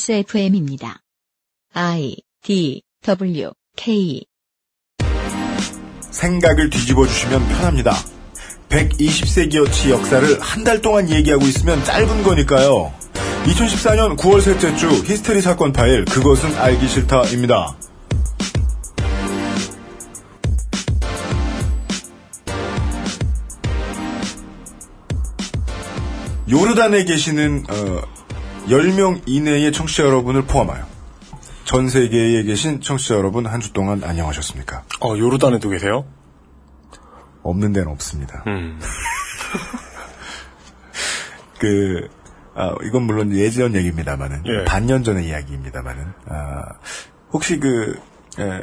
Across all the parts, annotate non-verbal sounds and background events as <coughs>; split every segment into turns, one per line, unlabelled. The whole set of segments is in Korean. XSFM입니다. I D W K
생각을 뒤집어 주시면 편합니다. 120세기여치 역사를 한 달 동안 얘기하고 있으면 짧은 거니까요. 2014년 9월 셋째 주 히스테리 사건 파일 그것은 알기 싫다입니다. 요르단에 계시는 어, 10명 이내의 청취자 여러분을 포함하여 전 세계에 계신 청취자 여러분 한 주 동안 안녕하셨습니까?
어, 요르단에도 계세요?
없는 데는 없습니다.
음.
<laughs> 그, 아, 이건 물론 예전 얘기입니다만은,
예.
반년 전의 이야기입니다만은, 아, 혹시 그, 에,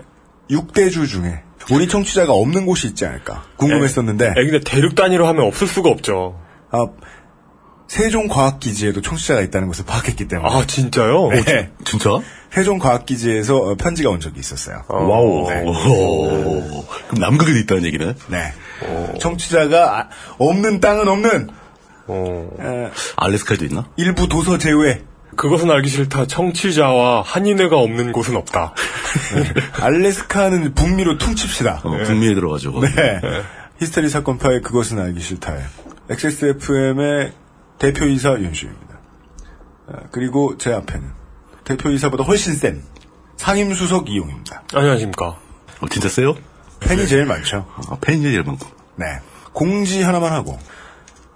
6대주 중에 우리 청취자가 없는 곳이 있지 않을까 궁금했었는데,
에, 근데 대륙 단위로 하면 없을 수가 없죠.
아, 세종과학기지에도 청취자가 있다는 것을 파악했기 때문에,
아, 진짜요?
네.
진짜?
세종과학기지에서 어, 편지가 온 적이 있었어요.
와우.
네.
오. 그럼 남극에도 있다는 얘기네.
네. 청취자가 아, 없는 땅은 없는
어.
에,
알래스카에도 있나?
일부 도서 제외
그것은 알기 싫다. 청취자와 한인회가 없는 곳은 없다. 네.
알래스카는 북미로 퉁칩시다.
어, 북미에 들어가지고.
네. 히스테리 사건 파의 그것은 알기 싫다에 XSFM의 대표이사 윤수입니다. 아, 그리고 제 앞에는 대표이사보다 훨씬 센 상임수석 이용입니다.
안녕하십니까.
어, 진짜 세요?
팬이 제일 많죠.
아, 팬이 제일 많고.
네. 공지 하나만 하고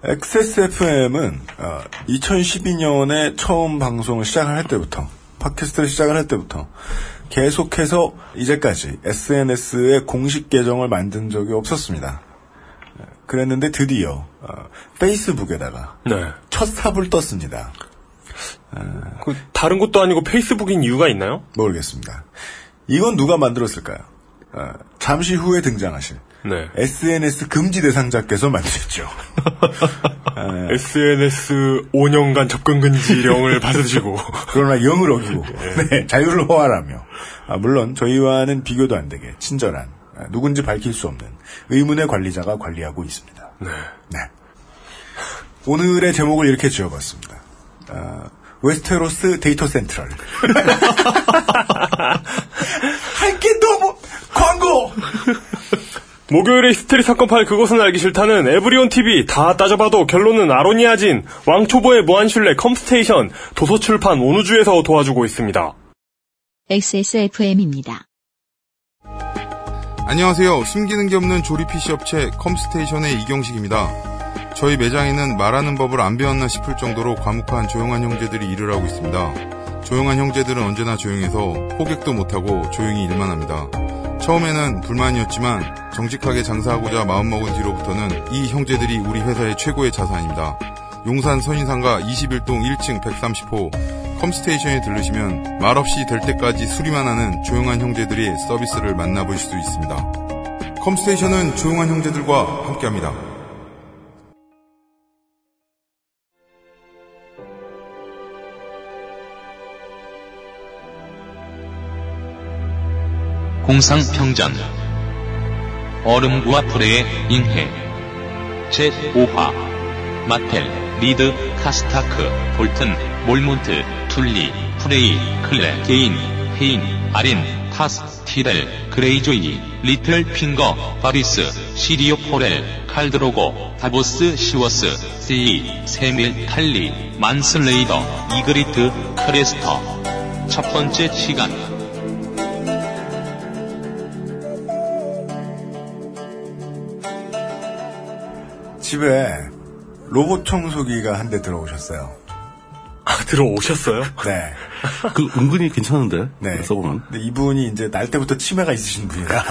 XSFM은 2012년에 처음 방송을 시작을 할 때부터 팟캐스트를 시작을 할 때부터 계속해서 이제까지 SNS에 공식 계정을 만든 적이 없었습니다. 어, 그랬는데 드디어 어, 페이스북에다가
네.
첫 삽을 떴습니다.
그 다른 것도 아니고 페이스북인 이유가 있나요?
모르겠습니다. 이건 누가 만들었을까요? 어, 잠시 후에 등장하실
네.
SNS 금지 대상자께서 만드셨죠.
SNS 5년간 접근 금지령을 받으시고
그러나 영을 어기고 네, 자유를 호화라며 아, 물론 저희와는 비교도 안 되게 친절한 아, 누군지 밝힐 수 없는 의문의 관리자가 관리하고 있습니다. 네. 오늘의 제목을 이렇게 지어봤습니다. 아, 웨스테로스 데이터 센트럴. <laughs> 할 게 너무 광고.
목요일의 히스테리 사건 파일 그것은 알기 싫다는 에브리온 TV 다 따져봐도 결론은 아로니아진 왕초보의 무한신뢰 컴스테이션 도서출판 온우주에서 도와주고 있습니다.
XSFM입니다.
안녕하세요. 숨기는 게 없는 조립 PC 업체 컴스테이션의 이경식입니다. 저희 매장에는 말하는 법을 안 배웠나 싶을 정도로 과묵한 조용한 형제들이 일을 하고 있습니다. 조용한 형제들은 언제나 조용해서 호객도 못하고 조용히 일만 합니다. 처음에는 불만이었지만 정직하게 장사하고자 마음먹은 뒤로부터는 이 형제들이 우리 회사의 최고의 자산입니다. 용산 선인상가 21동 1층 130호 컴스테이션에 들르시면 말없이 될 때까지 수리만 하는 조용한 형제들의 서비스를 만나보실 수 있습니다. 컴스테이션은 조용한 형제들과 함께합니다.
공상평전 얼음과 불의 인해 제5화 마텔, 리드, 카스타크, 볼튼, 몰몬트, 툴리, 프레이, 클레, 게인, 헤인, 아린, 타스, 티렐, 그레이조이, 리틀 핑거, 바리스, 시리오 포렐, 칼드로고, 다보스 시워스, 세이, 세밀, 탈리, 만슬레이더, 이그리트, 크레스터 첫 번째 시간
집에 로봇 청소기가 한 대 들어오셨어요.
아, 들어오셨어요?
네.
그 은근히 괜찮은데.
네.
써보면.
근데 이분이 이제 날 때부터 치매가 있으신
<laughs>
분이라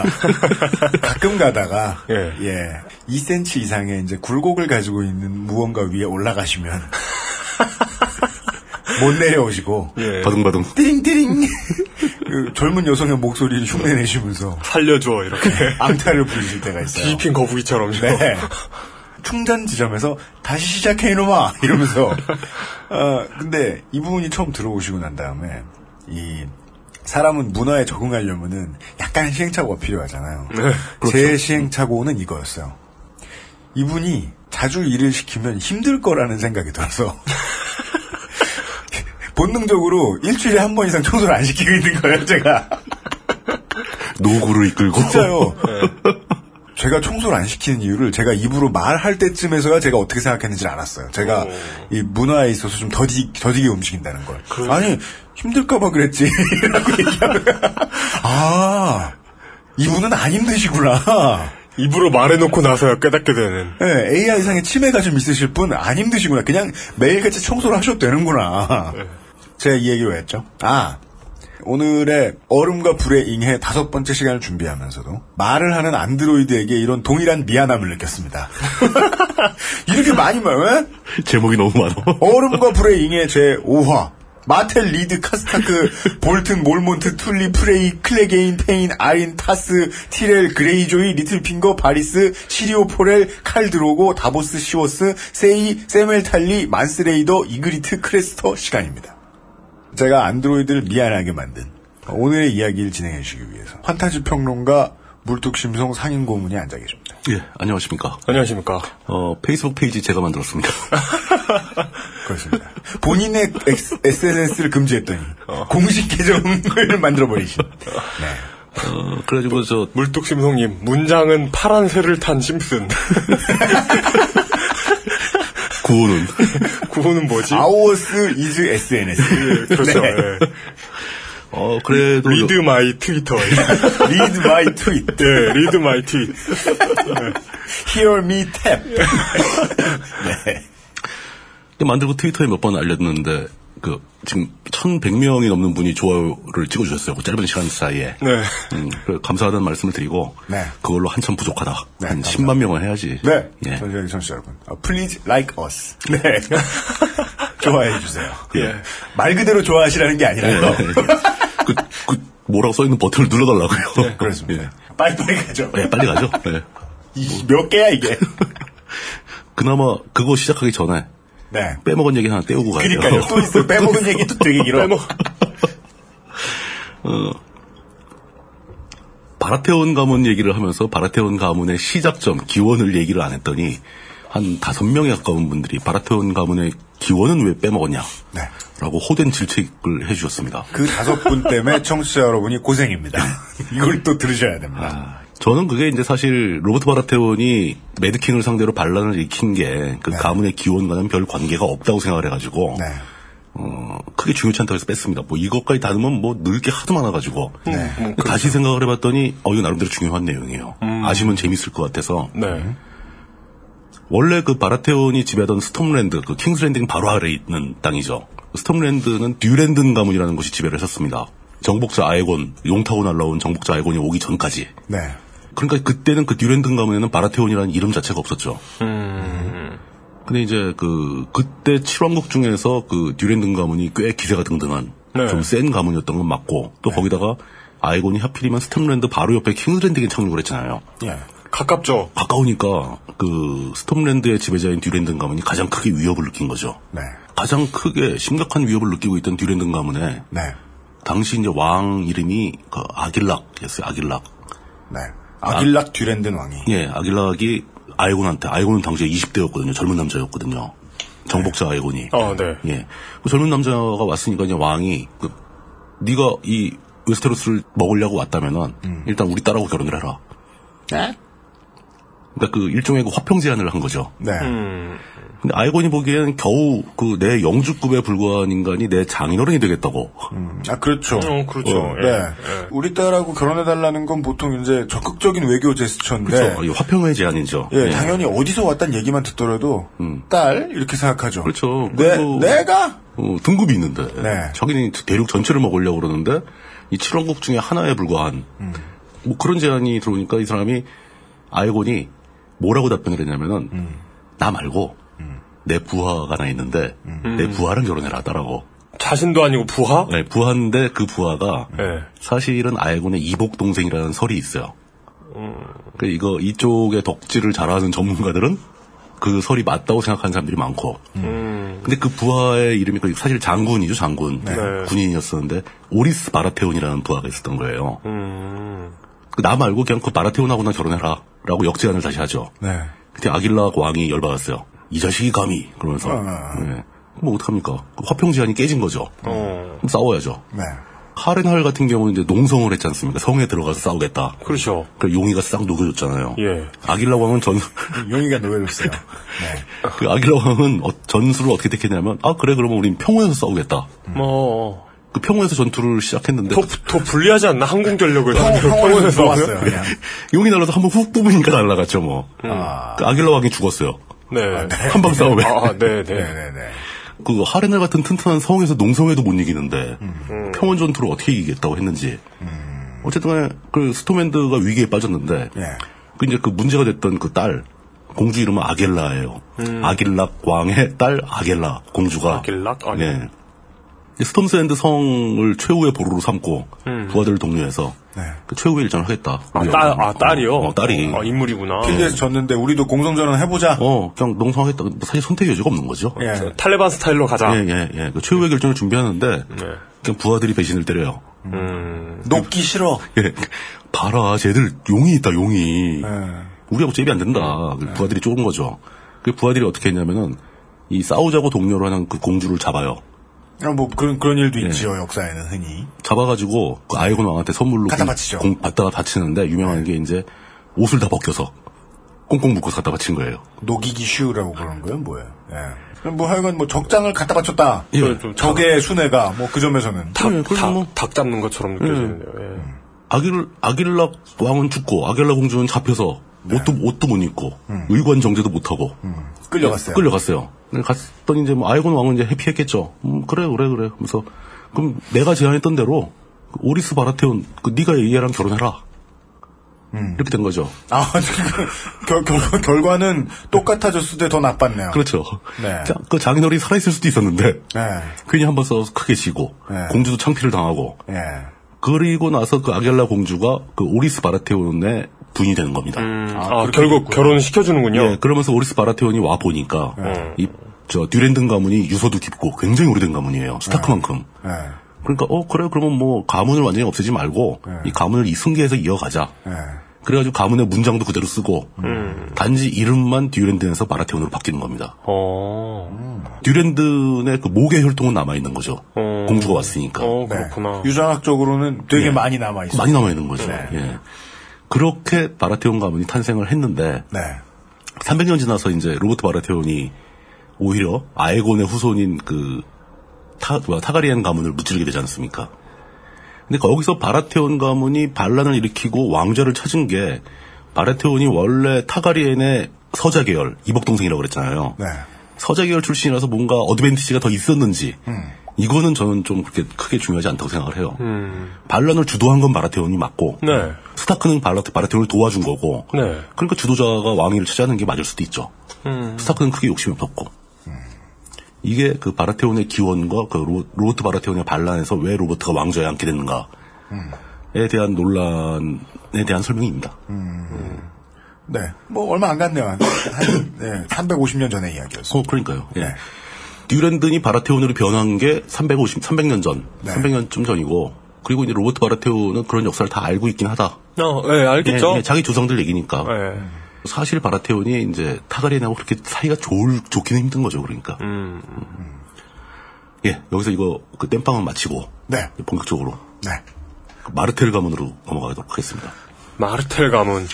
가끔 가다가
예.
예. 2cm 이상의 이제 굴곡을 가지고 있는 무언가 위에
<laughs>
올라가시면 못 내려오시고
예.
바둥바둥.
띠링띠링 <laughs> 그 젊은 여성의 목소리를 흉내내시면서
살려줘 이렇게
앙탈을 부리실 때가 있어요.
뒤집힌 <laughs> 거북이처럼
네. <laughs> 충전 지점에서 다시 시작해 이놈아 <laughs> 이러면서 어, 근데 이 부분이 처음 들어오시고 난 다음에 이 사람은 문화에 적응하려면은 약간 시행착오가 필요하잖아요. 제 시행착오는 이거였어요. 이분이 자주 일을 시키면 힘들 거라는 생각이 들어서 <laughs> 본능적으로 일주일에 한 번 이상 청소를 안 시키고 있는 거예요, 제가.
노구를
<laughs>
이끌고.
진짜요. 네. 제가 청소를 안 시키는 이유를 제가 입으로 말할 때쯤에서야 제가 어떻게 생각했는지를 알았어요. 제가 이 문화에 있어서 좀 더디, 더디게 움직인다는 걸. 아니, 힘들까봐 그랬지. <laughs> 라고 <laughs> 얘기하면, 아, 이분은 안 힘드시구나.
입으로 말해놓고 나서야 깨닫게 되는.
예, AI상의 치매가 좀 있으실 분 안 힘드시구나. 그냥 매일같이 청소를 하셔도 되는구나. 제가 이 얘기를 왜 했죠? 아, 오늘의 얼음과 불에 잉해 다섯 번째 시간을 준비하면서도 말을 하는 안드로이드에게 이런 동일한 미안함을 느꼈습니다. <laughs> 이렇게 많이 말해?
<laughs> 제목이 너무 많아.
얼음과 불의 잉의 제 5화. 마텔 리드 카스타크 볼튼 몰몬트 툴리 프레이 클레게인 페인 아린 타스 티렐 그레이조이 리틀핑거 바리스 시리오 포렐 칼드로고 다보스 시워스 세이 세멜 탈리 만스레이더 이그리트 크레스터 시간입니다. 제가 안드로이드를 미안하게 만든 오늘의 이야기를 진행해 주시기 위해서 환타지 평론가 물뚝심송 상인 고문이 앉아 계십니다.
예, 안녕하십니까.
안녕하십니까.
어, 페이스북 페이지 제가 만들었습니다. <laughs>
그렇습니다. 본인의 SNS를 금지했더니
어.
공식 계정을 <laughs> 만들어버리신.
어, 그래가지고 저,
물뚝심송님, 문장은 파란 새를 탄 심슨. <laughs>
구호는.
구호는 뭐지?
아오스 이즈 SNS.
예, 그렇죠.
네.
예.
어, 그래도.
리드 마이 트위터. 예,
<laughs> Read my tweet. 네.
리드 마이 트윗.
Hear me tap.
예.
네.
저- 만들고 트위터에 몇 번 알렸는데, 그, 지금 1100명이 넘는 분이 좋아요를 찍어주셨어요. 그 짧은 시간 사이에.
네.
음, 그래, 감사하다는 말씀을 드리고.
네.
그걸로 한참 부족하다.
네,
한
감사합니다.
10만 명은 해야지.
네.
예.
저희 청취자 여러분. 어, please like us. 네. <laughs> 좋아해주세요.
예.
말 그대로 좋아하시라는 게 아니라요.
그, 그, 뭐라고 써있는 버튼을 눌러달라고요.
<laughs> 네, 그렇습니다.
예.
빨리빨리 가죠.
<laughs> 예, 빨리 가죠. 예.
이- 몇 개야,
<laughs>
이게.
그나마 그거 시작하기 전에
네.
빼먹은 얘기 하나 떼우고 가야 돼요.
그니까요. 또 있어. 빼먹은 얘기 또 되게 길어.
<laughs> 바라테온 가문 얘기를 하면서 바라테온 가문의 시작점, 기원을 얘기를 안 했더니 한 다섯 명에 가까운 분들이 바라테온 가문의 기원은 왜 빼먹었냐?
네.
라고 호된 질책을 해주셨습니다.
그 다섯 분 때문에 청취자 여러분이 고생입니다. 이걸 또 들으셔야 됩니다.
아, 저는 그게 이제 사실 로버트 바라테온이 매드킹을 상대로 반란을 일으킨 게 그 가문의 기원과는 별 관계가 없다고 생각을 해가지고
네.
어, 크게 중요치 않다고 해서 뺐습니다. 뭐 이것까지 다듬으면 뭐 늘 게 하도 많아가지고 다시 생각을 해봤더니 어 이거 나름대로 중요한 내용이에요. 아시면 재밌을 것 같아서
네.
원래 그 바라테온이 지배하던 스톰랜드, 그 킹스랜딩 바로 아래 있는 땅이죠. 스톰랜드는 듀랜든 가문이라는 곳이 지배를 했었습니다. 정복자 아에곤, 용타고 날라온 정복자 아에곤이 오기 전까지.
네.
그러니까 그때는 그 듀랜든 가문에는 바라테온이라는 이름 자체가 없었죠. 근데 이제 그 그때 칠왕국 중에서 그 듀랜든 가문이 꽤 기세가 등등한
네.
좀 센 가문이었던 건 맞고 또 거기다가 아에곤이 하필이면 스톰랜드 바로 옆에 킹스랜딩에 착륙을 했잖아요.
가깝죠.
가까우니까 그 스톰랜드의 지배자인 듀랜든 가문이 가장 크게 위협을 느낀 거죠.
네.
가장 크게 심각한 위협을 느끼고 있던 듀랜든 가문에
네.
당시 이제 왕 이름이 그 아길락이었어요. 아길락.
네. 아길락 듀랜든 왕이.
예, 아길락이 아이곤한테 아이곤은 당시에 20대였거든요. 젊은 남자였거든요. 정복자 아이곤이.
어.
아, 네.
예. 그 젊은 남자가 왔으니까 이제 왕이 그 네가 이 웨스테로스를 먹으려고 왔다면은
음.
일단 우리 딸하고 결혼을 해라. 그러니까 그 일종의 그 화평 제안을 한 거죠.
네.
근데 아이곤이 보기에는 겨우 그 내 영주급에 불과한 인간이 내 장인어른이 되겠다고.
음, 아, 그렇죠.
어, 그렇죠. 예.
네. 우리 딸하고 결혼해달라는 건 보통 이제 적극적인 외교 제스처인데.
그래서 그렇죠. 아, 이 화평의 제안이죠.
네. 예,
예.
당연히 어디서 왔다는 얘기만 듣더라도, 딸? 이렇게 생각하죠.
그렇죠.
네,
그리고-
내가?
어, 등급이 있는데
네.
자기는 대륙 전체를 먹으려고 그러는데 이 7왕국 중에 하나에 불과한 뭐 그런 제안이 들어오니까 이 사람이 아이곤이 뭐라고 답변을 했냐면은 나 말고 내 부하가 하나 있는데 내 부하랑 결혼해라더라고.
자신도 아니고 부하?
네, 부하인데 그 부하가
네.
사실은 아이곤의 이복 동생이라는 설이 있어요. 그 이거 이쪽의 덕질을 잘하는 전문가들은 그 설이 맞다고 생각하는 사람들이 많고.
음.
근데 그 부하의 이름이 그 사실 장군이죠 장군
네.
군인이었었는데 오리스 바라테온이라는 부하가 있었던 거예요.
음.
그나 말고 그냥 그 바라테온하고나 결혼해라라고 역제안을 다시 하죠.
네.
그때 아길라 왕이 열받았어요. 이 자식이 감히 그러면서. 예. 뭐 어떡합니까? 그 화평 제한이 깨진 거죠. 그럼 싸워야죠.
네.
카렌할 같은 경우는 이제 농성을 했지 않습니까? 성에 들어가서 싸우겠다.
그렇죠.
그 용이가 싹 녹여줬잖아요.
예.
아길라 왕은 전, <laughs>
음, 용의가 놓여졌어요. 네.
그 아길라 왕은 어- 전술을 어떻게 택했냐면, 아, 그래, 그러면 우린 평원에서 싸우겠다.
음.
뭐,
그 평원에서 전투를 시작했는데,
더, 더 불리하지 않나? 항공전력을.
평원에서
평원에서
어,
네.
놓았어요, 그냥.
용이 날라서 한번 훅 뽑으니까 날라갔죠, 뭐. 그 아길라 왕이 죽었어요.
네.
한 방 싸움에.
아, 네, 네.
네네네.
그 하레네 같은 튼튼한 성에서 농성에도 못 이기는데
음.
평원 전투를 어떻게 이기겠다고 했는지 어쨌든 간에 그 스톰핸드가 위기에 빠졌는데
예.
그 이제 그 문제가 됐던 그 딸 공주 이름은 아겔라예요. 아길라 왕의 딸 아겔라 공주가
음. 아길락? 아, 네.
예. 이제 스톰스핸드 성을 최후의 보루로 삼고 부하들을 독려해서 그 최후의 일전을 하겠다.
음. 네. 아, 딸, 아, 딸이요?
어, 딸이.
아, 인물이구나.
필리에서 졌는데 우리도 공성전환 해보자.
어, 그냥 농성하겠다. 뭐 사실 선택 여지가 없는 거죠.
예.
네. 탈레반 스타일로 가자.
네.
예, 예, 예. 그 최후의 결정을 준비하는데, 그냥 부하들이 배신을 때려요.
녹기 싫어.
예. 봐라, 쟤들 용이 있다, 용이.
네.
우리하고 제비 안 된다. 그 부하들이 좁은 거죠. 그 부하들이 어떻게 했냐면은, 이 싸우자고 동료로 하는 그 공주를 잡아요.
아, 뭐 그런 그런 일도
네.
있지요 역사에는 흔히.
잡아가지고, 그 아이곤 왕한테 선물로.
갖다
공-
바치죠. 네.
공- 받다가 다치는데, 유명한 게 이제, 옷을 다 벗겨서, 꽁꽁 묶어서 갖다 바친 거예요.
녹이기 쉬우라고 그러는 거예요, 뭐예요? 예. 그럼 뭐 하여간 뭐 적장을 갖다 바쳤다. 그
저- 좀
적의 순회가 뭐 그 점에서는
닭,
예, 그래서
닭,
뭐-
닭 잡는 것처럼 느껴지는데요. 예.
아길, 아길라 왕은 죽고, 아길라 공주는 잡혀서,
네.
옷도, 옷도 못 입고,
음.
의관 정제도 못 하고,
끌려갔어요.
끌려갔어요. 근데 갔더니 이제 뭐 아이곤 왕은 이제 해피했겠죠. 음, 그래, 그래, 그래. 그래서 그럼 내가 제안했던 대로 그 오리스 바라테온 그 네가 얘랑 결혼해라.
음.
이렇게 된 거죠.
아, <laughs> 결, 결, 결과는 똑같아졌을 때 더 나빴네요.
그렇죠.
네.
자, 그 장인어른이 살아있을 수도 있었는데
네.
괜히 한 번 싸워서 크게 지고
네.
공주도 창피를 당하고
예.
그리고 나서 그 아겔라 공주가 그 오리스 바라테온의 부인이 되는 겁니다.
아, 결국 결혼 시켜주는군요.
예, 그러면서 오리스 바라테온이 와 보니까
네.
이 저 듀랜든 가문이 유서도 깊고 굉장히 오래된 가문이에요. 스타크만큼.
예.
그러니까 어 그래 그러면 뭐 가문을 완전히 없애지 말고 이 가문을 이승계해서 이어가자.
예.
그래가지고 가문의 문장도 그대로 쓰고 단지 이름만 듀랜든에서 마라테온으로 바뀌는 겁니다.
음. 어,
듀랜든의 그 목의 혈통은 남아 있는 거죠. 공주가 왔으니까
어, 그렇구나.
네. 유전학적으로는 되게 많이 남아 있어요.
예. 많이 남아 있는 거죠. 예. 그렇게 마라테온 가문이 탄생을 했는데
네.
300년 지나서 이제 로버트 마라테온이 오히려 아에곤의 후손인 그 타, 뭐야, 타가리엔 가문을 무찌르게 되지 않습니까? 근데 거기서 바라테온 가문이 반란을 일으키고 왕좌를 찾은 게 바라테온이 원래 타가리엔의 서자 계열 이복 동생이라고 그랬잖아요.
네.
서자 계열 출신이라서 뭔가 어드밴티지가 더 있었는지 이거는 저는 좀 그렇게 크게 중요하지 않다고 생각을 해요. 반란을 주도한 건 바라테온이 맞고
네.
스타크는 발라- 바라테온을 도와준 거고
네.
그러니까 주도자가 왕위를 차지하는 게 맞을 수도 있죠. 스타크는 크게 욕심이 없었고 이게 그 바라테온의 기원과 그 로- 로버트 바라테온의 반란에서 왜 로버트가 왕좌에 앉게 됐는가에 대한 논란에 대한 설명입니다.
네. 뭐 얼마 안 갔네요. 한, 한 네. 350년 전의 이야기였어요.
어, 그러니까요. 예. 듀랜든이 바라테온으로 변한 게 350, 300년 전, 300년쯤 전이고 그리고 이제 로버트 바라테온은 그런 역사를 다 알고 있긴 하다.
어, 예, 알겠죠?
예, 예, 자기 조상들 얘기니까.
예.
사실 바라테온이 이제 타가리엔하고 그렇게 사이가 좋을 좋기는 힘든 거죠, 그러니까. 예, 여기서 이거 그 땜빵은 마치고
네.
본격적으로
네.
그 마르텔 가문으로 넘어가도록 하겠습니다.
마르텔 가문.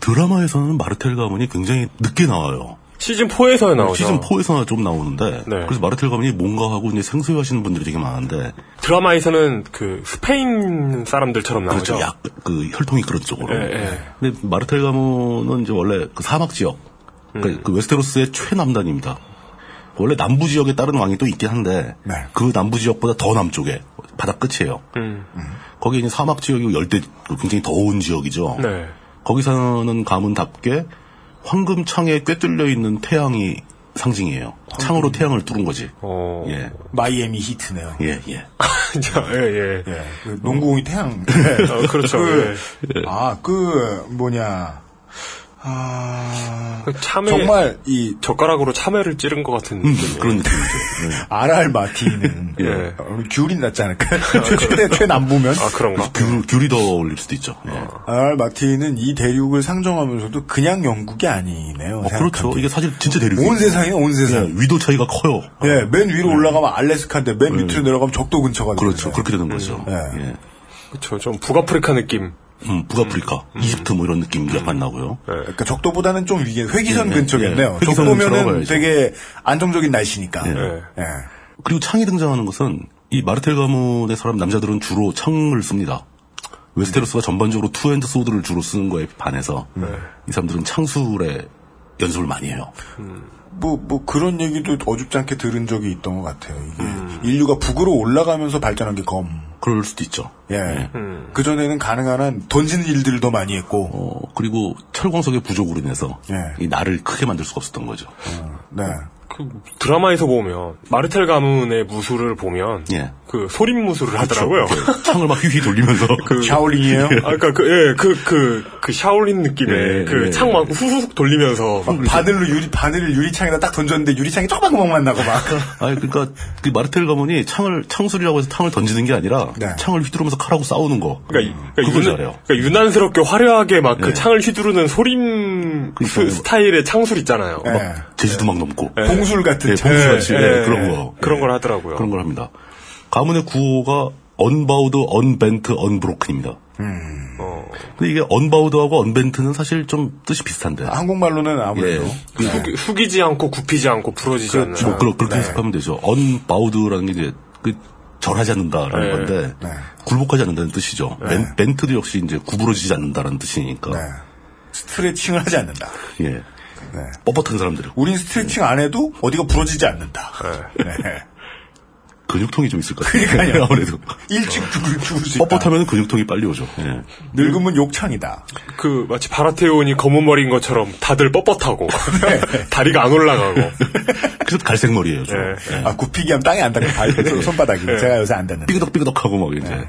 드라마에서는 마르텔 가문이 굉장히 늦게 나와요.
시즌4에서 나오죠.
시즌 4에서나 좀 나오는데
어, 네.
그래서 마르텔 가문이 뭔가 하고 이제 생소해하시는 분들이 되게 많은데
드라마에서는 그 스페인 사람들처럼 나오죠.
그렇죠. 약 그 혈통이 그런 쪽으로.
예, 예.
근데 마르텔 가문은 이제 원래 그 사막 지역,
음.
그러니까 그 웨스테로스의 최남단입니다. 원래 남부 지역에 따른 왕이 또 있긴 한데
네.
그 남부 지역보다 더 남쪽에 바다 끝이에요.
음.
거기 이제 사막 지역이고 열대 그 굉장히 더운 지역이죠.
네.
거기 사는 가문답게 황금창에 꿰뚫려 있는 태양이 상징이에요. 창으로 태양을 뚫은 거지.
어.
예,
마이애미 히트네요.
예, 예.
<laughs> 자, 예, 예.
예. 그
<laughs>
농구공이 태양.
그 예.
어, 그렇죠. 예.
아, 그, 뭐냐. 아,
그 참외
정말 이
젓가락으로 참외를 찌른 것 같은
음.
느낌.
그런 느낌이죠. 네.
<laughs>
RR
<laughs>
마티는
예.
어, 귤이 낫지 않을까요? <laughs> 최대 최남부면
아 그런가?
귤, 귤이 더 올릴 수도 있죠. 네.
어.
RR 마티는 이 대륙을 상정하면서도 그냥 영국이 아니네요.
어, 그렇죠.
생각하면.
이게 사실 진짜 대륙.
온 세상이에요, 온 세상.
위도 차이가 커요. 아,
예, 맨 위로 올라가면 알래스카인데 맨 밑으로 내려가면 적도 근처가
예. 그렇죠.
되잖아요.
그렇게 되는 거죠.
네.
예.
그렇죠. 좀 북아프리카 느낌.
음, 북아프리카, 이집트 뭐 이런 느낌도 약간 나고요.
그러니까 적도보다는 좀 위에 회기선
예, 예,
근처겠네요.
예. 회기선
적도면은
들어가야죠.
되게 안정적인 날씨니까.
예.
예.
그리고 창이 등장하는 것은 이 마르텔 가문의 사람 남자들은 주로 창을 씁니다. 웨스테로스가 전반적으로 투핸드 소드를 주로 쓰는 거에 반해서
네.
이 사람들은 창술에 연습을 많이 해요.
뭐, 뭐 그런 얘기도 어줍지 않게 들은 적이 있던 것 같아요. 이게
음.
인류가 북으로 올라가면서 발전한 게 검.
그럴 수도 있죠.
예. 그전에는 가능한 한 던지는 일들을 더 많이 했고.
음. 어, 그리고 철광석의 부족으로 인해서
예.
이 나를 크게 만들 수가 없었던 거죠.
네.
그 드라마에서 보면 마르텔 가문의 무술을 보면
예.
그 소림 무술을 하더라고요.
예, 창을 막
<laughs>
휘휘 돌리면서
그
<laughs>
샤올링이에요?
아까 그 예 그 그 그 샤올린 느낌의
예, 그러니까 예,
그창
예.
막 후후훅 돌리면서
아,
막
바늘로 유리, 바늘을 유리창에다 딱 던졌는데 유리창이 조그만 구멍만 나고 막.
아니 그러니까 그 마르텔 가문이 창을 창술이라고 해서 탕을 던지는 게 아니라
네.
창을 휘두르면서 칼하고 싸우는 거.
그러니까, 이- 그러니까
그걸
유난,
잘해요.
그러니까 유난스럽게 화려하게 막 그
예.
창을 휘두르는 소림 그
그러니까요.
스타일의 창술 있잖아요.
예.
막 제주도 막 넘고
<laughs> 봉술 같은 네.
예,
창.
봉수같이
예,
예,
예,
그런 거
네. 그런
예.
걸 하더라고요.
그런 걸 합니다. 가문의 구호가 언바우드, 언벤트, 언브로큰입니다.
음.
어.
근데 이게 언바우드하고 언벤트는 사실 좀 뜻이 비슷한데.
아, 한국말로는
예.
아무래도.
숙- 숙이지 그 않고 굽히지 않고 부러지지 않는
아,
뭐 그러,
네.
그렇게 해석하면 되죠. 언바우드라는 게 이제 그 절하지 않는다라는
네.
건데 굴복하지 않는다는 뜻이죠. 벤, 벤트도 역시 이제 구부러지지 않는다라는 뜻이니까.
네. 스트레칭을 하지 않는다.
예. 뻣뻣한 사람들은
우린 스트레칭 안 해도 어디가 부러지지 않는다. 네. <laughs>
근육통이 좀 있을 것 <laughs> 같아요. 그러니까요. 아무래도
일찍 죽을, 죽을 수 있다.
어. 뻣뻣하면 근육통이 빨리 오죠. 예.
늙으면 욕창이다.
그 마치 바라테온이 검은 머리인 것처럼 다들 뻣뻣하고 <laughs> 다리가 안 올라가고
그래서 갈색 머리예요. 좀.
예.
예.
아, 굽히기 하면 땅에 안 닿는
<laughs> 네.
발, 손바닥이. 제가 요새 안 닿는데.
삐그덕삐그덕하고 막 이제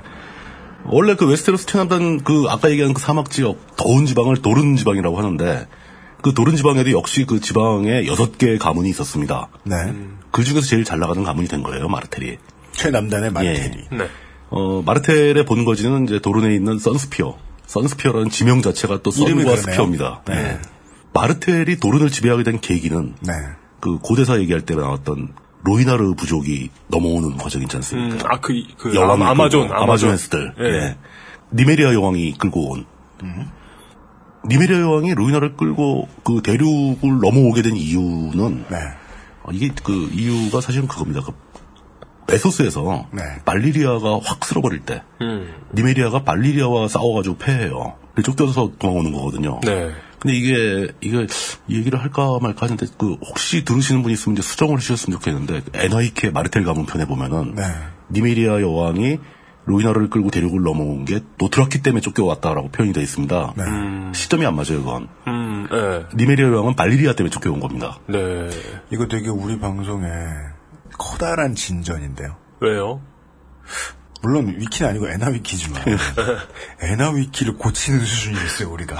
원래 그 웨스테로스 최남단 그 아까 얘기한 그 사막 지역 더운 지방을 도른 지방이라고 하는데 그 도른 지방에도 역시 그 지방에 여섯 개의 가문이 있었습니다.
네.
그 중에서 제일 잘 나가는 가문이 된 거예요 마르텔이. 예.
최남단의 마테리.
네.
어 마르텔의 본거지는 이제 도른에 있는 선스피어. 선스피어라는 지명 자체가 또
이름이
선과
그러네요.
스피어입니다. 예. 마르텔이 도른을 지배하게 된 계기는
네.
그 고대사 얘기할 때 나왔던 로이나르 부족이 넘어오는 과정 있지 않습니까?
음, 아그 그
여왕이
아, 마존
끌고, 아마존에서들 예. 니메리아 여왕이 끌고 온 니메리아 여왕이 루이나를 끌고 그 대륙을 넘어오게 된 이유는
네.
어, 이게 그 이유가 사실은 그겁니다. 그 베소스에서
네.
말리리아가 확 쓸어버릴 때 니메리아가 말리리아와 싸워가지고 패해요. 근데 쫓겨서 도망오는 거거든요.
네.
근데 이게 이게 이 얘기를 할까 말까 하는데 그 혹시 들으시는 분이 있으면 이제 수정을 해주셨으면 좋겠는데 에나이케 마르텔 가문 편에 보면은
네.
니메리아 여왕이 로이나를 끌고 대륙을 넘어온 게 노트라키 때문에 쫓겨왔다라고 표현이 되어 있습니다.
네.
시점이 안 맞아요, 그건.
음, 예.
니메리아 여왕은 발리리아 때문에 쫓겨온 겁니다.
네.
이거 되게 우리 방송에 커다란 진전인데요.
왜요?
물론 위키는 아니고
<laughs>
에나위키지만 에나위키를 고치는 수준이 있어요
<laughs>
우리가.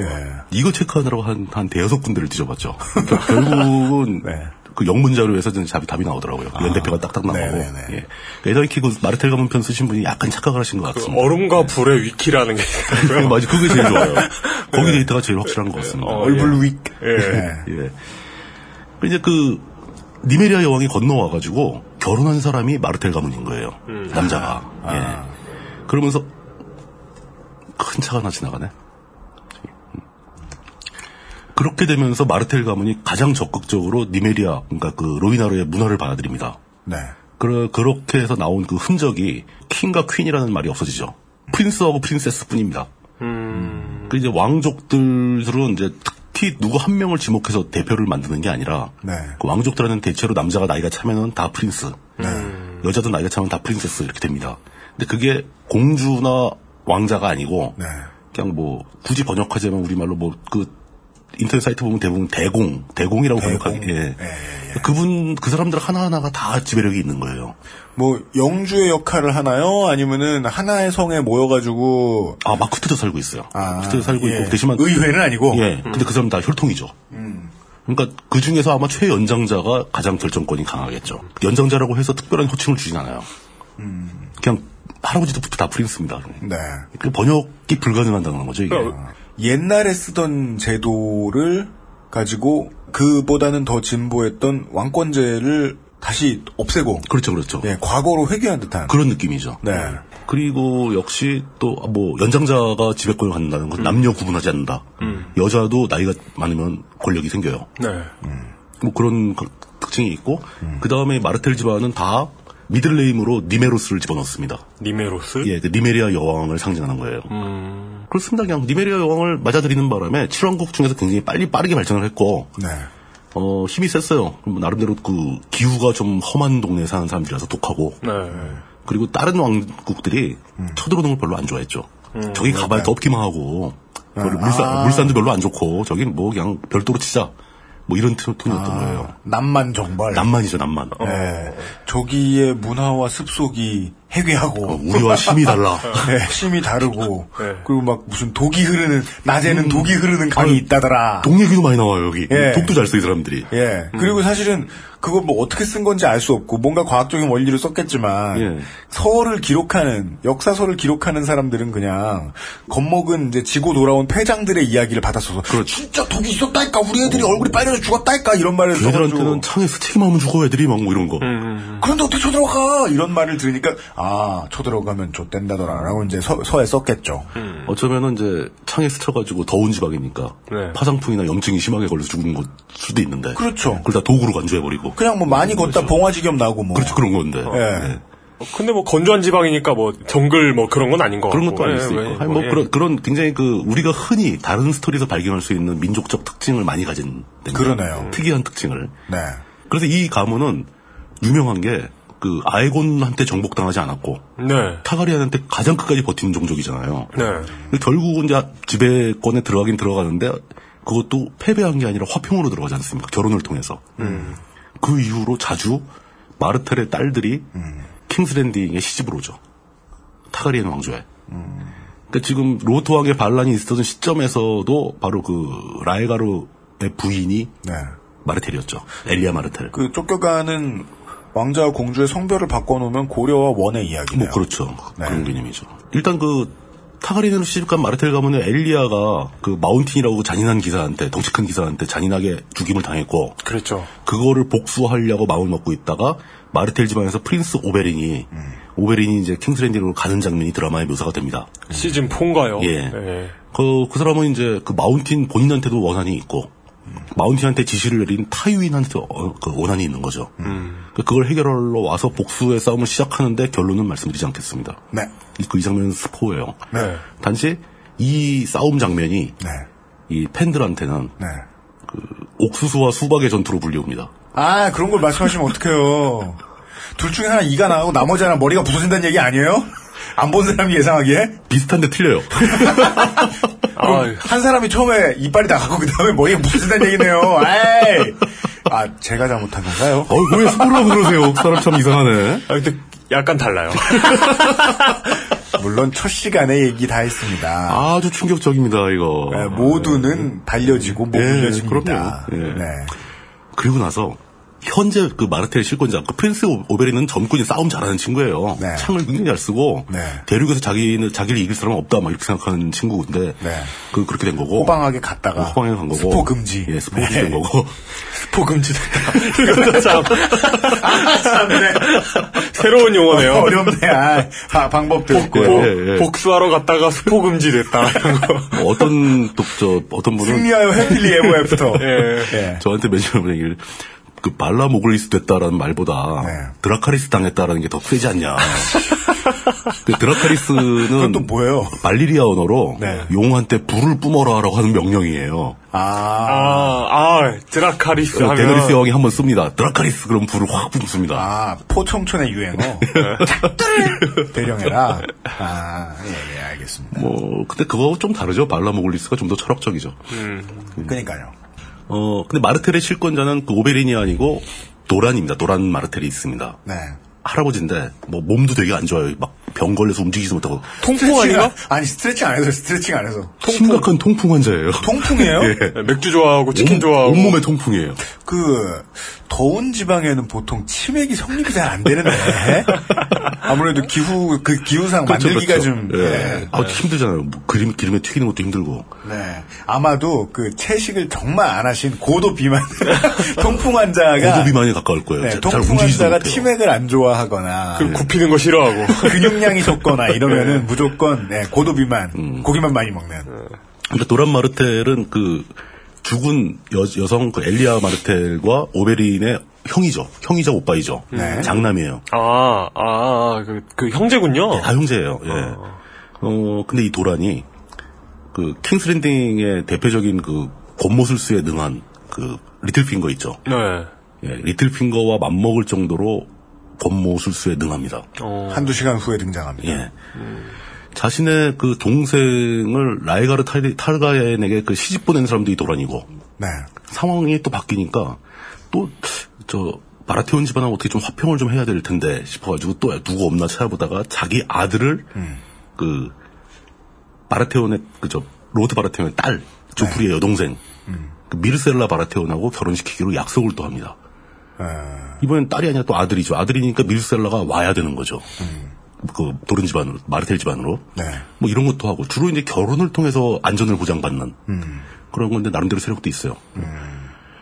예.
이거 체크하느라고 한, 한 대여섯 군데를
<laughs>
뒤져봤죠. 그러니까 결국은
네. 아.
그 영문 자료에서 는 답이, 답이 나오더라고요. 연대표가 딱딱 나오고.
네네네.
예. 에더이키 그 마르텔 가문 편 쓰신 분이 약간 착각을 하신 것
그
같습니다.
얼음과 불의 위키라는 게 <laughs>
네,
있더라고요.
맞아. 그게 제일 좋아요. 거기 데이터가 제일 확실한 것 같습니다.
어,
얼굴 윅.
예.
예. 그 이제 그 니메리아 여왕이 건너와가지고 결혼한 사람이 마르텔 가문인 거예요. 남자가. 예. 그러면서 큰 차가 하나 지나가네. 저기. 음. 그렇게 되면서 마르텔 가문이 가장 적극적으로 니메리아, 그러니까 그 로이나르의 문화를 받아들입니다.
네.
그러, 그렇게 해서 나온 그 흔적이 킹과 퀸이라는 말이 없어지죠. 프린스하고 프린세스뿐입니다. 그 이제 왕족들은 이제 특히 누구 한 명을 지목해서 대표를 만드는 게 아니라
네.
그 왕족들은 대체로 남자가 나이가 차면은 다 프린스, 음. 여자도 나이가 차면 다 프린세스 이렇게 됩니다. 근데 그게 공주나 왕자가 아니고
네.
그냥 뭐 굳이 번역하자면 우리말로 뭐 그 인터넷 사이트 보면 대부분 대공, 대공이라고 번역하기. 예.
예, 예, 예.
그분 그 사람들 하나하나가 다 지배력이 있는 거예요.
뭐 영주의 역할을 하나요? 아니면은 하나의 성에 모여가지고
아 마크트도 살고 있어요.
아,
마크트도 살고
예.
있고 대신만
의회는 아니고? 음.
예. 근데 그 사람 다 혈통이죠. 그러니까 그 중에서 아마 최연장자가 가장 결정권이 강하겠죠. 연장자라고 해서 특별한 호칭을 주진 않아요. 그냥 할아버지도 다 프린스입니다.
음. 네 어.
그 번역이 불가능하다는 거죠 이게.
옛날에 쓰던 제도를 가지고 그보다는 더 진보했던 왕권제를 다시 없애고
그렇죠, 그렇죠.
예 과거로 회귀한 듯한
그런 느낌이죠.
네
그리고 역시 또 뭐 연장자가 지배권을 갖는다는
음.
건 남녀 구분하지 않는다. 여자도 나이가 많으면 권력이 생겨요.
네.
뭐 그런 그- 특징이 있고 그 다음에 마르텔 집안은 다 미들네임으로 니메로스를 집어넣습니다.
니메로스?
예, 그 니메리아 여왕을 상징하는 거예요. 그렇습니다. 그냥 니메리아 여왕을 맞아들이는 바람에 칠왕국 중에서 굉장히 빨리 빠르게 발전을 했고
네.
어, 힘이 셌어요. 그럼 나름대로 그 기후가 좀 험한 동네에 사는 사람들이라서 독하고
네.
그리고 다른 왕국들이 쳐들어오는 걸 별로 안 좋아했죠. 저기 가봐야 덥기만 하고 별로 물산, 물산도 별로 안 좋고 저긴 뭐 그냥 별도로 치자 뭐 이런 톤- 톤이었던 거예요.
남만 정발
남만이죠 남만.
예, 저기의 문화와 습속이 해괴하고
어, 우리와 심이 달라.
<laughs> 네, 심이 다르고
네.
그리고 막 무슨 독이 흐르는 낮에는 독이 흐르는 강이
음. 아니,
있다더라.
독 음. 얘기도 많이 나와요 여기.
예.
독도 잘 써 이 사람들이.
예. 그리고 사실은 그거 뭐 어떻게 쓴 건지 알 수 없고 뭔가 과학적인 원리를 썼겠지만
예.
서를 기록하는 역사서를 기록하는 사람들은 그냥 겁먹은 이제 지고 돌아온 패장들의 이야기를 받았어서
그렇죠.
진짜 독이 있었다니까 우리 애들이 얼굴이 빨개져 죽었다니까 이런 말을
어. 걔들한테는
써가지고
창에서 책임하면 죽어 애들이 막 뭐 이런 거.
음. 그런데 어떻게 쳐들어가 이런 말을 들으니까 아 쳐들어가면 좆된다더라라고 이제 서, 서에 썼겠죠.
어쩌면은 이제 창에 스쳐가지고 더운 지방이니까
네.
파상풍이나 염증이 심하게 걸려서 죽는 것 수도 있는데.
그렇죠.
그걸 다 독으로 간주해버리고.
그냥 뭐 많이 걷다 봉화지겸 나고 뭐
그렇죠 그런 건데.
예.
예.
어, 근데 뭐 건조한 지방이니까 뭐 정글 뭐 그런 건 아닌 것 같고.
그런
어,
것도 아닐
예,
수 있고.
왜,
아니, 뭐,
예.
그런, 그런 굉장히 그, 우리가 흔히 다른 스토리에서 발견할 수 있는 민족적 특징을 많이 가진. 데입니다.
그러네요.
특이한 특징을.
네.
그래서 이 가문은 유명한 게, 그, 아에곤한테 정복당하지 않았고,
네.
타가리안한테 가장 끝까지 버틴 종족이잖아요.
네.
근데 결국은 이제 지배권에 들어가긴 들어가는데, 그것도 패배한 게 아니라 화평으로 들어가지 않습니까? 결혼을 통해서. 그 이후로 자주 마르텔의 딸들이 킹스랜딩에 시집을 오죠. 타가리엔 왕조에. 그러니까 지금 로토 왕의 반란이 있었던 시점에서도 바로 그 라에가르의 부인이
네.
마르텔이었죠. 엘리아 마르텔.
그 쫓겨가는 왕자와 공주의 성별을 바꿔놓으면 고려와 원의 이야기네요.
뭐 그렇죠. 그런 개념이죠. 일단 그 타가리는 시집간 마르텔 가문의 엘리아가 그 마운틴이라고 잔인한 기사한테 덩치 큰 기사한테 잔인하게 죽임을 당했고
그랬죠.
그거를 복수하려고 마음을 먹고 있다가 마르텔 집안에서 프린스 오베린이
음.
오베린이 이제 킹스랜딩으로 가는 장면이 드라마에 묘사가 됩니다.
시즌 4인가요? 네.
예. 그, 그 사람은 이제 그 마운틴 본인한테도 원한이 있고,
음.
마운틴한테 지시를 내린 타유인한테 어, 그 원한이 있는 거죠.
음.
그- 그걸 해결하러 와서 복수의 싸움을 시작하는데 결론은 말씀드리지 않겠습니다.
네.
이- 그, 이 장면은 스포예요.
네.
단지 이 싸움 장면이
네.
이 팬들한테는
네.
옥수수와 수박의 전투로 불려옵니다.
아, 그런 걸 말씀하시면 어떡해요. 둘 중에 하나 이가 나고 나머지 하나 머리가 부서진다는 얘기 아니에요? 안 본 사람이 예상하기에? <laughs>
비슷한데 틀려요.
아,
한 사람이 처음에 이빨이 나가고 그 다음에 머리가 부서진다는 얘기네요. 에이! 아, 제가 잘못한 건가요?
어, 왜 스포를 하고 그러세요? 그 사람 참 이상하네.
아, 근데 약간
<laughs>
달라요.
물론 첫 시간에 얘기 다 했습니다.
아주 충격적입니다, 이거.
네, 모두는 달려지고 못
네,
예,
빌려집니다.
그럼요. 예.
네.
<laughs>
그리고 나서 현재 그 마르텔 실권자 그 프린스 오베리는 젊군이 싸움 잘하는 친구예요.
네.
창을 굉장히 잘 쓰고
네.
대륙에서 자기는 자기를 이길 사람은 없다 막 이렇게 생각하는 친구인데
네.
그 그렇게 된 거고
호방하게 갔다가
호방에 간 거고
스포 금지. 네.
예 스포 금지 된 거고
스포 금지
<laughs> 이것도 참
참네.
새로운 용어네요.
어렵네. 아, 아, 방법도 없고.
복-
뭐,
예, 예.
복수하러 갔다가 스포
<laughs>
금지됐다 이런 거.
뭐 어떤 독저 어떤 분은
승리하여 해피리 에버 애프터.
예.
예.
저한테 매주에 오는 얘기를 그 발라모글리스 됐다라는 말보다
네.
드라카리스 당했다라는 게 더 세지
<laughs>
않냐. 그 드라카리스는
그건 또 뭐예요?
발리리아 언어로
네.
용한테 불을 뿜어라라고 하는 명령이에요.
아,
아, 아, 드라카리스 하면
어, 데너리스 여왕이 한 번 씁니다. 드라카리스 그럼 불을 확 뿜습니다.
아, 포청촌의 유행어. 작들! 대령해라. 아, 예, 예, 알겠습니다. 음.
뭐 근데 그거하고 좀 다르죠. 발라모글리스가 좀 더 철학적이죠.
그러니까요.
어, 근데 마르텔의 실권자는 그 오베린이 아니고 노란입니다. 노란 마르텔이 있습니다.
네.
할아버지인데 뭐 몸도 되게 안 좋아요. 막 병 걸려서 움직이지도 못하고
통풍 아닌가?
스트레칭 안- 아니, 스트레칭 안 해서, 스트레칭 안 해서.
심각한 통풍 환자예요.
통풍이에요?
<laughs> 예.
네, 맥주 좋아하고 치킨
온-
좋아하고
온몸에 통풍이에요.
그, 더운 지방에는 보통 치맥이 성립이 잘 안
<laughs>
되는데. 아무래도 기후, 그 기후상 만들기가 좀.
예.
예.
아, 힘들잖아요. 뭐 그림 기름에 튀기는 것도 힘들고.
네. 아마도 그 채식을 정말 안 하신 고도 비만, <laughs> 통풍 환자가.
고도 비만에 가까울 거예요.
네,
자- 잘
통풍
움직이지도
환자가
못해요.
치맥을 안 좋아하거나.
예.
네.
그 굽히는 거 싫어하고
<laughs>
근육량이 적거나 이러면은 무조건 네, 고도 비만,
음.
고기만 많이 먹는.
근데 노란 마르텔은 그 죽은 여, 성그 엘리아 마르텔과 오베린의 형이죠. 형이자 오빠이죠.
네.
장남이에요.
아, 아, 그, 그 형제군요.
다 형제예요. 예. 어, 근데 이 도란이 그 킹스랜딩의 대표적인 그 권모술수에 능한 그 리틀핑거 있죠.
네.
예, 리틀핑거와 맞먹을 정도로 권모술수에 능합니다.
한두 시간 후에 등장합니다.
예. 자신의 그 동생을 라이가르 탈- 탈가엔에게 그 시집 보낸 사람도 이 도란이고
네.
상황이 또 바뀌니까 또 저 바라테온 집안하고 어떻게 좀 화평을 좀 해야 될 텐데 싶어가지고 또 누구 없나 찾아보다가 자기 아들을 그 바라테온의 그저 로드 바라테온의 딸 조프리의 여동생 그 미르셀라 바라테온하고 결혼시키기로 약속을 또 합니다. 이번엔 딸이 아니라 또 아들이죠. 아들이니까 미르셀라가 와야 되는 거죠. 그 도른 집안으로 마르텔 집안으로
네.
뭐 이런 것도 하고 주로 이제 결혼을 통해서 안전을 보장받는 그런 건데 나름대로 세력도 있어요.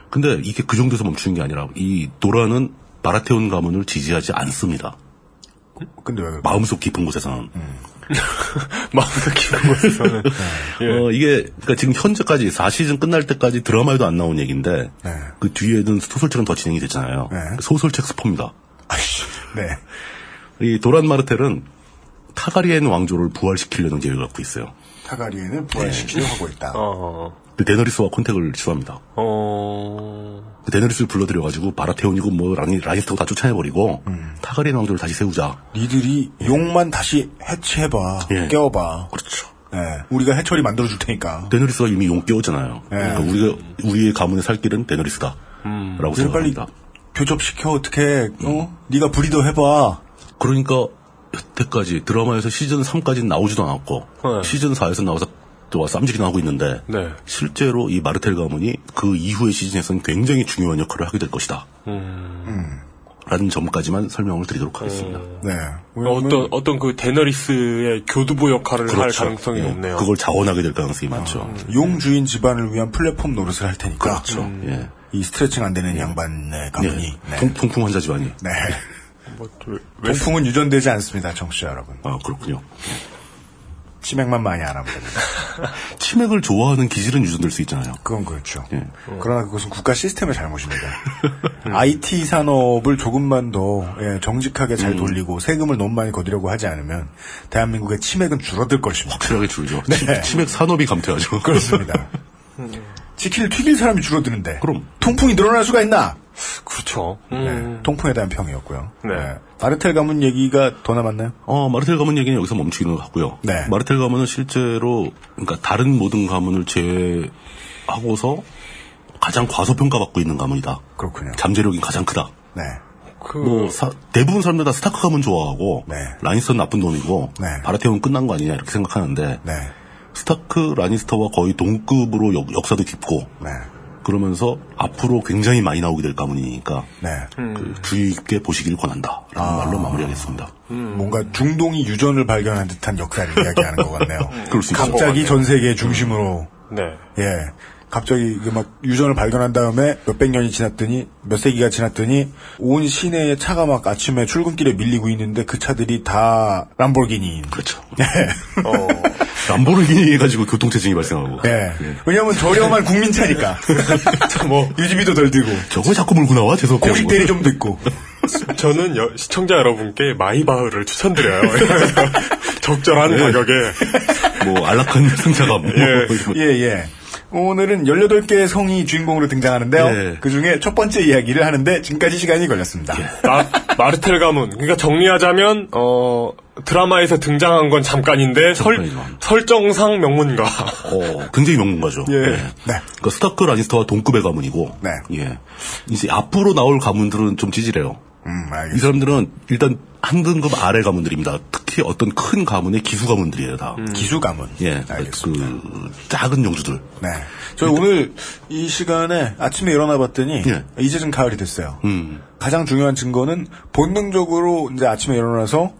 근데 이게 그 정도에서 멈추는 게 아니라 이 노라는 마라테온 가문을 지지하지 않습니다.
근데 왜 그럴까?
마음속 깊은 곳에서는
<laughs> 마음속 깊은 곳에서는.
<laughs>
예.
어, 이게 그러니까 지금 현재까지 4시즌 끝날 때까지 드라마에도 안 나온 얘기인데
네.
그 뒤에는 소설책은 더 진행이 됐잖아요.
네.
소설책 스포입니다.
아이씨. 네.
이 도란 마르텔은 타가리엔 왕조를 부활시키려는 계획을 갖고 있어요.
타가리에는 부활시키려 하고 있다.
어,
그 데너리스와 컨택을 취소합니다.
어,
그 데너리스를 불러들여가지고 바라테온이고 뭐 라니, 라니스터고 다 쫓아내버리고
음.
타가리엔 왕조를 다시 세우자.
니들이 용만 다시 해체해봐.
예.
깨워봐.
그렇죠. 네,
네. 우리가 해처리 만들어줄 테니까.
데너리스가 이미 용 끼웠잖아요.
네.
그러니까 우리가 우리의 가문의 살 길은 데너리스다.
음.
라고
니들 빨리
생각합니다. 음.
교접시켜, 어떻게, 어? 니가 브리더 해봐.
그러니까 여태까지 드라마에서 시즌 3까지는 나오지도 않았고
네.
시즌 4에서 나와서 또 와서 쌈질이나 하고 있는데
네.
실제로 이 마르텔 가문이 그 이후의 시즌에서는 굉장히 중요한 역할을 하게 될 것이다.
음.
라는 점까지만 설명을 드리도록 하겠습니다.
네.
음.
왜냐면
어떤, 어떤 그 데너리스의 교두보 역할을 할
그렇죠.
가능성이
예,
높네요.
그걸 자원하게 될 가능성이 많죠.
용 주인 집안을 위한 플랫폼 노릇을 할 테니까. 음.
그렇죠. 예.
이 스트레칭 안 되는 양반의 가문이.
예.
네.
통, 통풍 환자 집안이.
네.
뭐, 왜- 왜-
동풍은 유전되지 않습니다, 정취자 여러분.
아, 그렇군요.
치맥만 많이 안 하면 됩니다.
치맥을 좋아하는 기질은 유전될 수 있잖아요.
그건 그렇죠.
예.
그러나 그것은 국가 시스템의 잘못입니다. <laughs> IT 산업을 조금만 더 예, 정직하게
음.
잘 돌리고 세금을 너무 많이 거두려고 하지 않으면 대한민국의 치맥은 줄어들 것입니다.
확실하게 줄죠. 치- 치맥 산업이 감퇴하죠. <laughs>
그렇습니다. 치킨을 튀길 사람이 줄어드는데
그럼.
통풍이 늘어날 수가 있나?
그렇죠.
네,
음.
통풍에 대한 평이었고요.
네.
아르텔 가문 얘기가 더 남았나요?
어, 마르텔 가문 얘기는 여기서 멈추기는 같고요.
네.
마르텔 가문은 실제로, 그러니까 다른 모든 가문을 제외하고서 가장 과소평가받고 있는 가문이다.
그렇군요.
잠재력이 가장 크다.
네.
그,
뭐, 사- 대부분 사람들 다 스타크 가문 좋아하고,
네.
라니스터는 나쁜 놈이고,
네.
바라테온 끝난 거 아니냐, 이렇게 생각하는데,
네.
스타크, 라니스터와 거의 동급으로 역, 역사도 깊고,
네.
그러면서 앞으로 굉장히 많이 나오게 될 가문이니까,
네. 아.
그 주의 깊게 보시길 권한다. 라는 말로 마무리하겠습니다.
뭔가 중동이 유전을 발견한 듯한 역사를 이야기하는 것 같네요.
<laughs> 그럴 수 있죠. 음.
갑자기 전 세계 중심으로
네.
예. 갑자기 이게 막 유전을 발견한 다음에 몇백 년이 지났더니 몇 세기가 지났더니 온 시내에 차가 막 아침에 출근길에 밀리고 있는데 그 차들이 다 람보르기니.
그렇죠. <laughs>
어,
람보르기니 해가지고 교통체증이 발생하고. 네,
예. 왜냐하면
<laughs>
저렴한 국민차니까. 뭐 유지비도 덜 들고
저거 자꾸 물고 나와? 재수없게.
공식 대리 좀도 있고.
<laughs> 저는 여- 시청자 여러분께 마이바흐를 추천드려요. <laughs> 적절한 가격에.
뭐, 안락한 <laughs> 승차감. 뭐
예, 예. 오늘은 18개의 성이 주인공으로 등장하는데요.
예.
그 중에 첫 번째 이야기를 하는데 지금까지 시간이 걸렸습니다.
마, 마르텔 가문. 그러니까 정리하자면, 어, 드라마에서 등장한 건 잠깐인데 설,
잠깐이지만.
설정상 명문가.
어, 굉장히 명문가죠.
예.
그러니까 스타크 라니스터와 동급의 가문이고,
네.
예. 이제 앞으로 나올 가문들은 좀 찌질해요.
음,
이
알겠습니다.
사람들은 일단 한 등급 아래 가문들입니다. 특히 어떤 큰 가문의 기수 가문들이에요, 다.
기수 가문.
예.
음. 알겠습니다.
그, 작은 영주들.
네. 저희 오늘 이 시간에 아침에 일어나 봤더니
예.
이제 좀 가을이 됐어요.
음.
가장 중요한 증거는 본능적으로 이제 아침에 일어나서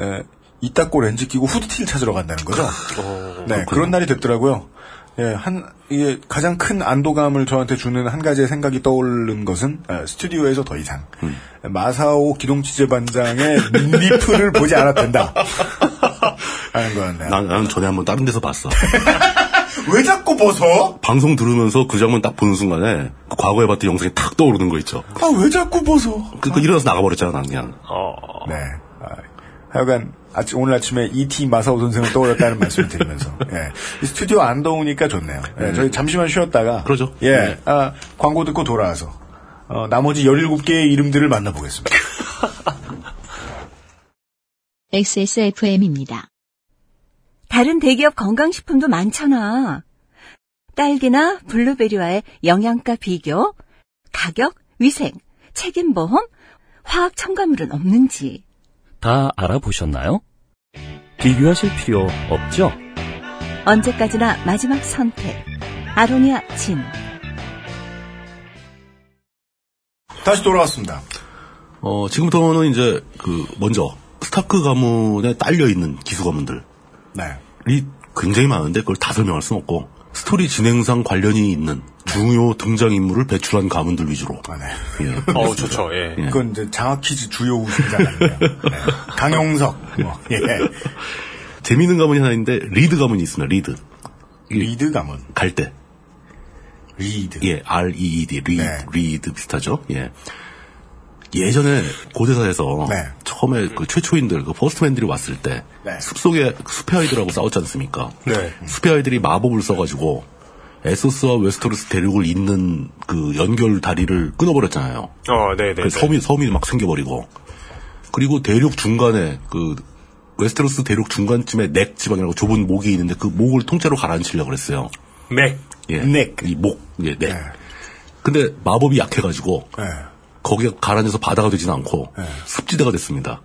에, 이따꼬 렌즈 끼고 후드티를 찾으러 간다는 거죠.
어,
네, 그런 날이 됐더라고요. 예, 한 이게 가장 큰 안도감을 저한테 주는 한 가지의 생각이 떠오른 것은 에, 스튜디오에서 더 이상
음.
마사오 기동 취재 반장의 리프를 보지 않아도
<laughs>
된다. 하는 거였네요.
난, 나는 전에 한번 다른
<laughs>
데서 봤어.
왜 자꾸 벗어?
방송 들으면서 그 장면 딱 보는 순간에 그 과거에 봤던 영상이 탁 떠오르는 거 있죠.
아, 왜 자꾸 벗어?
그러니까 일어나서 나가버렸잖아, 난 그냥.
네. 아, 하여간 아침- 오늘 아침에 E.T. 마사오 선생을 떠올렸다는 말씀을 드리면서 예. 이 스튜디오 안 더우니까 좋네요. 예, 저희 잠시만 쉬었다가
그러죠.
예,
네.
아, 광고 듣고 돌아와서 어, 나머지 17개의 이름들을 만나보겠습니다.
XSFM입니다.
다른 대기업 건강식품도 많잖아. 딸기나 블루베리와의 영양가 비교, 가격, 위생, 책임보험, 화학 첨가물은 없는지.
다 알아보셨나요? 비교하실 필요 없죠?
언제까지나 마지막 선택. 아로니아 진.
다시 돌아왔습니다.
어, 지금부터는 이제 그, 먼저 스타크 가문에 딸려있는 기수 가문들.
네.
이 굉장히 많은데 그걸 다 설명할 수는 없고 스토리 진행상 관련이 있는 중요 등장 인물을 배출한 가문들 위주로.
아, 네.
예.
어우, 좋죠, 예.
그건 이제 장학퀴즈 주요 우승자 아니에요. 네. 강용석 뭐, 예.
재미있는 가문이 하나 있는데 리드 가문이 있습니다. 리드
리드 가문
갈 때.
리드
예, R E E D 리드
네.
리드 비슷하죠. 예. 예전에 고대사에서
네.
처음에 그 최초인들 그 포스트맨들이 왔을 때
네.
숲속에 그 숲의 아이들하고 싸웠지 않습니까?
네.
숲의 아이들이 마법을 써가지고 에소스와 웨스토르스 대륙을 잇는 그 연결 다리를 끊어버렸잖아요.
어, 네네.
그 섬이 섬이 막 생겨버리고 그리고 대륙 중간에 그 웨스테로스 대륙 중간쯤에 넥 지방이라고 좁은 목이 있는데 그 목을 통째로 가라앉히려고 그랬어요.
맥.
예.
넥.
이 목. 예, 넥. 근데 마법이 약해가지고
네.
거기에 가라앉아서 바다가 되진 않고
예.
습지대가 됐습니다.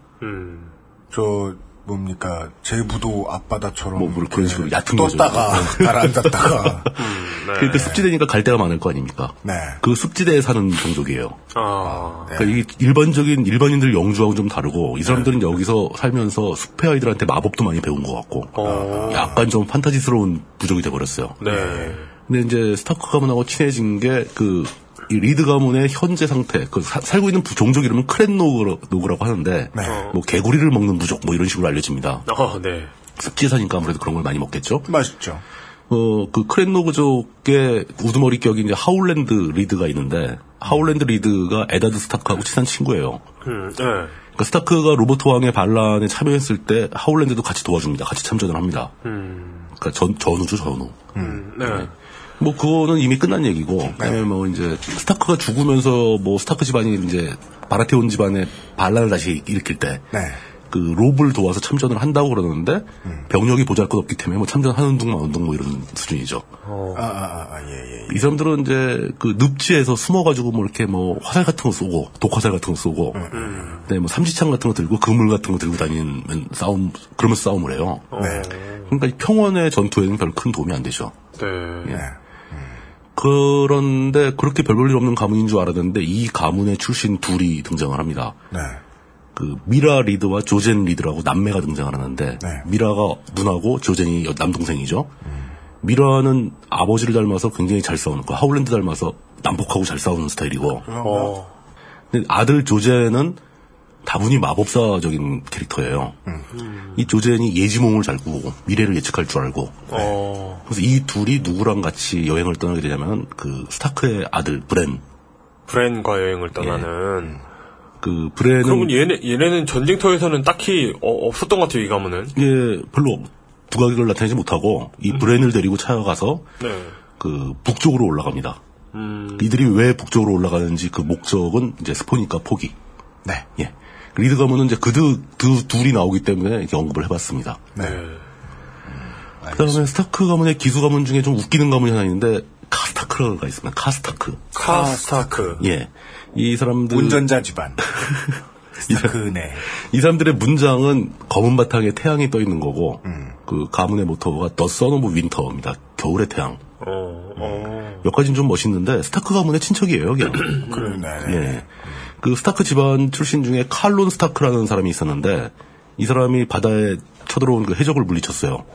저 뭡니까 제부도 앞바다처럼
뭐 그런
이렇게
식으로 얕은 거죠. 네.
떴다가 가라앉았다가
그러니까 습지대니까 갈 데가 많을 거 아닙니까?
네.
그 습지대에 사는 종족이에요.
아,
그러니까 이게 일반적인 일반인들 영주하고 좀 다르고 이 사람들은
네.
여기서 살면서 숲의 아이들한테 마법도 많이 배운 것 같고 약간 좀 판타지스러운 부족이 돼버렸어요.
어. 네.
근데 이제 스타크 가문하고 친해진 게 그 리드 가문의 현재 상태, 그 사- 살고 있는 부- 종족 이름은 크랜노그라고 하는데 뭐 개구리를 먹는 부족 뭐 이런 식으로 알려집니다.
어, 네.
습지에 사니까 아무래도 그런 걸 많이 먹겠죠.
맛있죠.
어, 그 크랜노그족의 우두머리격이 이제 하울랜드 리드가 있는데 하울랜드 리드가 에다드 스타크하고 친한 친구예요.
음, 네.
그러니까 스타크가 로버트 왕의 반란에 참여했을 때 하울랜드도 같이 도와줍니다. 같이 참전을 합니다. 그러니까 전 전우죠 전우.
네.
뭐 그거는 이미 끝난 얘기고. 그다음에 뭐 이제 스타크가 죽으면서 뭐 스타크 집안이 이제 바라테온 집안의 반란을 다시 일으킬 때.
네.
그 롭을 도와서 참전을 한다고 그러는데 병력이 보잘것없기 때문에 뭐 참전하는 둥 마는 둥뭐 이런 수준이죠.
아, 아, 아, 아, 예, 예.
이 사람들은 이제 그 늪지에서 숨어가지고 뭐 이렇게 뭐 화살 같은 거 쏘고 독화살 같은 거 쏘고, 네, 뭐 삼지창 같은 거 들고 그물 같은 거 들고 다니는 싸움 그러면서 싸움을 해요. 그러니까 이 평원의 전투에는 별 큰 도움이 안 되죠.
네.
그런데 그렇게 별 볼일 없는 가문인 줄 알았는데 이 가문의 출신 둘이 등장을 합니다.
네.
그 미라 리드와 조젠 리드라고 남매가 등장을 하는데
네.
미라가 누나고 조젠이 여- 남동생이죠.
음.
미라는 아버지를 닮아서 굉장히 잘 싸우는 거 하울랜드 닮아서 난폭하고 잘 싸우는 스타일이고
어,
근데 아들 조젠은 다분히 마법사적인 캐릭터예요.
음.
이 조젠이 예지몽을 잘 꾸고 미래를 예측할 줄 알고
어,
그래서 이 둘이 누구랑 같이 여행을 떠나게 되냐면 그 스타크의 아들 브렌
브랜과 여행을 떠나는.
그 브레는
예. 그러면 얘네, 얘네는 전쟁터에서는 딱히 어, 없었던 것 같아요, 이 가문은.
이게 예, 별로 부각을 나타내지 못하고 이 브랜을 데리고 찾아가서
네.
그 북쪽으로 올라갑니다. 이들이 왜 북쪽으로 올라가는지 그 목적은 이제 스포니까 포기.
네.
예. 리드 가문은 이제 그두 두 둘이 나오기 때문에 이렇게 언급을 해봤습니다.
네.
그다음에 스타크 가문의 기수 가문 중에 좀 웃기는 가문이 하나 있는데 카스타크가 있습니다. 카스타크.
카스타크.
예. 이 사람들
운전자
<laughs>
집안. 스타크네.
이 사람들의 문장은 검은 바탕에 태양이 떠 있는 거고 그 가문의 모토가 The Sun of Winter입니다. 겨울의 태양. 음. 몇 가지는 좀 멋있는데 스타크 가문의 친척이에요, 그냥.
그러네.
예. 그 스타크 집안 출신 중에 칼론 스타크라는 사람이 있었는데 이 사람이 바다에 쳐들어온 그 해적을 물리쳤어요.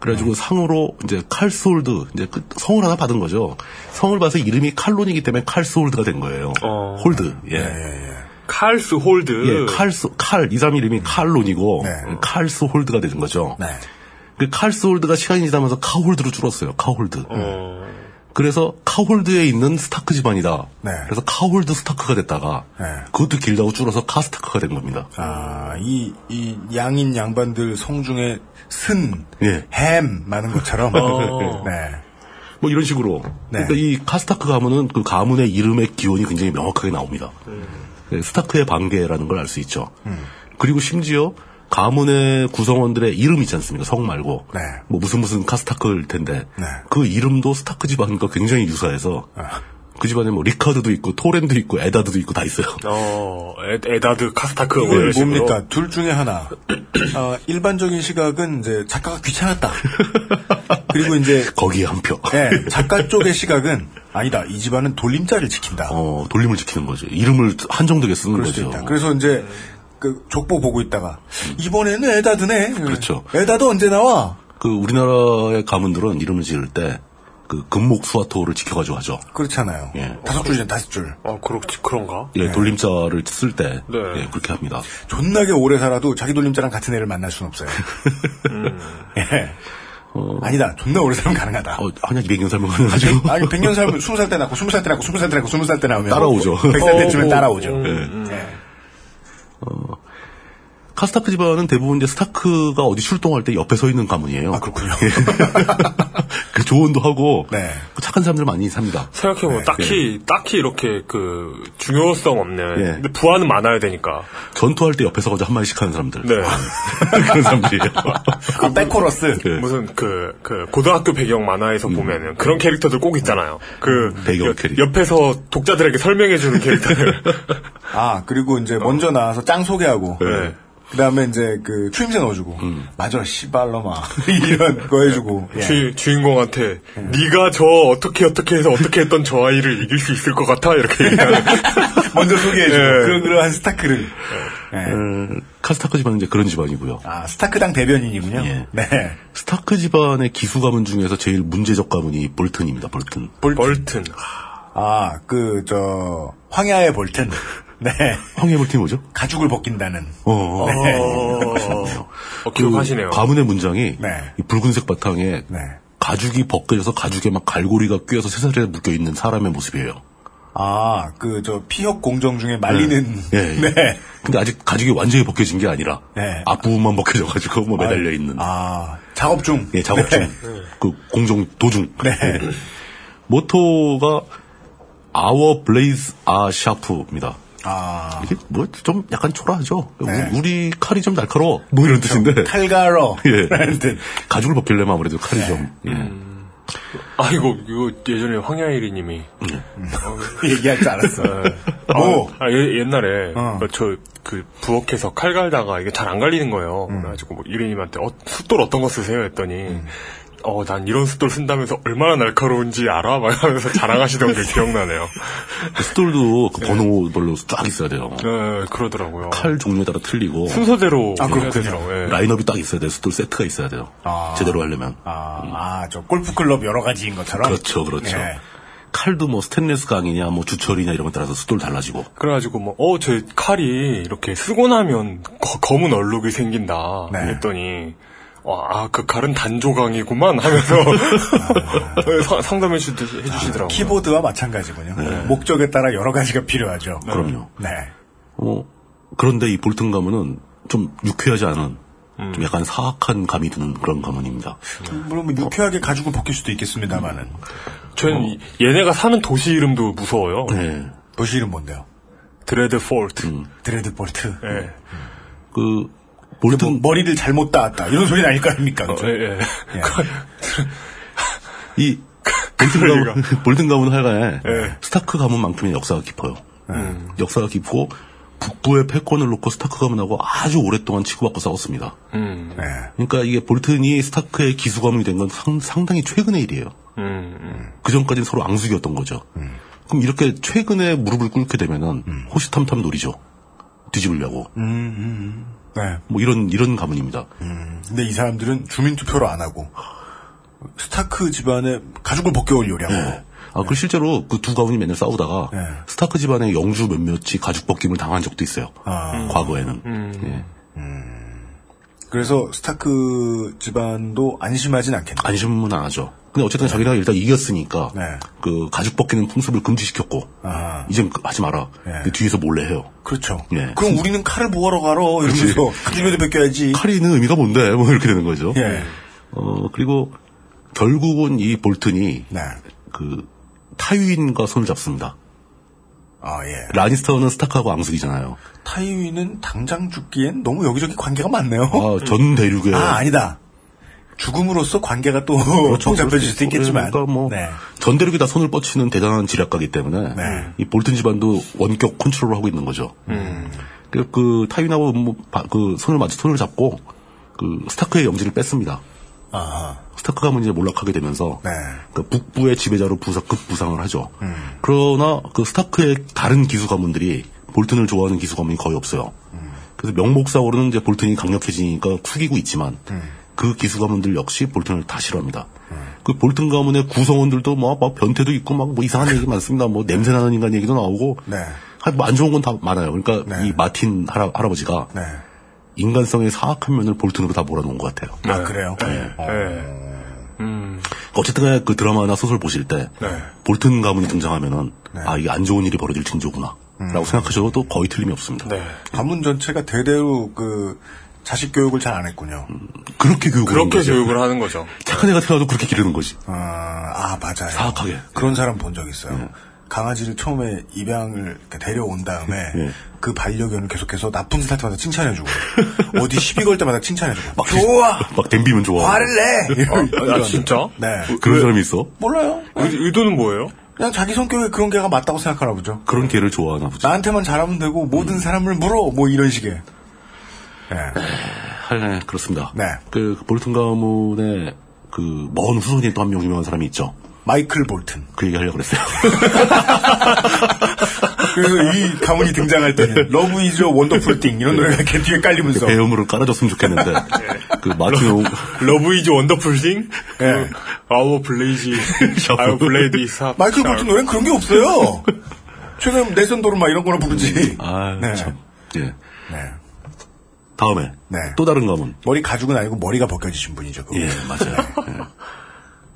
그래가지고 상으로 이제 칼스홀드 이제 그 성을 하나 받은 거죠. 성을 봐서 이름이 칼론이기 때문에 칼스홀드가 된 거예요.
어.
홀드. 예.
칼스 홀드.
예, 칼스 칼 이 사람 이름이 칼론이고
그
그
네.
칼스 홀드가 되는 거죠.
네.
그 칼스 홀드가 시간이 지나면서 카홀드로 줄었어요. 카홀드. 그래서 카홀드에 있는 스타크 집안이다.
네.
그래서 카홀드 스타크가 됐다가
네.
그것도 길다고 줄어서 카스타크가 된 겁니다.
아, 이, 이 양인 양반들 성 중에 쓴,
예.
햄, 많은 것처럼.
<laughs> 어.
네.
뭐 이런 식으로.
네.
그러니까 이 카스타크 가문은 그 가문의 이름의 기원이 굉장히 명확하게 나옵니다.
음.
네, 스타크의 반개라는 걸 알 수 있죠. 그리고 심지어 가문의 구성원들의 이름 있지 않습니까? 성 말고.
네.
뭐 무슨 무슨 카스타크일 텐데.
네. 아.
그 이름도 스타크 집안과 굉장히 유사해서. 그 집안에 뭐 리카드도 있고 토렌도 있고 에다드도 있고 다 있어요.
어, 에- 에다드 카스타크. 뭐 이런
이건
식으로.
뭡니까? 둘 중에 하나. 어, 일반적인 시각은 이제 작가가
<laughs>
귀찮았다. 그리고 이제,
거기에 한 표.
예, 작가 쪽의 시각은, 아니다, 이 집안은 돌림자를 지킨다.
어, 그렇죠. 돌림을 지키는 거죠. 이름을 한정되게 쓰는
그럴 수
거죠.
있다. 그래서 이제, 그, 족보 보고 있다가, 이번에는 에다드네.
그렇죠.
에다도 언제 나와?
그 우리나라의 가문들은 이름을 지을 때 그 금목 수화토를 지켜가지고 하죠.
그렇잖아요.
예.
다섯 줄이잖아, 다섯 줄.
어, 그렇지, 그런가?
예, 돌림자를 쓸 때
네.
예, 그렇게 합니다.
존나게 오래 살아도 자기 돌림자랑 같은 애를 만날 수는 없어요.
음.
<laughs> 예. 아니다. 존나 오래 살면 가능하다.
어, 한 200년 살면 가지고
아니, 100년 살면 20살 때 낳고, 20살 때 낳고, 20살 때 낳고, 20살 때 나오면.
따라오죠.
100살 때쯤에
어,
따라오죠.
음,
예.
어, 카스타크 집안은 대부분 이제 스타크가 어디 출동할 때 옆에 서 있는 가문이에요.
아, 그렇군요.
<laughs> 예. 그 조언도 하고
네.
그 착한 사람들 많이 삽니다.
생각해보면
네.
딱히, 딱히 이렇게 그, 중요성 없네.
예.
근데 부하는 많아야 되니까.
전투할 때 옆에 서가지고 한 마디씩 하는 사람들.
네.
<laughs> 그런 사람들이에요. <laughs>
아, 백코러스.
예.
<laughs> 무슨 그, 그, 고등학교 배경 만화에서 보면은 그런 캐릭터들 꼭 있잖아요. 그,
음. 배경
여-
캐릭터.
옆에서 독자들에게 설명해주는
<laughs>
캐릭터들.
아, 그리고
어.
이제 먼저 나와서 짱 소개하고.
예.
네.
그 다음에 이제 그 추임새 넣어주고.
음.
맞아, 씨발놈아. <laughs> 이런 거 해주고. 예.
주, 주인공한테
음.
네가 저 어떻게 어떻게 해서 어떻게 했던 저 아이를 이길 수 있을 것 같아 이렇게 얘기하는
먼저 소개해주고.
예.
그런, 그러한 스타크를. 예.
음, 카스타크 집안은 이제 그런 집안이고요.
아, 스타크당 대변인이군요.
예.
네.
스타크 집안의 기수 가문 중에서 제일 문제적 가문이 볼튼입니다. <laughs> 볼튼.
벌튼
아, 그, 저, 황야의 볼튼. 네.
황해 볼튼이 뭐죠?
가죽을 벗긴다는.
어, 어.
어, 기억하시네요.
그 가문의 문장이
네.
이 붉은색 바탕에
네.
가죽이 벗겨져서 가죽에 막 갈고리가 꿰어서 새살에 묶여 있는 사람의 모습이에요.
아, 그, 저, 피혁 공정 중에 말리는.
예, 예.
<laughs> 네.
근데 아직 가죽이 완전히 벗겨진 게 아니라
네.
앞부분만 벗겨져가지고 뭐 매달려 있는
아, 작업 중.
예, 작업 중, 그 공정 도중. 예.
네.
모토가 Our Blades are Sharp입니다.
아,
이게 뭐 좀 약간 초라하죠.
네.
우- 우리 칼이 좀 날카로워. 뭐 이런 뜻인데.
칼가러. <laughs>
<laughs>
네.
예.
라는 뜻.
가죽을 벗기려면 아무래도 칼이 좀. 예.
아 이거 이거 예전에 황야일이님이
얘기할 줄 알았어.
네.
아,
어.
오!
아, 예- 옛날에
어.
저 그 부엌에서 칼 갈다가 이게 잘 안 갈리는 거예요.
음.
그래가지고 뭐 이리님한테 어, 숫돌 어떤 거 쓰세요 했더니 어 난 이런 숫돌 쓴다면서 얼마나 날카로운지 알아 막 하면서 자랑하시던 게
<laughs>
기억나네요.
그 스톨도 그 번호별로 쫙 있어야 돼요.
네 그러더라고요.
칼 종류에 따라 틀리고.
순서대로
아,
해야
그렇군요.
되더라고요. 예.
라인업이 딱 있어야 돼요. 스톨 세트가 있어야 돼요.
아.
제대로 하려면.
아, 아, 저, 골프클럽 여러 가지인 것처럼.
그렇죠, 그렇죠.
예.
칼도 뭐 스테인레스 강이냐, 뭐 주철이냐 이런 것 따라서 스톨 달라지고.
그래가지고 뭐, 어, 제 칼이 이렇게 쓰고 나면 거- 검은 얼룩이 생긴다.
네.
했더니, 와, 아, 그 칼은 단조강이구만
<laughs>
하면서 상- 상담해 주, 해주시더라고요.
아, 키보드와 마찬가지군요. 목적에 따라 여러 가지가 필요하죠.
네. 그럼요.
네.
어, 그런데 이 볼튼 가문은 좀 유쾌하지 않은,
음.
좀 약간 사악한 감이 드는 그런 가문입니다.
물론 뭐 유쾌하게 가죽을 벗길 수도 있겠습니다만은. 어.
저는 이- 얘네가 사는 도시 이름도 무서워요.
네.
도시 이름 뭔데요?
드레드 폴트.
음. 드레드 볼트.
네.
예.
그 볼트
뭐, 머리를 잘못 닿았다. 이런 소리 아닐 거 아닙니까?
어,
그죠?
예, 예.
네. 이 볼튼
그럴
가문 <laughs> 볼튼 가문 하여간에
그러니까. 예.
스타크 가문만큼의 역사가 깊어요. 음. 역사가 깊고 북부의 패권을 놓고 스타크 가문하고 아주 오랫동안 치고받고 싸웠습니다.
음,
예.
그러니까 이게 볼튼이 스타크의 기수 가문이 된 건 상당히 최근의 일이에요.
음, 음.
그 전까지는 서로 앙숙이었던 거죠. 그럼 이렇게 최근에 무릎을 꿇게 되면은
음.
호시탐탐 놀이죠. 뒤집으려고.
네.
뭐 이런 이런 가문입니다.
근데 이 사람들은 주민투표를 안 하고 스타크 집안의 가죽을 벗겨올 요리하고
아, 그 실제로 그 두 가문이 맨날 싸우다가
네.
스타크 집안의 영주 몇몇이 가죽 벗김을 당한 적도 있어요.
아.
음, 과거에는. 예.
그래서 스타크 집안도 안심하진 않겠네.
안심은 안 하죠. 근데 어쨌든 자기네가 일단 이겼으니까
네.
그 가죽 벗기는 풍습을 금지시켰고
아.
이젠 그- 하지 마라.
네.
근데 뒤에서 몰래 해요.
그렇죠.
예.
그럼 우리는 칼을 모아러 가라. 이러면서 집에도 벗겨야지.
칼이 있는 의미가 뭔데? 뭐 이렇게 되는 거죠.
예.
어 그리고 결국은 이 볼튼이
네.
그 타유인과 손을 잡습니다.
아, 예.
라니스터는 스타크하고 앙숙이잖아요.
타이윈은 당장 죽기엔 너무 여기저기 관계가 많네요.
아, 전 대륙의
어? 아, 아니다. 죽음으로써 관계가 또 복잡해질 수 있겠지만.
그렇죠. 뭐 그러니까 뭐
네.
전대륙이 다 손을 뻗치는 대단한 지략가기 때문에
네.
이 볼튼 집안도 원격 컨트롤을 하고 있는 거죠.
음.
그, 그 타윈하고 뭐, 바- 그 손을 맞 손을 잡고 그 스타크의 영지를 뺐습니다.
아,
스타크 가문이 이제 몰락하게 되면서
네. 음.
그 북부의 지배자로 부사 급부상을 하죠. 그러나 그 스타크의 다른 기수 가문들이 볼튼을 좋아하는 기수 가문이 거의 없어요.
음.
그래서 명목상으로는 이제 볼튼이 강력해지니까 숙이고 있지만
음.
그 기수 가문들 역시 볼튼을 다 싫어합니다. 그 볼튼 가문의 구성원들도 뭐, 막, 막 변태도 있고 막
<laughs>
뭐 이상한 얘기 많습니다. 뭐 냄새 나는 인간 얘기도 나오고
네.
뭐안 좋은 건 다 많아요. 그러니까
네.
이 마틴 할아, 버지가
네.
인간성의 사악한 면을 볼튼으로 다 몰아놓은 것 같아요.
아, 그래요?
네.
예.
어쨌든 간에 그 드라마나 소설 보실 때
네.
볼튼 가문이 등장하면은 아 이게 안 좋은 일이 벌어질 징조구나 라고 생각하셔도 거의 틀림이 없습니다.
네.
가문 전체가 대대로 그 자식 교육을 잘 안 했군요.
음. 그렇게 교육을 하는
그렇게
거죠.
교육을 하는 거죠.
착한 애가 태어나도 그렇게 기르는 거지.
아, 아, 맞아요.
사악하게.
그런 사람 본 적 있어요. 강아지를 처음에 입양을 이렇게 데려온 다음에
예.
그 반려견을 계속해서 나쁜 짓 할 때마다 칭찬해주고 어디 시비 걸 때마다 칭찬해주고
막
좋아
막 댐비면 좋아.
화를 내
아, 아,
이런.
진짜?
네
그런 사람이 있어?
몰라요
의, 의도는 뭐예요?
그냥 자기 성격에 그런 개가 맞다고 생각하나 보죠
그런 개를 좋아하나 보지.
나한테만 잘하면 되고 모든 사람을 물어 뭐 이런 식의 예.
하여간 아, 그렇습니다.
네.
그, 그 볼튼 가문의 그 먼 후손이 또 한 명 유명한 사람이 있죠.
마이클 볼튼
그 얘기 하려고 그랬어요.
그래서 이 가문이 등장할 때는 러브 이즈 원더풀 띵 이런 노래가 이렇게 뒤에 깔리면서
배음으로 깔아줬으면 좋겠는데 그 마틴 오,
러브 이즈 원더풀 띵?
예.
아워 블레이지.
<laughs>
아워 블레이디 사.
마이클 볼튼 노래는 그런 게 <laughs> 없어요 최근에 내선도로 막 이런 거나 부르지
아
네.
참. 예.
네.
다음에
네.
또 다른 가문.
머리 가죽은 아니고 머리가 벗겨지신 분이죠. 그거.
예, 맞아요. 예.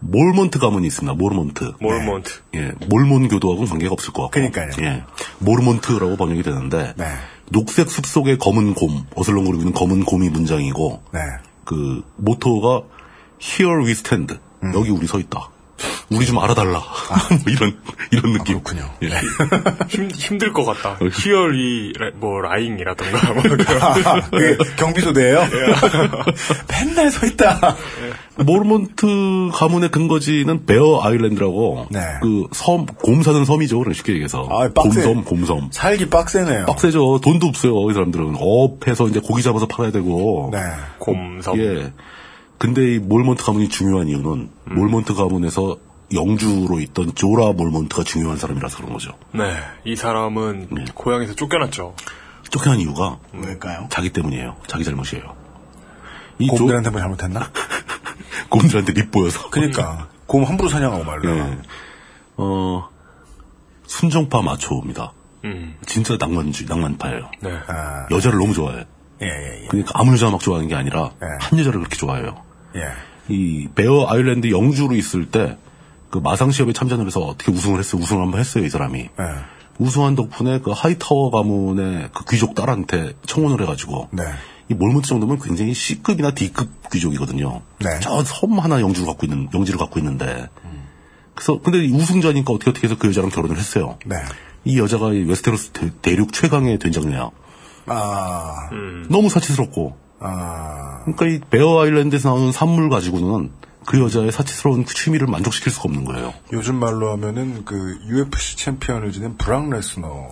몰몬트 가문이 있습니다. 몰몬트.
몰몬트.
예, 몰몬교도하고는 관계가 없을 것 같고.
그러니까요.
예, 모르몬트라고 번역이 되는데
네.
녹색 숲 속의 검은 곰, 어슬렁거리고 있는 검은 곰이 문장이고
네. <laughs>
그 모토가 Here we stand.
음.
여기 우리 서 있다. 우리 좀 알아달라. <laughs> 뭐 이런 이런 느낌.
아, 그렇군요. 네.
예.
힘, 힘들 것 같다. 희열이, 라- 뭐,
<laughs>
라잉이라던가. 뭐 그런
아, 그게 경비소대예요. <laughs> 예. 맨날 서 있다.
모르몬트 가문의 근거지는 베어 아일랜드라고
네.
그 섬 곰 사는 섬이죠. 그런 쉽게 얘기해서
아, 빡세.
곰섬 곰섬.
살기 빡세네요.
빡세죠. 돈도 없어요. 이 사람들은 업해서 이제 고기 잡아서 팔아야 되고.
네.
곰섬.
예. 근데 이 몰몬트 가문이 중요한 이유는 몰몬트 가문에서 영주로 있던 조라 몰몬트가 중요한 사람이라서 그런 거죠.
네. 이 사람은 고향에서 쫓겨났죠.
쫓겨난 이유가
음. 왜일까요?
자기 때문이에요. 자기 잘못이에요. 이 조-
곰들한테 뭐 잘못했나?
곰들한테 밉보여서. <laughs>
그러니까 곰 함부로 사냥하고 말려.
예. 어, 순정파 마초입니다.
음.
진짜 낭만주의, 낭만파예요.
네.
아,
여자를 너무 좋아해.
예, 예, 예.
그러니까 아무 여자 막 좋아하는 게 아니라
네.
한 여자를 그렇게 좋아해요.
예.
이 베어 아일랜드 영주로 있을 때 그 마상 시험에 참전을 해서 어떻게 우승을 했어요. 우승을 한번 했어요, 이 사람이.
네.
우승한 덕분에 그 하이타워 가문의 그 귀족 딸한테 청혼을 해가지고
네.
이 몰몬트 정도면 굉장히 C급이나 D급 귀족이거든요.
네.
저 섬 하나 영주를 갖고 있는 영지를 갖고 있는데 그래서 근데 우승자니까 어떻게 어떻게 해서 그 여자랑 결혼을 했어요.
네.
이 여자가 이 웨스테로스 대- 대륙 최강의 된장녀야.
아,
너무 사치스럽고.
아,
그러니까 이 베어 아일랜드에서 나오는 산물 가지고는 그 여자의 사치스러운 그 취미를 만족시킬 수가 없는 거예요.
요즘 말로 하면은 그 UFC 챔피언을 지낸 브랑 레스너.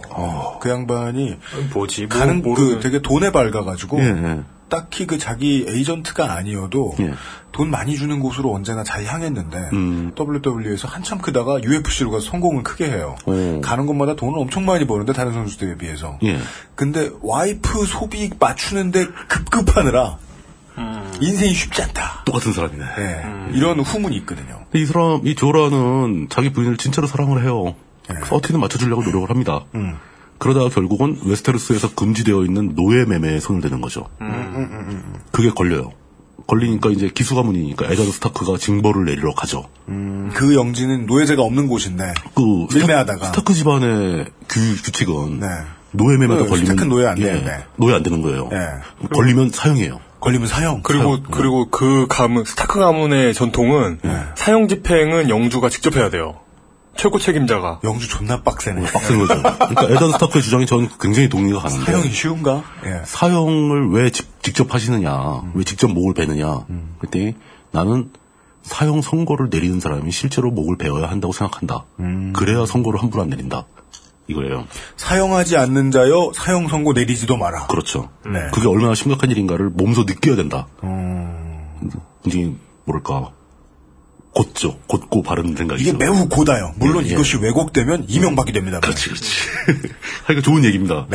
그 양반이
뭐지? 뭐,
가는
모르는.
그 되게 돈에 밝아가지고
예, 예.
딱히 그 자기 에이전트가 아니어도
예.
돈 많이 주는 곳으로 언제나 잘 향했는데
음.
WWE에서 한참 크다가 UFC로 가서 성공을 크게 해요.
오.
가는 곳마다 돈을 엄청 많이 버는데 다른 선수들에 비해서.
예.
근데 와이프 소비 맞추는데 급급하느라
음.
인생이 쉽지 않다.
똑같은 사람이네.
예. 이런 후문이 있거든요.
근데 이 사람, 이 조라는 자기 부인을 진짜로 사랑을 해요. 어떻게든 맞춰주려고 노력을 합니다. 그러다가 결국은 웨스테로스에서 금지되어 있는 노예 매매에 손을 대는 거죠. 그게 걸려요. 걸리니까 이제 기수 가문이니까 에다드 스타크가 징벌을 내리러 가죠. 음.
그 영지는 노예제가 없는 곳인데
그
밀매하다가.
스타, 크 집안의 규, 규칙은
네.
노예 매매가
네,
걸리면
스타크는 노예 안
예,
돼요, 네.
노예 안 되는 거예요.
예.
걸리면 사형이에요.
걸리면 사형.
그리고 그리고 그 가문 스타크 가문의 전통은 사형 집행은 영주가 직접 해야 돼요. 최고 책임자가.
영주 존나 빡세네.
빡센 거죠. 그러니까 에다드 스타크의 주장이 저는 굉장히 동의가 가는데
사형이 쉬운가? 예.
사형을 왜 직, 접 하시느냐, 왜 직접 목을 베느냐. 그랬더니 나는 사형 선고를 내리는 사람이 실제로 목을 베어야 한다고 생각한다.
음.
그래야 선고를 함부로 안 내린다. 이거예요.
사형하지 않는 자여 사형 선고 내리지도 마라.
그렇죠.
네.
그게 얼마나 심각한 일인가를 몸소 느껴야 된다.
어.
굉장히 뭐랄까 곧죠. 곧고 바른 생각이죠.
이게 매우 고다요. 물론
그렇죠. 예, 그렇죠. 예.
이것이 왜곡되면 이명받게 됩니다.
<laughs>
네.
그렇지, 그렇지. 하여간 좋은 얘기입니다.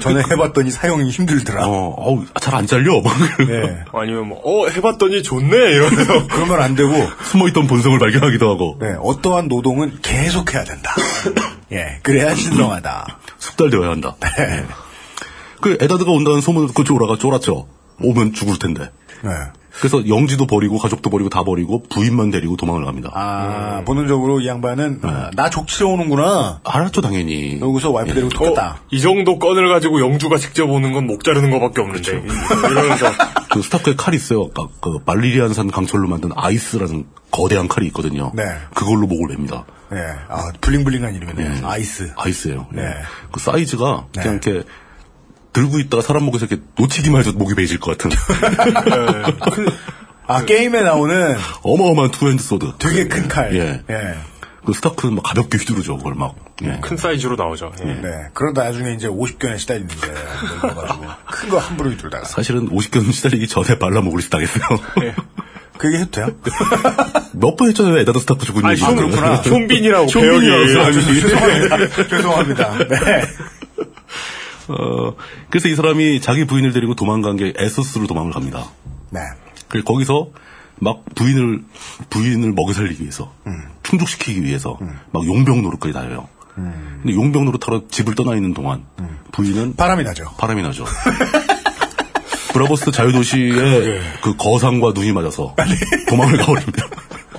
전에 해봤더니 사용이 힘들더라.
그러니까. 어, 어우, 잘안 잘려. 막
네.
아니면 뭐, 어, 해봤더니 좋네! 이러면서.
그러면 안 되고,
<laughs> 숨어있던 본성을 발견하기도 하고.
네, 어떠한 노동은 계속해야 된다. 예, 그래야 신성하다.
숙달되어야 한다.
네.
그 에다드가 온다는 소문을 듣고 조라가 쫄았죠. 오면 죽을 텐데.
네.
그래서 영지도 버리고 가족도 버리고 다 버리고 부인만 데리고 도망을 갑니다.
아,
음.
본능적으로 이 양반은, 아, 나 족치러 오는구나.
알았죠 당연히.
여기서 와이프
예,
데리고 똑같다.
이 정도 건을 가지고 영주가 직접 오는 건 목 자르는 것밖에 없는데. 이러면서.
그 스타크의 칼이 있어요. 아까 그 말리리안산 강철로 만든 아이스라는 거대한 칼이 있거든요.
네.
그걸로 목을 냅니다. 예.
예, 아, 블링블링한 이름이네요. 아이스.
음. 아이스예요. 예.
네.
그 사이즈가
네.
그냥 이렇게 들고 있다가 사람 목에서 이렇게 놓치기만 해도 목이 베이질 것 같은 <laughs> 그
아, 게임에 나오는
어마어마한 투핸드 소드.
되게 큰 칼. 네.
예. 그 스타크는 막 가볍게 휘두르죠. 그걸 막.
음.
예.
큰 사이즈로 나오죠. 예.
네. 그러다 나중에 이제 50견에 시달리는데, 큰 거 함부로 휘둘다가.
사실은 50견 시달리기 전에 발라먹으리스 당했어요.
그 얘기 해도 돼요?
<laughs> 몇 번 했잖아요, 에다드 스타크 죽은
아니,
얘기.
쇼-
<laughs>
쇼빈이라고,
쇼빈이라고
배역이.
그래서
아,
아주
<laughs> 죄송합니다. 죄송합니다. 네.
어, 그래서 이 사람이 자기 부인을 데리고 도망간 게 에소스로 도망을 갑니다.
네.
그래서 거기서 막 부인을, 부인을 먹여 살리기 위해서, 충족시키기 위해서, 막 용병 노릇까지 다 해요. 근데 용병 노릇하러 집을 떠나 있는 동안, 부인은
바람이 나죠.
바람이 나죠. <laughs> 브라보스 자유도시의 그 거상과 눈이 맞아서 도망을 가버립니다.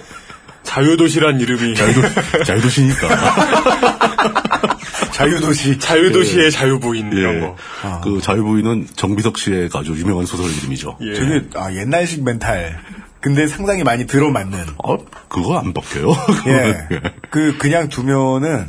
<laughs> 자유도시란 이름이.
자유도- 자유도시니까.
자유도시.
자유도시의 자유부인 이런
예.
거.
그 자유부인은 정비석 씨의 아주 유명한 소설 이름이죠.
예.
되게 아, 옛날식 멘탈. 근데 상당히 많이 들어맞는.
아, 그거 안 바뀌어요. <laughs>
예. 그 그냥 두면은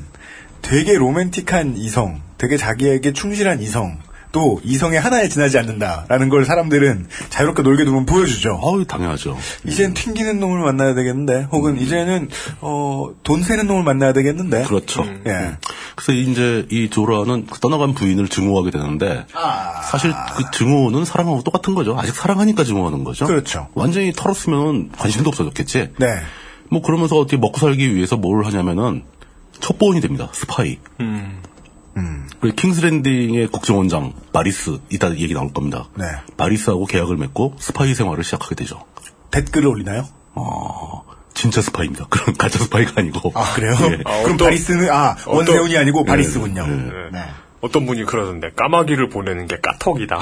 되게 로맨틱한 이성, 되게 자기에게 충실한 이성, 또 이성의 하나에 지나지 않는다라는 걸 사람들은 자유롭게 놀게 두면 보여주죠.
아유, 당연하죠.
이젠 튕기는 놈을 만나야 되겠는데, 혹은 이제는 어, 돈 세는 놈을 만나야 되겠는데.
음. 그렇죠.
예.
그래서 이제 이 조라는 그 떠나간 부인을 증오하게 되는데
아.
사실 그 증오는 사랑하고 똑같은 거죠. 아직 사랑하니까 증오하는 거죠.
그렇죠.
완전히 털었으면 관심도 없어졌겠지.
네.
뭐 그러면서 어떻게 먹고 살기 위해서 뭘 하냐면은 첩보원이 됩니다. 스파이.
음.
그리고 킹스랜딩의 국정원장 바리스 이따 얘기 나올 겁니다.
네.
바리스하고 계약을 맺고 스파이 생활을 시작하게 되죠.
댓글을 올리나요?
어, 진짜 스파이입니다. <laughs> 그런 가짜 스파이가 아니고.
아 <laughs> 그래요?
예.
그럼
어떤-
바리스는 아
어떤-
원세훈이 아니고 바리스군요.
예.
네.
네.
어떤 분이 그러던데 까마귀를 보내는 게
<laughs>
까톡이다.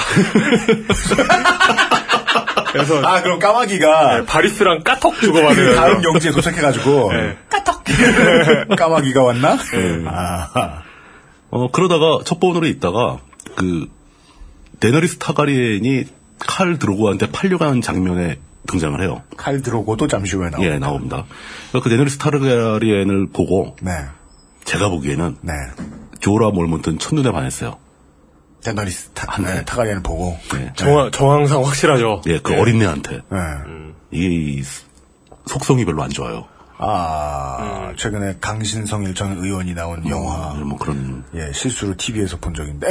그래서
아 그럼 까마귀가
네, 바리스랑 까톡
그 <laughs> 다음
주고받으면
영지에 도착해가지고
네. <laughs>
까톡
예.
까마귀가 왔나? 아,
어, 그러다가 첩보원으로 있다가 그 데너리스 타가리엔이 칼 드로고한테 팔려가는 장면에 등장을 해요.
칼 들어오고도 잠시 후에 나오고.
예, 나옵니다. 그러니까 그 데너리스 타르가리엔을 보고
네.
제가 보기에는
네.
조라 몰몬트는 첫눈에 반했어요.
데너리스 타, 네, 타가리안을 보고.
예.
정황, 정황상 확실하죠.
예, 그 어린애한테
네.
음.
이게 이 속성이 별로 안 좋아요.
아, 최근에 강신성일 전 의원이 나온 영화.
뭐 그런
예, 실수로 TV에서 본 적인데. <laughs>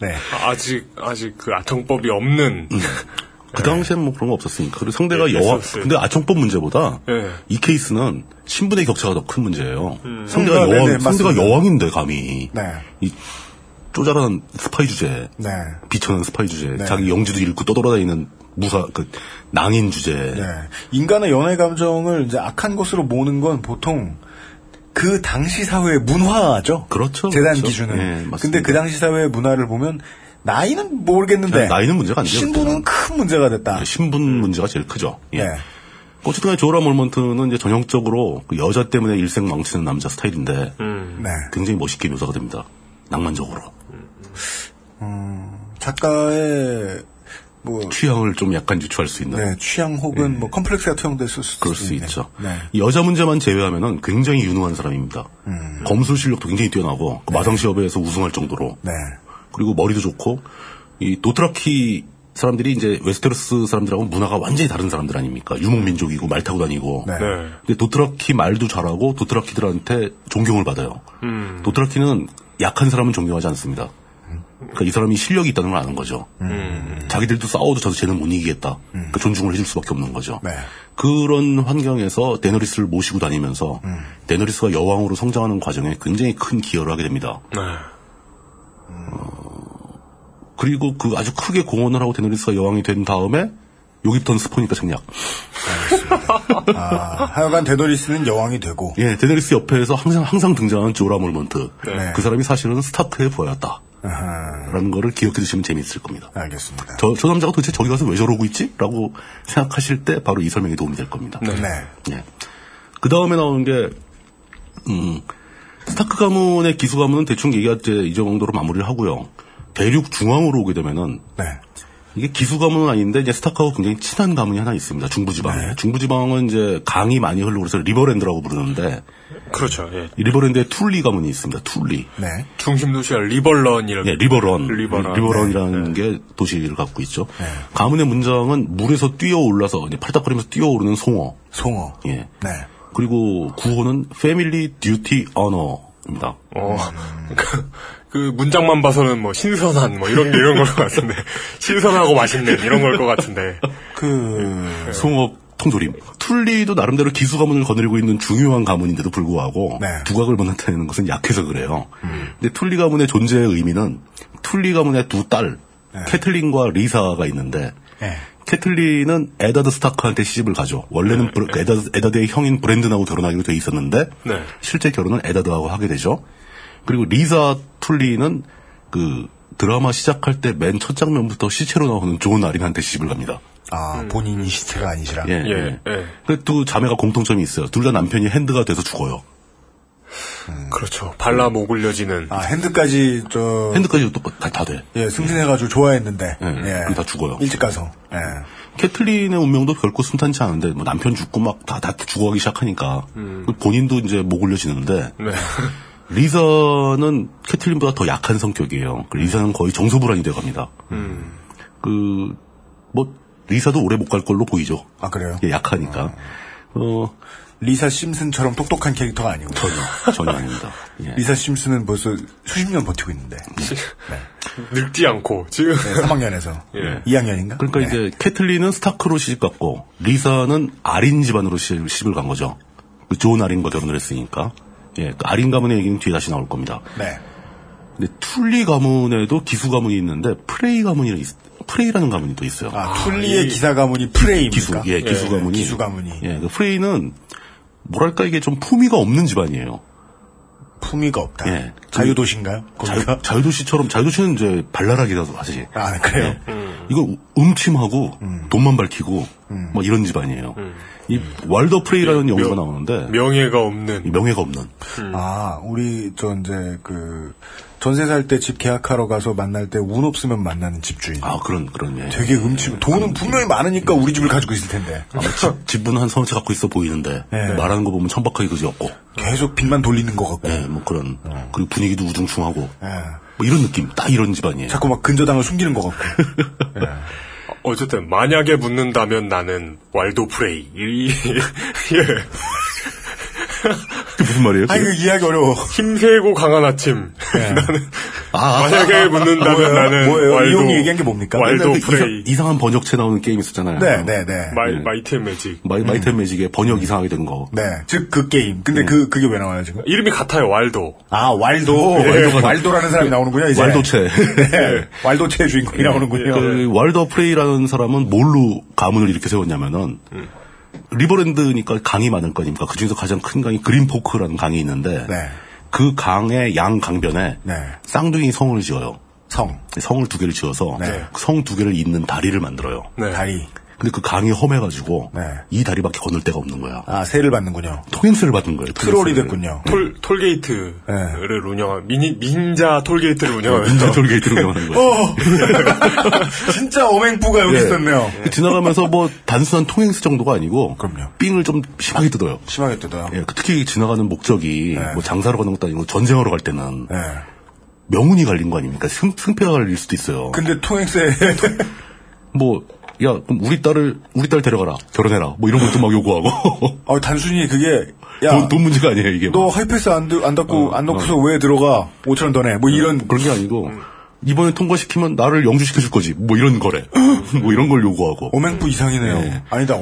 네.
아직, 아직 그 아청법이 없는.
네.
그 당시엔 뭐 그런 거 없었으니까. 그리고 상대가
예,
여왕,
있었어요.
근데 아청법 문제보다
예.
이 케이스는 신분의 격차가 더 큰 문제예요. 상대가
아, 네네,
여왕, 상대가
맞습니다.
여왕인데 감히
네.
이 쪼잘한 스파이 주제,
네.
비천한 스파이 주제,
네.
자기 영지도 잃고 떠돌아다니는 무사 그 낭인 주제.
네. 인간의 연애 감정을 이제 악한 것으로 모는 건 보통 그 당시 사회의 문화죠.
그렇죠,
재단
그렇죠.
기준은.
예, 맞습니다.
근데 그 당시 사회의 문화를 보면 나이는 모르겠는데.
아니, 나이는 문제가 안 돼요,
신분은
그때는.
큰 문제가 됐다.
신분 문제가 제일 크죠. 예.
음. 네.
어쨌든 간에 조라 몰먼트는 이제 전형적으로 그 여자 때문에 일생 망치는 남자 스타일인데
네.
굉장히 멋있게 묘사가 됩니다. 낭만적으로.
작가의 뭐
취향을 좀 약간 유추할 수 있는
네, 취향 혹은 뭐 컴플렉스가 투영됐을 수도
예. 그럴 수
있는.
있죠.
네.
이 여자 문제만 제외하면은 굉장히 유능한 사람입니다. 검술 실력도 굉장히 뛰어나고 그 마상 시합에서 우승할 정도로
음. 네.
그리고 머리도 좋고 이 도트라키 사람들이 이제 웨스테로스 사람들하고 문화가 완전히 다른 사람들 아닙니까? 유목 민족이고 말 타고 다니고.
네.
네.
근데 도트라키 말도 잘하고 도트라키들한테 존경을 받아요. 도트라키는 약한 사람은 존경하지 않습니다. 그러니까 이 사람이 실력이 있다는 걸 아는 거죠. 자기들도 싸워도 저도 쟤는 못 이기겠다. 그 존중을 해줄 수밖에 없는 거죠.
네.
그런 환경에서 데너리스를 모시고 다니면서 데너리스가 여왕으로 성장하는 과정에 굉장히 큰 기여를 하게 됩니다. 어, 그리고 그 아주 크게 공헌을 하고 데너리스가 여왕이 된 다음에 요기턴 스포니까 생략.
아, 하여간 데더리스는 여왕이 되고
예, 데네리스 옆에서 항상 항상 등장하는 조라 몰먼트.
네.
그 사람이 사실은 스타크의 부하였다.
아하,
라는 거를 기억해 두시면 재미있을 겁니다.
음, 알겠습니다.
저, 저 남자가 도대체 저기 가서 왜 저러고 있지? 라고 생각하실 때 바로 이 설명이 도움이 될 겁니다.
네.
예. 그 다음에 나오는 게, 음, 스타크 가문의 기수 가문은 대충 얘기가 이제 이 정도로 마무리를 하고요. 대륙 중앙으로 오게 되면은
네.
이게 기수 가문은 아닌데 이제 스타크하고 굉장히 친한 가문이 하나 있습니다. 중부지방에. 중부지방은 이제 강이 많이 흐르고 그래서 리버랜드라고 부르는데
그렇죠. 예.
이 리버랜드에 툴리 가문이 있습니다. 툴리.
네.
중심 도시가 리벌런이라고.
예, 리버런. 네,
리버런.
이라는게 도시를 갖고 있죠. 가문의 문장은 물에서 뛰어올라서 이제 팔딱거리면서 뛰어오르는 송어.
송어.
예.
네.
그리고 구호는 패밀리 듀티 언어입니다.
어, 그, 그 문장만 봐서는 뭐 신선한 뭐 이런 게 이런 걸 것
<laughs>
같은데 신선하고 맛있는 이런 걸 것 같은데
그
음. 송어 통조림. 툴리도 나름대로 기수 가문을 거느리고 있는 중요한 가문인데도 불구하고
네. 음.
두각을 못 나타내는 것은 약해서 그래요. 근데 툴리 가문의 존재의 의미는 툴리 가문의 두 딸, 캐틀린과 리사가 있는데
네.
캐틀린은 에다드 스타크한테 시집을 가죠. 원래는
네.
브레- 에다드, 에다드의 형인 브랜든하고 결혼하기로 돼 있었는데
네.
실제 결혼은 에다드하고 하게 되죠. 그리고 리사 툴리는 그 드라마 시작할 때 맨 첫 장면부터 시체로 나오는 존 아린한테 시집을 갑니다.
아, 본인이 시체가 아니시라.
음. 예.
예,
예.
예.
그 두 자매가 공통점이 있어요. 둘 다 남편이 핸드가 돼서 죽어요.
그렇죠. 발라 모굴려지는
음. 아, 핸드까지 저
핸드까지도 똑같 다, 다 돼.
예, 승진해가지고 좋아했는데.
어. 예, 그럼 다 죽어요.
일찍 가서. 예.
캐틀린의 운명도 결코 순탄치 않은데 뭐 남편 죽고 막 다 다 죽어가기 시작하니까 그 본인도 이제 목 올려지는데
네. <laughs>
리사는 캐틀린보다 더 약한 성격이에요. 그 리사는 거의 정서불안이 돼갑니다. 음. 그 뭐 리사도 오래 못 갈 걸로 보이죠.
아, 그래요?
예, 약하니까. 어
리사 심슨처럼 똑똑한 캐릭터가 아니고.
전혀 전혀 아닙니다. 예.
리사 심슨은 벌써 수십 년 버티고 있는데.
늙지 않고 지금
네, 3학년에서.
예.
2학년인가? 네.
그러니까 이제 캐틀린은 스타크로 시집갔고 리사는 아린 집안으로 시- 시집을 간 거죠. 그존 아린과 결혼을 했으니까. 예, 그 아린 가문의 얘기는 뒤에 다시 나올 겁니다.
네.
근데 툴리 가문에도 기수 가문이 있는데 프레이 가문이 있- 프레이라는 가문이 또 있어요.
아, 툴리의 기사 가문이 프레이입니까?
예. 기수, 예, 기수
예,
가문이.
기수 가문이.
예, 그 프레이는 뭐랄까 이게 좀 품위가 없는 집안이에요.
품위가 없다.
예.
자유도시인가요?
자유,
거기가?
자유도시처럼 자유도시는 이제 발랄하기도 하지.
아, 그래요?
예. 이거 음침하고 돈만 밝히고 뭐 이런 집안이에요. 이 월더 프레이라는 영화가 나오는데
명예가 없는
음.
명예가 없는.
아, 우리 저 이제 그 전세 살 때 집 계약하러 가서 만날 때 운 없으면 만나는 집주인.
아, 그런, 그런, 예.
되게 음침. 돈은 분명히 많으니까 우리 집을 가지고 있을 텐데.
아마 뭐 집, 집은 한 서너 채 갖고 있어 보이는데,
예.
말하는 거 보면 천박하게 그지 없고,
계속 빚만 돌리는 것 같고.
예, 뭐 그런, 그리고 분위기도 우중충하고,
예.
뭐 이런 느낌, 딱 이런 집안이에요.
자꾸 막 근저당을 숨기는 것 같고. <laughs>
어쨌든 만약에 묻는다면 나는 왈도 프레이. 이- <laughs> 예.
그게 무슨 말이에요?
아, 이거 이해하기 어려워.
힘세고 강한 아침.
네. <laughs>
나는
아, 아,
만약에 묻는다면
뭐예요?
나는
뭐예요?
왈도,
이용이 얘기한 게 뭡니까?
왈도
맨날
프레이.
이상, 한 번역체 나오는 게임 있었잖아요.
네, 네, 네.
마이, 마이티 앤 매직.
마이, 마이트 매직의 번역 이상하게 된 거.
네. 즉, 그 게임. 근데 그, 그게 왜 나와요, 지금?
이름이 같아요, 왈도.
아, 왈도. 왈도라는 사람이 나오는군요, 이제.
왈도체.
네. 왈도체의 주인공이 나오는군요. 네.
그 월더 프레이라는 사람은 뭘로 가문을 이렇게 세웠냐면은 리버랜드니까 강이 많을 거니까 그 중에서 가장 큰 강이 그린포크라는 강이 있는데
네.
그 강의 양 강변에
네.
쌍둥이 성을 지어요. 네,
성,
성을 두 개를 지어서 그
네.
성 두 개를 잇는 다리를 만들어요.
네.
다리.
근데 그 강이 험해가지고
네.
이 다리밖에 건널 데가 없는 거야.
아, 세를 받는군요.
토인스를 받은 거예요.
트롤이
토인스를.
됐군요.
톨, 톨게이트를
네.
운영한, 미니, 민자 톨게이트를 운영하면서.
인자 돌게이트를 이용하는 거예요.
어! <laughs> 진짜 어맹부가 여기 있었네요.
지나가면서 뭐 단순한 통행스 정도가 아니고
그럼요.
삥을 좀 심하게 뜯어요.
심하게 뜯어요.
예, 그 특히 지나가는 목적이
예.
뭐 장사로 가는 것도 아니고 전쟁하러 갈 때는
네.
명운이 갈린 거 아닙니까? 승, 승패가 갈릴 수도 있어요.
근데 통행세 <laughs>
뭐, 야, 그럼 우리 딸을, 우리 딸 데려가라. 결혼해라. 뭐 이런 것도 막 요구하고.
어, 단순히 그게 야,
<laughs> 돈, 돈 문제가 아니에요, 이게. 뭐.
너 하이패스 안, 들- 안 닫고 안 넣고서 왜 어, 들어가? 5천 원 더 내. 뭐 이런
그런 게 아니고, 이번에 통과시키면 나를 영주시켜줄 거지. 뭐 이런
<laughs>
거래. 뭐 이런 걸 요구하고.
어맹부 이상이네요. 아니다,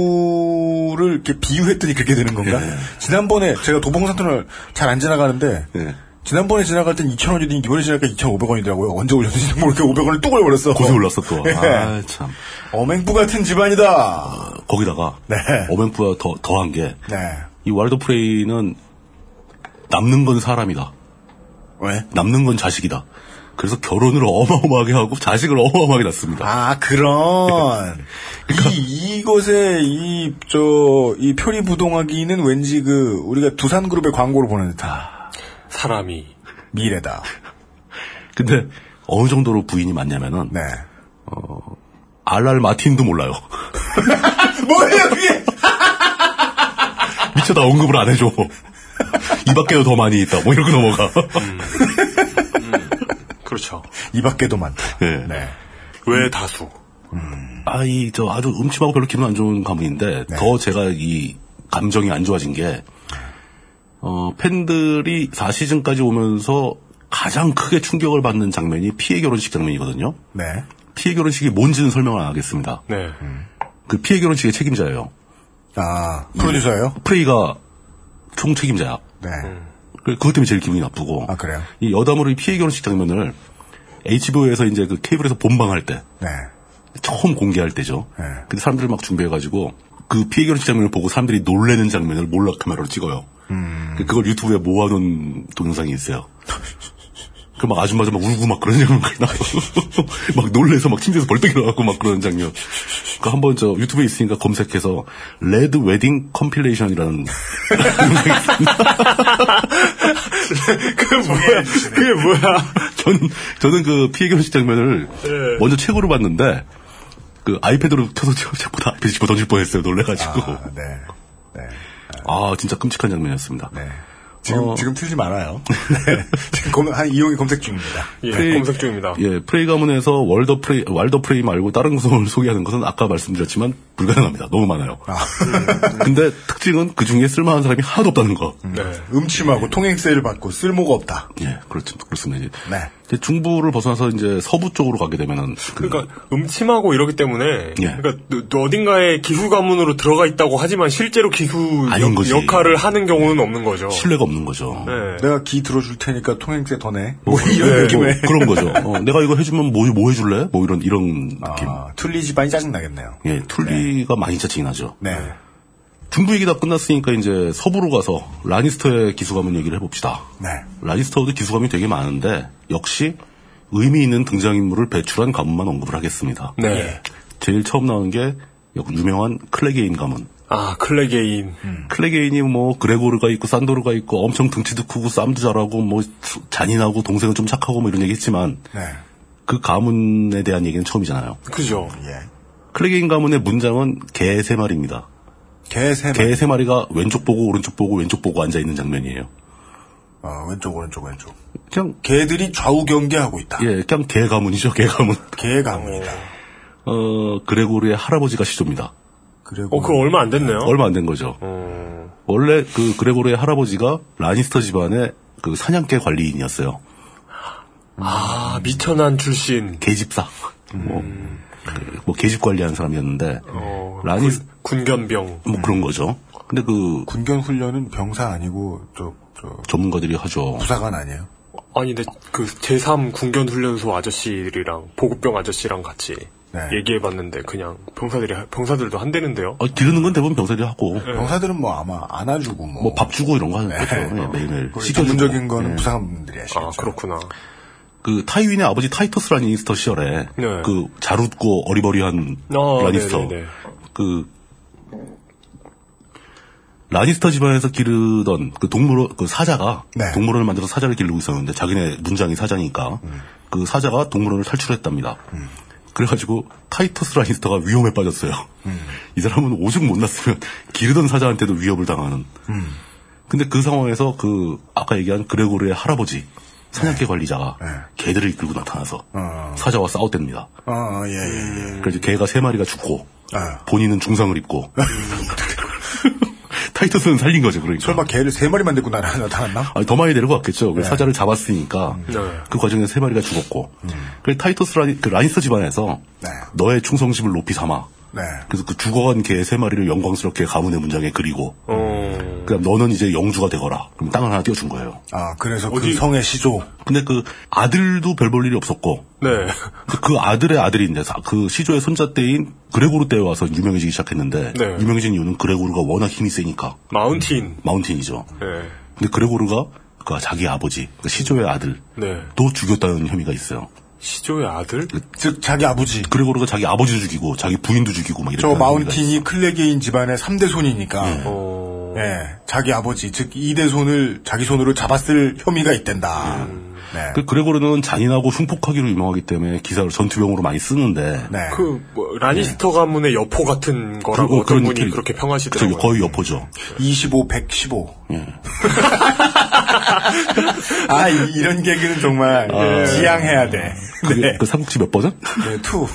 어맹부를 이렇게 비유했더니 그렇게 되는 건가? 지난번에 제가 도봉산터널 잘 안 지나가는데,
예.
지난번에 지나갈 땐 2,000원이더니 이번에 지나갈 때 2,500원이더라고요. 언제 올렸는지 모르게 500원을 뚝 올려버렸어.
고세 올랐어, 또.
예.
아, 참. 어,
어맹부 같은 집안이다!
거기다가,
네.
어맹부가 더, 더한 게,
네.
이 왈도 프레이는 남는 건 사람이다.
왜?
남는 건 자식이다. 그래서 결혼을 어마어마하게 하고 자식을 어마어마하게 낳습니다.
아, 그런. 이, 이것의 이, 저, 이 표리부동하기는 왠지 그, 우리가 두산그룹의 광고를 보는 듯한
사람이.
미래다.
근데 어느 정도로 부인이 맞냐면은
네.
알랄 마틴도 몰라요. <laughs>
뭐예요, 그게!
미쳐 다 언급을 안 해줘. 이 밖에도 더 많이 있다. 뭐 이러고
<laughs>
넘어가.
그렇죠.
이 밖에도 많다.
예.
네.
왜 다수.
음.
아이 저 아주 음침하고 별로 기분 안 좋은 가문인데
네.
더 제가 이 감정이 안 좋아진 게 어, 팬들이 4시즌까지 오면서 가장 크게 충격을 받는 장면이 피해 결혼식 장면이거든요.
네.
피해 결혼식이 뭔지는 설명을 안 하겠습니다.
네.
음.
그 피해 결혼식의 책임자예요.
아, 프로듀서예요?
프레이가 총 책임자야.
네.
그- 그것 때문에 제일 기분이 나쁘고.
아, 그래요?
이 여담으로 이 피해 결혼식 장면을 HBO에서 이제 그 케이블에서 본방할 때,
네.
처음 공개할 때죠.
네.
근데 사람들을 막 준비해가지고, 그 피해 결혼식 장면을 보고 사람들이 놀래는 장면을 몰라 카메라로 찍어요.
음.
그- 그걸 유튜브에 모아놓은 동영상이
<laughs>
있어요. 그 막 아줌마들 막 울고 막 그런 장면까지 나고 <laughs> 막 놀래서 막 침대에서 벌떡 일어나고 막 그런 장면. 그 한번 저 유튜브에 있으니까 검색해서 레드 웨딩 컴필레이션이라는 <laughs>
그게 뭐야? 그게 뭐야?
전, 저는 그 피해 결혼식 장면을
네.
먼저 최고로 봤는데, 그 아이패드로 켜서 <laughs> 자꾸 다 아이패드 집어 던질 뻔했어요. 놀래가지고.
아,
아,
네. 네.
진짜 끔찍한 장면이었습니다.
네. 지금, 지금 틀지 말아요. <laughs> 네. 지금 검, 한 이용이 검색 중입니다.
예,
프레이-
검색 중입니다.
예, 프레이 가문에서 월더 프레이, 월더 프레이 말고 다른 구성을 <laughs> 소개하는 것은 아까 말씀드렸지만 불가능합니다. 너무 많아요. <laughs> 근데 특징은 그 중에 쓸만한 사람이 하나도 없다는 거.
음. 예.
네.
음침하고 통행세를 받고 쓸모가 없다.
예, 그렇죠. 그렇습니다. 이제.
네.
이제 중부를 벗어나서 이제 서부 쪽으로 가게 되면은. 그-
그러니까 음침하고 이러기 때문에
예.
그러니까 너- 너 어딘가에 기후 가문으로 들어가 있다고 하지만 실제로 기후
아닌
역-
거지.
역할을 하는 경우는 없는 거죠.
신뢰가 없는 거죠.
네.
내가 기 들어줄 테니까 통행세 더 내. 뭐 <laughs> 이런 느낌의.
뭐 그런 거죠. 어, 내가 이거 해주면 뭐, 뭐 해줄래? 뭐 이런, 이런 느낌.
아, 툴리 집안이 짜증나겠네요.
예, 툴리가 많이 짜증이 나죠.
네.
중부 얘기 다 끝났으니까 이제 서부로 가서 라니스터의 기수가문 얘기를 해봅시다.
네.
라니스터도 기수가문이 되게 많은데 역시 의미 있는 등장인물을 배출한 가문만 언급을 하겠습니다. 예.
네.
제일 처음 나오는 게 역- 유명한 클레게인 가문.
아, 클레게인.
클레게인이 뭐 그레고르가 있고 산도르가 있고 엄청 등치도 크고 싸움도 잘하고 뭐 수- 잔인하고 동생은 좀 착하고 뭐 이런 얘기했지만
네.
그 가문에 대한 얘기는 처음이잖아요.
그죠.
예.
클레게인 가문의 문장은 개 세 마리입니다.
개세
개 세 마리가 왼쪽 보고 오른쪽 보고 왼쪽 보고 앉아 있는 장면이에요.
어, 왼쪽 오른쪽 왼쪽.
그냥
개들이 좌우 경계하고 있다.
예, 그냥 개 가문이죠. 개 가문.
개 갑니다.
어 그레고르의 할아버지가 시조입니다.
그리고
어, 그거 얼마 안 됐네요.
얼마 안 된 거죠. 원래 그 그레고르의 할아버지가 라니스터 집안의 그 사냥개 관리인이었어요.
아, 미천한 출신.
계집사. 뭐, 그, 뭐 계집 관리하는 사람이었는데
어, 음.
라니
군- 군견병.
뭐 그런 거죠. 근데 그
군견 훈련은 병사 아니고 저 저
전문가들이 하죠.
부사관 아니에요?
아니, 근데 그 제3 군견훈련소 아저씨들이랑 보급병 아저씨랑 같이
네.
얘기해봤는데 그냥 병사들이, 하- 병사들도 한대는데요?
어, 기르는 건 대부분 병사들이 하고
네.
병사들은 뭐 아마 안아주고 뭐,
뭐 밥 주고 이런 거 하는 거죠. 예, 매일매일
그
씻어주고.
전문적인 거는 부사관분들이 하시겠죠.
아, 그렇구나.
그 타이윈의 아버지 타이토스 라니스터 시절에
네.
그 자룻고 어리버리한
아,
라니스터
네네네.
그 라니스터 집안에서 기르던 그 동물원 그 사자가
네.
동물원을 만들어서 사자를 기르고 있었는데 자기네 문장이 사자니까
음.
그 사자가 동물원을 탈출했답니다. 그래가지고 타이토스 라니스터가 위험에 빠졌어요.
음.
<laughs> 이 사람은 오죽 못났으면 기르던 사자한테도 위협을 당하는.
음.
근데 그 상황에서 그 아까 얘기한 그레고르의 할아버지 사냥개 관리자가 개들을 이끌고 나타나서
네. 어.
사자와 싸웠답니다.
아, 예, 예, 예.
그래서 이제 개가 세 마리가 죽고
아.
본인은 중상을 입고 <laughs> 타이터스는 살린 거죠 그러니까.
설마 네. 개를 세 마리만 데리고 나- 나타났나?
아니, 더 많이 데려갔겠죠. 그 사자를 잡았으니까
네.
그 과정에서 세 마리가 죽었고. 그래서 타이터스 라니, 그 라니스터 집안에서
음. 네.
너의 충성심을 높이 삼아.
네.
그래서 그 죽어간 개 세 마리를 영광스럽게 가문의 문장에 그리고
어,
그다음 너는 이제 영주가 되거라. 그럼 땅을 하나 띄워준 거예요.
아, 그래서 그 성의 시조.
근데 그 아들도 별 볼 일이 없었고
네.
그- 그 아들의 아들인데 사- 그 시조의 손자 때인 그레고르 때에 와서 유명해지기 시작했는데
네.
유명해진 이유는 그레고르가 워낙 힘이 세니까
마운틴.
마운틴이죠.
네.
근데 그레고르가 그 자기 아버지 그 시조의 아들도
네.
죽였다는 혐의가 있어요.
시조의 아들?
즉, 자기 아버지.
그레고르가 자기 아버지도 죽이고 자기 부인도 죽이고 막
저
이랬다는 혐의가 있어요.
마운틴이 클레게인 집안의 3대 손이니까.
어,
예, 자기 아버지, 즉 2대 손을 자기 손으로 잡았을 혐의가 있댄다. 네.
그 그레고르는 잔인하고 흉폭하기로 유명하기 때문에 기사를 전투병으로 많이 쓰는데
네.
그, 뭐, 라니스터 가문의 여포 같은
네. 그- 어,
거라고
그런
어떤 분이
느낌.
그렇게
저
평하시더라고요.
거의 여포죠.
25, 115. 예. <laughs> 아, 이- 이런 개그는 정말 지양해야 돼.
아, 네. 그게
네.
그 삼국지 몇 버전?
네,
<laughs>
투.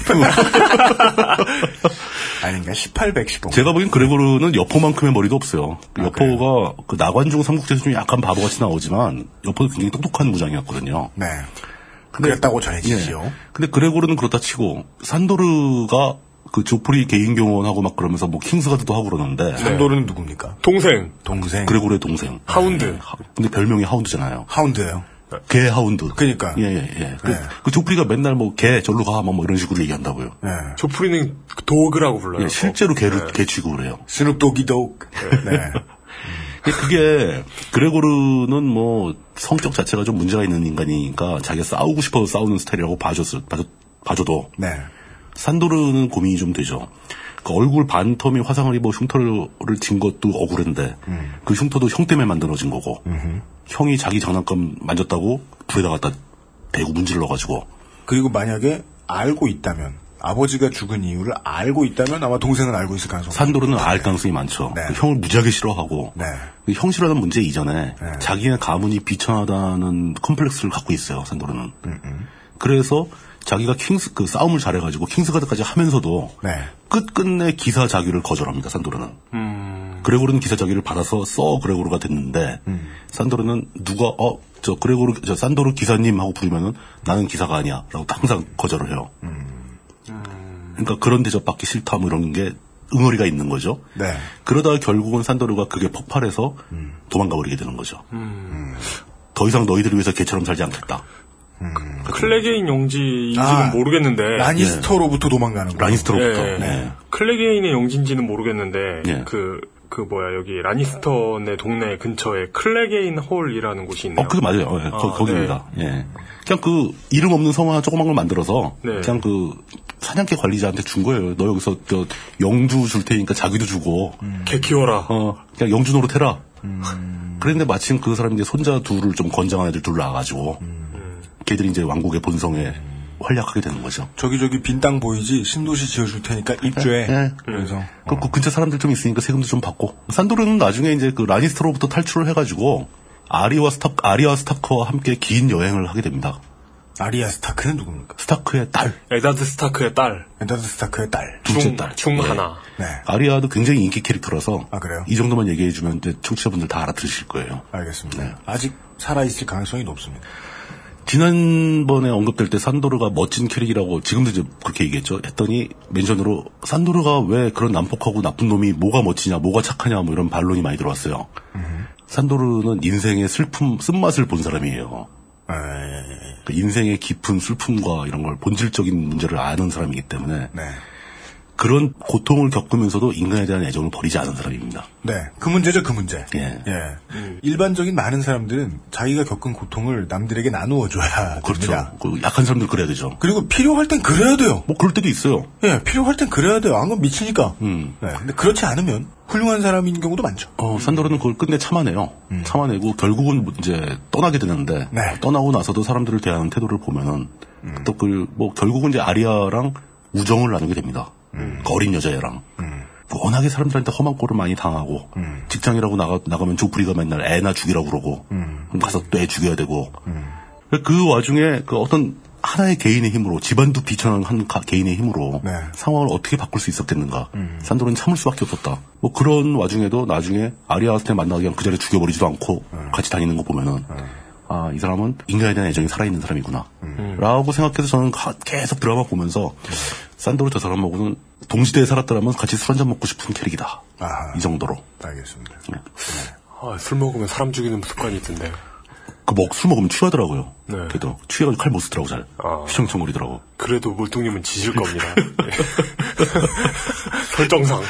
아닌가? 18, 115.
제가 보기엔 그레고르는 여포만큼의 머리도 없어요.
아,
그 여포가 그 나관중 삼국지에서 좀 약간 바보같이 나오지만 여포도 굉장히 똑똑한 무장이었거든요.
네. 그랬다고 전해지지요.
근데 그레고르는 그렇다 치고 산도르가 그 조프리 개인 경호원하고 막 그러면서 뭐 킹스가드도 하고 그러는데
산도르는 누굽니까?
동생.
동생.
예. 그레고르의 동생. 예,
하운드.
하- 근데 별명이 하운드잖아요.
하운드예요
개 하운드.
네. 그니까.
예, 예, 예. 그, 그 조프리가 맨날 뭐 개 절로 가, 뭐, 뭐 이런 식으로 얘기한다고요.
네.
조프리는 도그라고 불러요.
예, 실제로 개를, 개 취급을 해요.
스눕도기독.
<laughs>
네.
근데 그게 그레고르는 뭐 성격 자체가 좀 문제가 있는 인간이니까 자기가 싸우고 싶어서 싸우는 스타일이라고 봐줬을 봐줬, 봐줘도
네.
산도르는 고민이 좀 되죠. 그 얼굴 반텀이 화상을 입어 흉터를 진 것도 억울한데 그 흉터도 형 때문에 만들어진 거고 형이 자기 장난감 만졌다고 불에다 갖다 대고 문질러 가지고
그리고 만약에 알고 있다면 아버지가 죽은 이유를 알고 있다면 아마 동생은 알고 있을 가능성이
산도르는 알 가능성이 많죠.
네.
그 형을 무지하게 싫어하고
네.
그 형 싫어하는 문제 이전에 자기의 가문이 비천하다는 컴플렉스를 갖고 있어요. 산도르는.
음,
그래서 자기가 킹스 그 싸움을 잘해가지고 킹스가드까지 하면서도
네.
끝끝내 기사 자기를 거절합니다. 산도르는. 그레고르는 기사 자기를 받아서 써 그레고르가 됐는데 산도르는 누가 어 저 그레고르 저 산도르 기사님하고 부르면은 나는 기사가 아니야라고 항상 거절을 해요. 그러니까 그런 대접받기 싫다 뭐 이런 게 응어리가 있는 거죠.
네.
그러다가 결국은 산도르가 그게 폭발해서 도망가 버리게 되는 거죠. 더 이상 너희들을 위해서 개처럼 살지 않겠다.
어, 클레게인 영지인지는
아,
모르겠는데.
라니스터로부터 도망가는 거.
라니스터로부터.
예.
네.
클레게인의 영지인지는 모르겠는데
예.
그 그 뭐야 여기 라니스턴의 동네 근처에 클레게인 홀이라는 곳이 있네요.
어, 그게 맞아요. 예,
아,
거, 거기입니다. 예. 그냥 그 이름 없는 성화 조그만 걸 만들어서
네.
그냥 그 사냥개 관리자한테 준 거예요. 너 여기서 저 영주 줄 테니까 자기도 주고
개 키워라.
어 그냥 영주 노릇해라.
음.
그랬는데 마침 그 사람이 이제 손자 둘을 좀 건장한 애들 둘 낳아가지고
음.
걔들이 이제 왕국의 본성에 활약하게 되는 거죠.
저기 저기 빈 땅 보이지? 신도시 지어줄 테니까 입주해.
예.
그래서
어.
그, 그 근처 사람들 좀 있으니까 세금도 좀 받고. 산도르는 나중에 이제 그 라니스터로부터 탈출을 해가지고 아리와 스타 아리와 스타크와 함께 긴 여행을 하게 됩니다.
아리아 스타크는 누굽니까?
스타크의 딸
에다드 스타크의 딸.
엔더드 스타크의 딸.
둘째
중,
딸
중
예.
하나.
네.
아리아도 굉장히 인기 캐릭터라서
아, 그래요?
이 정도만 얘기해주면 이제 청취자분들 다 알아들으실 거예요.
알겠습니다. 아직 살아있을 가능성이 높습니다.
지난번에 언급될 때 산도르가 멋진 캐릭이라고 지금도 이제 그렇게 얘기했죠. 했더니 멘션으로 산도르가 왜 그런 난폭하고 나쁜 놈이 뭐가 멋지냐, 뭐가 착하냐 뭐 이런 반론이 많이 들어왔어요. 산도르는 인생의 슬픔, 쓴맛을 본 사람이에요.
예, 예, 예.
그 인생의 깊은 슬픔과 이런 걸 본질적인 문제를 아는 사람이기 때문에
네.
그런 고통을 겪으면서도 인간에 대한 애정을 버리지 않은 사람입니다.
네. 그 문제죠, 그 문제.
예.
일반적인 많은 사람들은 자기가 겪은 고통을 남들에게 나누어줘야
그렇죠.
됩니다.
그 약한 사람들 그래야 되죠.
그리고 필요할 땐 그래야 돼요.
뭐 그럴 때도 있어요.
예, 필요할 땐 그래야 돼요. 안 그러면 미치니까. 네, 근데 그렇지 않으면 훌륭한 사람인 경우도 많죠.
어, 산도르는 그걸 끝내 참아내요. 참아내고 결국은 뭐 이제 떠나게 되는데
네.
떠나고 나서도 사람들을 대하는 태도를 보면은 또 그 뭐 결국은 이제 아리아랑 우정을 나누게 됩니다. 그 어린 여자애랑 워낙에 사람들한테 험한 꼴을 많이 당하고 직장이라고 나가, 나가면 조프리가 맨날 애나 죽이라고 그러고 그럼 가서 또 애 죽여야 되고 그 와중에 그 어떤 하나의 개인의 힘으로 집안도 비천한 가- 개인의 힘으로
네. 음.
상황을 어떻게 바꿀 수 있었겠는가. 산도는 참을 수밖에 없었다. 뭐 그런 와중에도 나중에 아리아스테 만나기 그냥 그 자리에 죽여버리지도 않고
음.
같이 다니는 거 보면은 아, 이 사람은 인간에 대한 애정이 살아있는 사람이구나.
음.
라고 생각해서 저는 가- 계속 드라마 보면서 산도르 저 사람하고는 동시대에 살았더라면 같이 술 한잔 먹고 싶은 캐릭이다.
아하.
이 정도로.
알겠습니다.
아, 술 먹으면 사람 죽이는 습관이 있던데.
그 먹, 술 먹으면 취하더라고요.
네.
그래도 취해가지고 칼 못 쓰더라고 잘.
아.
휘청청거리더라고.
그래도 물뚱님은 지실 겁니다. <laughs>
<laughs>
예. 설정상.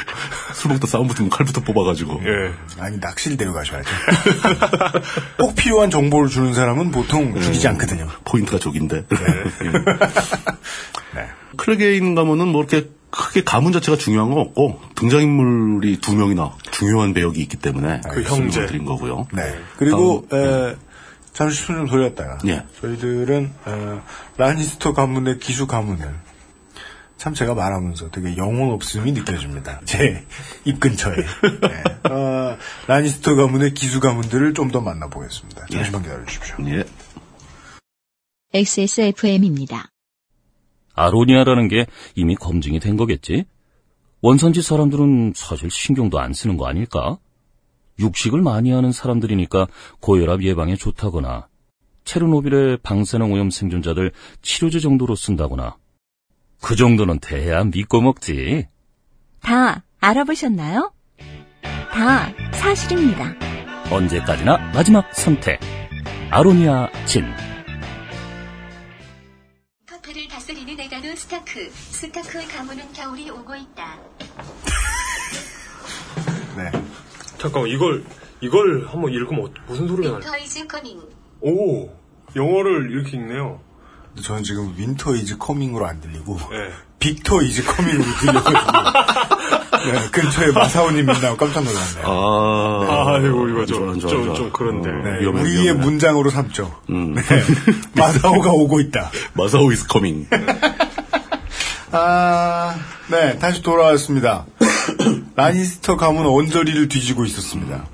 술 먹다 싸움 붙으면 칼부터 뽑아가지고.
예.
아니, 낚시를 데려가셔야죠. <laughs> 꼭 필요한 정보를 주는 사람은 보통 죽이지 않거든요.
포인트가 저긴데.
네, 예.
<laughs> 클레게인 가문은 뭐 이렇게 크게 가문 자체가 중요한 건 없고 등장인물이 두 명이나 중요한 배역이 있기 때문에
그 형제.
드린 거고요.
네. 그리고, 에, 잠시 숨 좀 돌렸다가.
예.
저희들은, 어, 라니스터 가문의 기수 가문을. 참 제가 말하면서 되게 영혼 없음이 느껴집니다. <laughs> 제 입 근처에. 네. 어, 라니스터 가문의 기수 가문들을 좀 더 만나보겠습니다. 잠시만 기다려주십시오.
예.
XSFM입니다.
아로니아라는 게 이미 검증이 된 거겠지? 원산지 사람들은 사실 신경도 안 쓰는 거 아닐까? 육식을 많이 하는 사람들이니까 고혈압 예방에 좋다거나, 체르노빌의 방사능 오염 생존자들 치료제 정도로 쓴다거나, 그 정도는 돼야 믿고 먹지.
다 알아보셨나요? 다 사실입니다.
언제까지나 마지막 선택. 아로니아 진.
커피를 다스리는 에다드 스타크. 스타크의 가문은 겨울이 오고 있다.
네.
잠깐만, 이걸, 이걸 한번 읽으면 어- 무슨 소리가 나지?
커이즈 커밍.
오! 영어를 이렇게 읽네요.
근데 저는 지금 윈터 이즈 커밍으로 안 들리고
네.
빅터 이즈 커밍으로
<laughs>
들려가지고 네, 근처에 마사오님 있나 깜짝 놀랐네요.
아,
아이고, 이거 좀-
안 좋아, 안 좋아,
좀-
안 좋아.
좀 그런데.
어,
네,
위험해,
우리의
위험해.
문장으로 삼죠. 네.
음.
마사오가 오고 있다.
마사오
<laughs>
이스 커밍.
아, 네, 다시 돌아왔습니다. <coughs> 라니스터 가문 언저리를 뒤지고 있었습니다.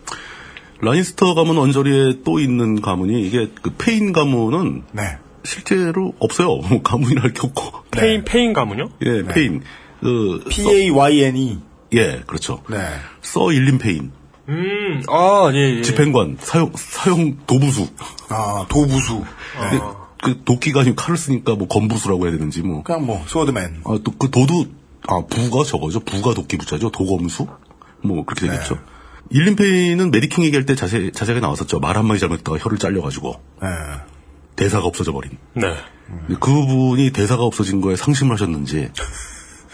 라니스터 가문 언저리에 또 있는 가문이 이게 그 페인 가문은
네.
실제로 없어요. <laughs> 가문이랄 게 없고.
페인, 페인 가문요?
예, 페인. 그, 서-
P-A-Y-N-E.
예, 그렇죠.
E. 네.
서 일림 페인.
음, 아, 예, 예.
집행관, 사형, 사형 도부수.
아, 도부수. 네.
그 도끼가 아니고 칼을 쓰니까 뭐 건부수라고 해야 되는지 뭐.
그냥 뭐, 소드맨.
아, 또 그 도도, 아, 부가 저거죠. 부가 도끼 부자죠. 도검수? 뭐, 그렇게
네.
되겠죠. 일림페이는 메디킹 얘기할 때 자세, 자세하게 나왔었죠. 말 한마디 잘못했다가 혀를 잘려가지고
네.
대사가 없어져 버린. 그
네. <laughs>
근데 그분이 대사가 없어진 거에 상심을 하셨는지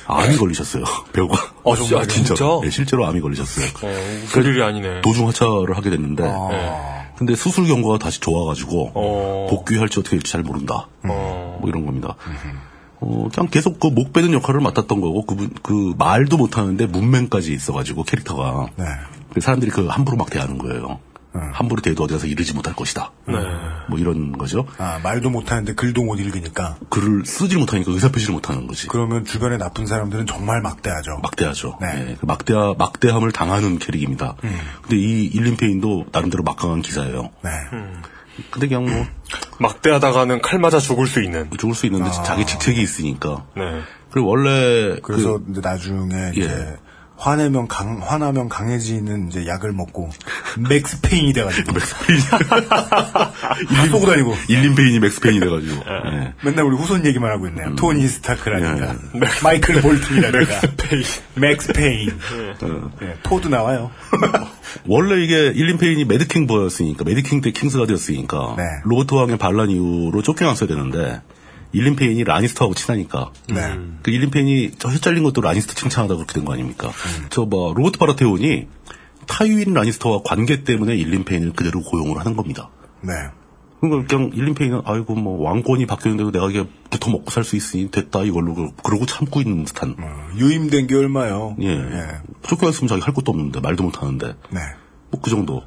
암이 걸리셨어요. <laughs> 배우가.
아, 정말요? 진짜?
네, 실제로 암이 걸리셨어요.
어, 웃을 일이 아니네.
도중 하차를 하게 됐는데, 근데 수술 경과가 다시 좋아가지고
어.
복귀할지 어떻게 될지 잘 모른다.
어.
뭐 이런 겁니다. 어, 그냥 계속 그 목 빼는 역할을 맡았던 거고 그분 그 말도 못 하는데 문맹까지 있어가지고 캐릭터가
네.
그래서 사람들이 그 함부로 막 대하는 거예요. 함부로 대도 어디 가서 이르지 못할 것이다. 뭐 이런 거죠.
아, 말도 못하는데 글도 못 읽으니까.
글을 쓰질 못하니까 그 의사 표시를 못하는 거지.
그러면 주변에 나쁜 사람들은 정말 막대하죠.
막대하죠.
네.
예, 그 막대하, 막대함을 당하는 캐릭입니다. 근데 이 일림페인도 나름대로 막강한 기사예요.
네.
근데 그냥 뭐 <clears throat>
막대하다가는 칼 맞아 죽을 수 있는.
죽을 수 있는데 자기 직책이 있으니까.
네.
그리고 원래
아. 그래서 이제
예.
나중에 이제 화내면 강 화나면 강해지는 이제 약을 먹고 맥스페인이
<laughs>
돼가지고 맥스페인 쏘고 다니고
그 일림페인이 맥스페인이 돼가지고. 예.
맨날 우리 후손 얘기만 하고
음.
있네요. 토니 스타크라든가 마이클 볼튼이라든가 맥스페인 예, 토도 나와요.
어. 원래 이게 일림페인이 매드킹 버였으니까 매드킹 때 킹스가 되었으니까
네.
로버트 왕의 반란 이후로 쫓겨났어야 되는데 일림페인이 라니스터하고 친하니까
네.
그 일림페인이 저 혀 잘린 것도 라니스터 칭찬하다 그렇게 된 거 아닙니까? 저 뭐 로버트 바라테온이 타유인 라니스터와 관계 때문에 일림페인을 그대로 고용을 하는 겁니다.
네.
그러니까 그냥 일림페인은 아이고 뭐 왕권이 바뀌었는데도 내가 이게 붙어 먹고 살 수 있으니 됐다 이걸로 그- 그러고 참고 있는 듯한
어, 유임된 게 얼마요?
예. 쫓겨났으면 자기 할 것도 없는데 말도 못 하는데
네.
뭐 그 정도.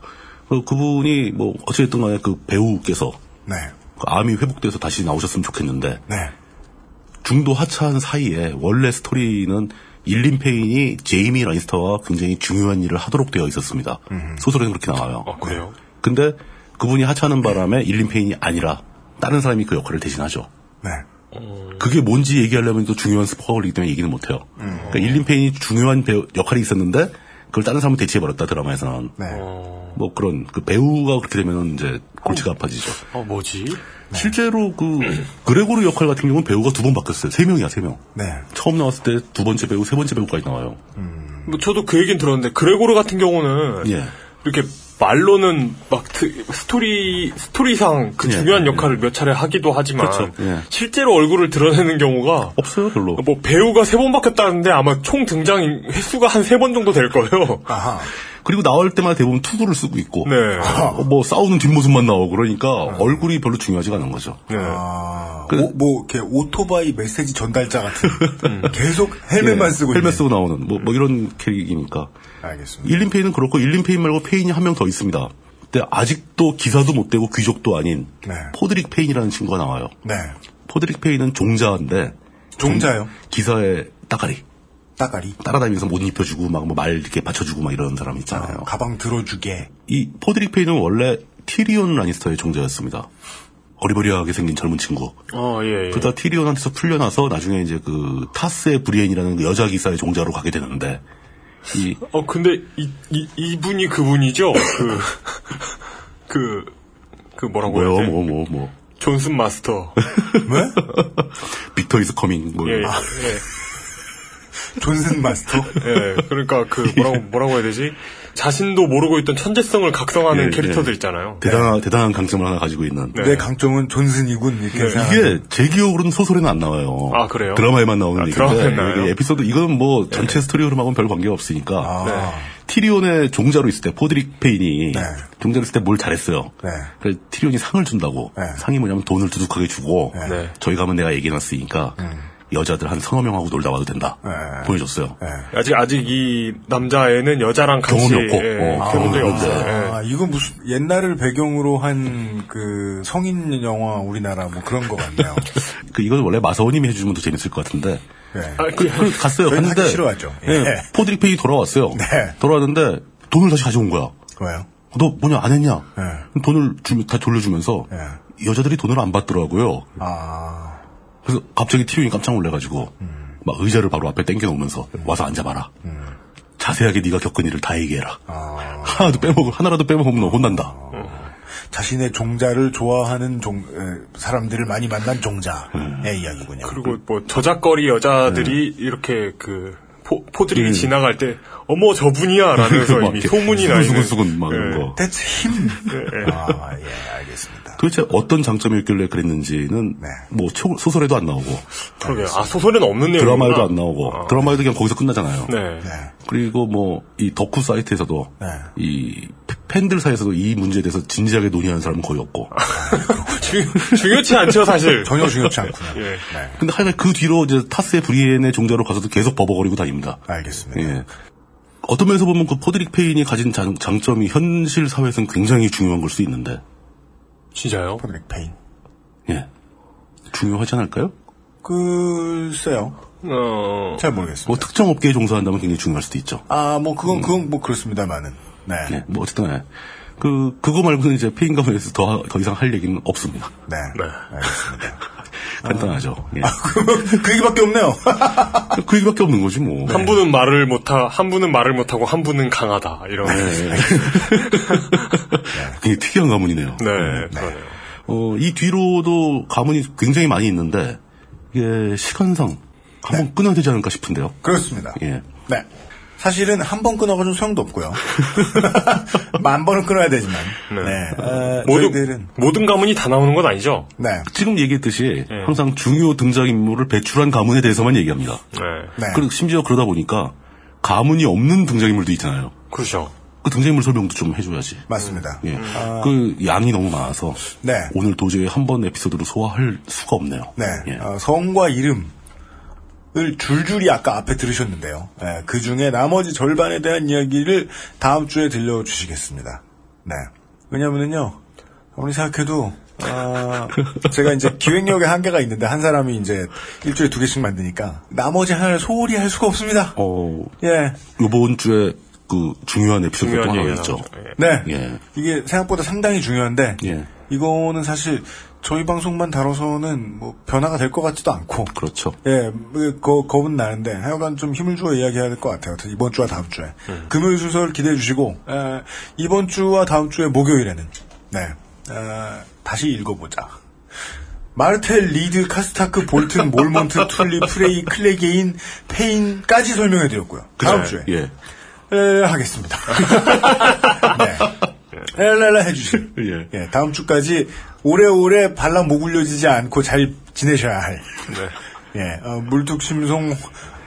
그- 그분이 뭐 어찌됐든 간에 그 배우께서
네.
그 암이 회복돼서 다시 나오셨으면 좋겠는데
네.
중도 하차한 사이에 원래 스토리는 일림페인이 제이미 라니스터와 굉장히 중요한 일을 하도록 되어 있었습니다. 소설에는 그렇게 나와요.
아, 그래요?
근데 그분이 하차하는 바람에 일림페인이 아니라 다른 사람이 그 역할을 대신하죠.
네.
그게 뭔지 얘기하려면 또 중요한 스포가 걸리기 때문에 얘기는 못해요. 그러니까 일림페인이 중요한 배우- 역할이 있었는데 그걸 다른 사람이 대체해버렸다 드라마에서는.
네.
뭐 그런 그 배우가 그렇게 되면 이제 골치가 아파지죠.
어, 뭐지?
네.
실제로 그 그레고르 역할 같은 경우는 배우가 두 번 바뀌었어요. 세 명이야 세 명.
네.
처음 나왔을 때 두 번째 배우, 세 번째 배우까지 나와요.
뭐 저도 그 얘기는 들었는데 그레고르 같은 경우는
네.
예.
이렇게 말로는 막 트- 스토리 스토리상 그
예,
중요한
예,
역할을 몇 차례 하기도 하지만
그렇죠. 예.
실제로 얼굴을 드러내는 경우가
없어요 별로.
뭐 배우가 세 번 바뀌었다는데 아마 총 등장 횟수가 한 세 번 정도 될 거예요.
아하.
그리고 나올 때마다 대부분 투구를 쓰고 있고.
네.
어, 뭐 싸우는 뒷모습만 나오고 그러니까
음.
얼굴이 별로 중요하지가 않은 거죠.
네.
아,
그
오- 뭐, 이렇게 오토바이 메시지 전달자
<laughs>
같은. 음, 계속 헬멧만
예,
쓰고
헬멧
있는.
쓰고 나오는 뭐, 뭐 이런 캐릭이니까.
알겠습니다.
일림페인은 그렇고 일림페인 말고 페인이 한 명 더 있습니다. 근데 아직도 기사도 못 되고 귀족도 아닌
네.
포드릭 페인이라는 친구가 나와요.
네.
포드릭 페인은 종자인데
종자요?
기사에 따가리
따가리.
따라다니면서 못 입혀주고 막 뭐 말 이렇게 받쳐주고 막 이런 사람 있잖아요.
가방 들어주게.
이 포드릭 페인은 원래 티리온 라니스터의 종자였습니다. 어리버리하게 생긴 젊은 친구.
어, 예, 예.
그러다 티리온한테서 풀려나서 나중에 이제 그 타스의 브리엔이라는 그 여자 기사의 종자로 가게 되는데 이
어, 근데 이, 이, 이분이 그분이죠?
<laughs>
그, 그, 그 뭐라고
뭐요
해야 돼?
뭐 뭐 뭐
존슨 마스터.
빅터 이즈 커밍 뭐
예, 예.
이런 거.
존슨 마스터.
예, 그러니까 그 뭐라고 뭐라고 해야 되지? 자신도 모르고 있던 천재성을 각성하는
예,
캐릭터들
예.
있잖아요.
대단한 대단한 강점을 하나 가지고 있는
네.
내 강점은 존슨이군. 이렇게 생각.
이게 제 기억으로는 소설에는 안 나와요.
아, 그래요?
드라마에만 나오는
아,
얘기인데
드라마에는 나와요? 네. 아.
이게 에피소드 이건 뭐 전체 스토리 흐름하고는 별 관계가 없으니까
네.
티리온의 종자로 있을 때 포드릭 페인이 종자로 있을 때 뭘 잘했어요.
네.
그래서 티리온이 상을 준다고
네.
상이 뭐냐면 돈을 두둑하게 주고
네.
저희 가면 내가 얘기해놨으니까
음.
여자들 한 서너 명하고 놀다 와도 된다
네.
보여줬어요.
아직 아직 이 남자애는 여자랑 같이
경험이 없고,
예,
어,
경험이
경험이
없어요.
없는데.
예.
아, 이건 무슨 옛날을 배경으로 한 그 성인 영화 우리나라 뭐 그런 거 <laughs> 같네요.
그 이건 원래 마사오님이 해주면 더 재밌을 것 같은데
네.
아,
그, 그 갔어요.
저희는
갔는데
하기 싫어하죠.
예,
예.
포드릭 페인이 돌아왔어요.
네.
돌아왔는데 돈을 다시 가져온 거야.
왜요?
너 뭐냐 안 했냐?
예.
그럼 돈을 주면 다 돌려주면서 여자들이 돈을 안 받더라고요.
아, 음.
그래서 갑자기 티윤이 깜짝 놀래가지고 막 의자를 바로 앞에 땡겨놓으면서 와서 앉아봐라. 자세하게 네가 겪은 일을 다 얘기해라.
아.
하나도 빼먹 하나라도 빼먹으면 너 혼난다.
자신의 종자를 좋아하는 종, 에, 사람들을 많이 만난 종자의 이야기군요.
그리고 뭐 저작거리
네.
여자들이 이렇게 그 포, 포들이 지나갈 때 어머 저분이야
아,
라면서
음. <laughs> 막
이미
이렇게
소문이 나 있는
수근수근 막 이런
예.
거.
네. That's him. 아, 예, 알겠습니다.
도대체 어떤 장점이었길래 그랬는지는
네.
뭐 초- 소설에도 안 나오고
그러게. 아, 소설에는 없는 내용.
드라마에도 안 나오고 드라마에도 그냥 거기서 끝나잖아요.
네. <laughs>
그리고 뭐 이 덕후 사이트에서도
네.
이 팬들 사이에서도 이 문제에 대해서 진지하게 논의하는 사람은 거의 없고.
중, 중요치 않죠, 사실.
전혀 중요치 않구나.
예.
네.
근데 하여간 그 뒤로 이제 타스의 브리엔의 종자로 가서도 계속 버벅거리고 다닙니다.
알겠습니다.
예. 어떤 면에서 보면 그 포드릭 페인이 가진 장, 장점이 현실 사회에서는 굉장히 중요한 걸 수 있는데.
진짜요?
포드릭 페인.
예. 중요하지 않을까요?
글쎄요.
어,
잘 모르겠습니다.
뭐 특정 업계에 종사한다면 굉장히 중요할 수도 있죠.
아, 뭐, 그건, 그건 뭐 그렇습니다만은. 네.
예. 뭐 어쨌든 예. 그 그거 말고는 이제 페인 가문에서 더, 더 이상 할 얘기는 없습니다.
네.
네.
알겠습니다.
간단하죠. 예.
그 얘기밖에 없네요. <laughs>
그 얘기밖에 없는 거지 뭐.
한 분은 말을 못하, 한 분은 말을 못하고 한 분은 강하다. 이런. 네.
굉장히 특이한 가문이네요.
그러네요.
어, 이 뒤로도 가문이 굉장히 많이 있는데, 이게 시간상 한번
네.
끊어야 되지 않을까 싶은데요.
그렇습니다.
예.
네. 사실은 한 번 끊어가지고 소용도 없고요. <laughs> 만 번은 끊어야 되지만. 네. 어,
모든,
저희들은
모든 가문이 다 나오는 건 아니죠?
네.
지금 얘기했듯이 항상 중요 등장인물을 배출한 가문에 대해서만 얘기합니다.
네.
네.
그리고 심지어 그러다 보니까 가문이 없는 등장인물도 있잖아요.
그렇죠.
그 등장인물 설명도 좀 해줘야지.
음.
맞습니다.
예.
아.
그 양이 너무 많아서
네.
오늘 도저히 한 번 에피소드로 소화할 수가 없네요.
네.
예.
아.
어, 성과 이름을 줄줄이 아까 앞에 들으셨는데요. 네. 그 중에 나머지 절반에 대한 이야기를 다음 주에 들려주시겠습니다. 네. 왜냐면은요, 아무리 생각해도, 아, 제가 이제 기획력의 한계가 있는데 한 사람이 이제 일주일에 두 개씩 만드니까 나머지 하나를 소홀히 할 수가 없습니다.
어,
예.
이번 주에 그 중요한 에피소드 또
중요한
하나
얘기가
있죠.
나오죠. 예.
네.
예.
이게 생각보다 상당히 중요한데
예.
이거는 사실 저희 방송만 다뤄서는 뭐 변화가 될 것 같지도 않고
그렇죠.
예, 뭐, 거, 겁은 나는데 하여간 좀 힘을 주어 이야기해야 될 것 같아요. 이번 주와 다음 주에
예.
금요일 순서를 기대해 주시고 에, 이번 주와 다음 주에 목요일에는 네 에, 다시 읽어보자. 마르텔, 리드, 카스타크, 볼튼, 몰몬트, 툴리, 프레이, 클레게인, 페인까지 설명해 드렸고요. 다음 주에
예.
에, <laughs> 하겠습니다. 네. 헬렐라 해주실.
예.
예, 다음 주까지 오래오래 발라 목 울려지지 않고 잘 지내셔야 할. 예, 어, 물뚝심송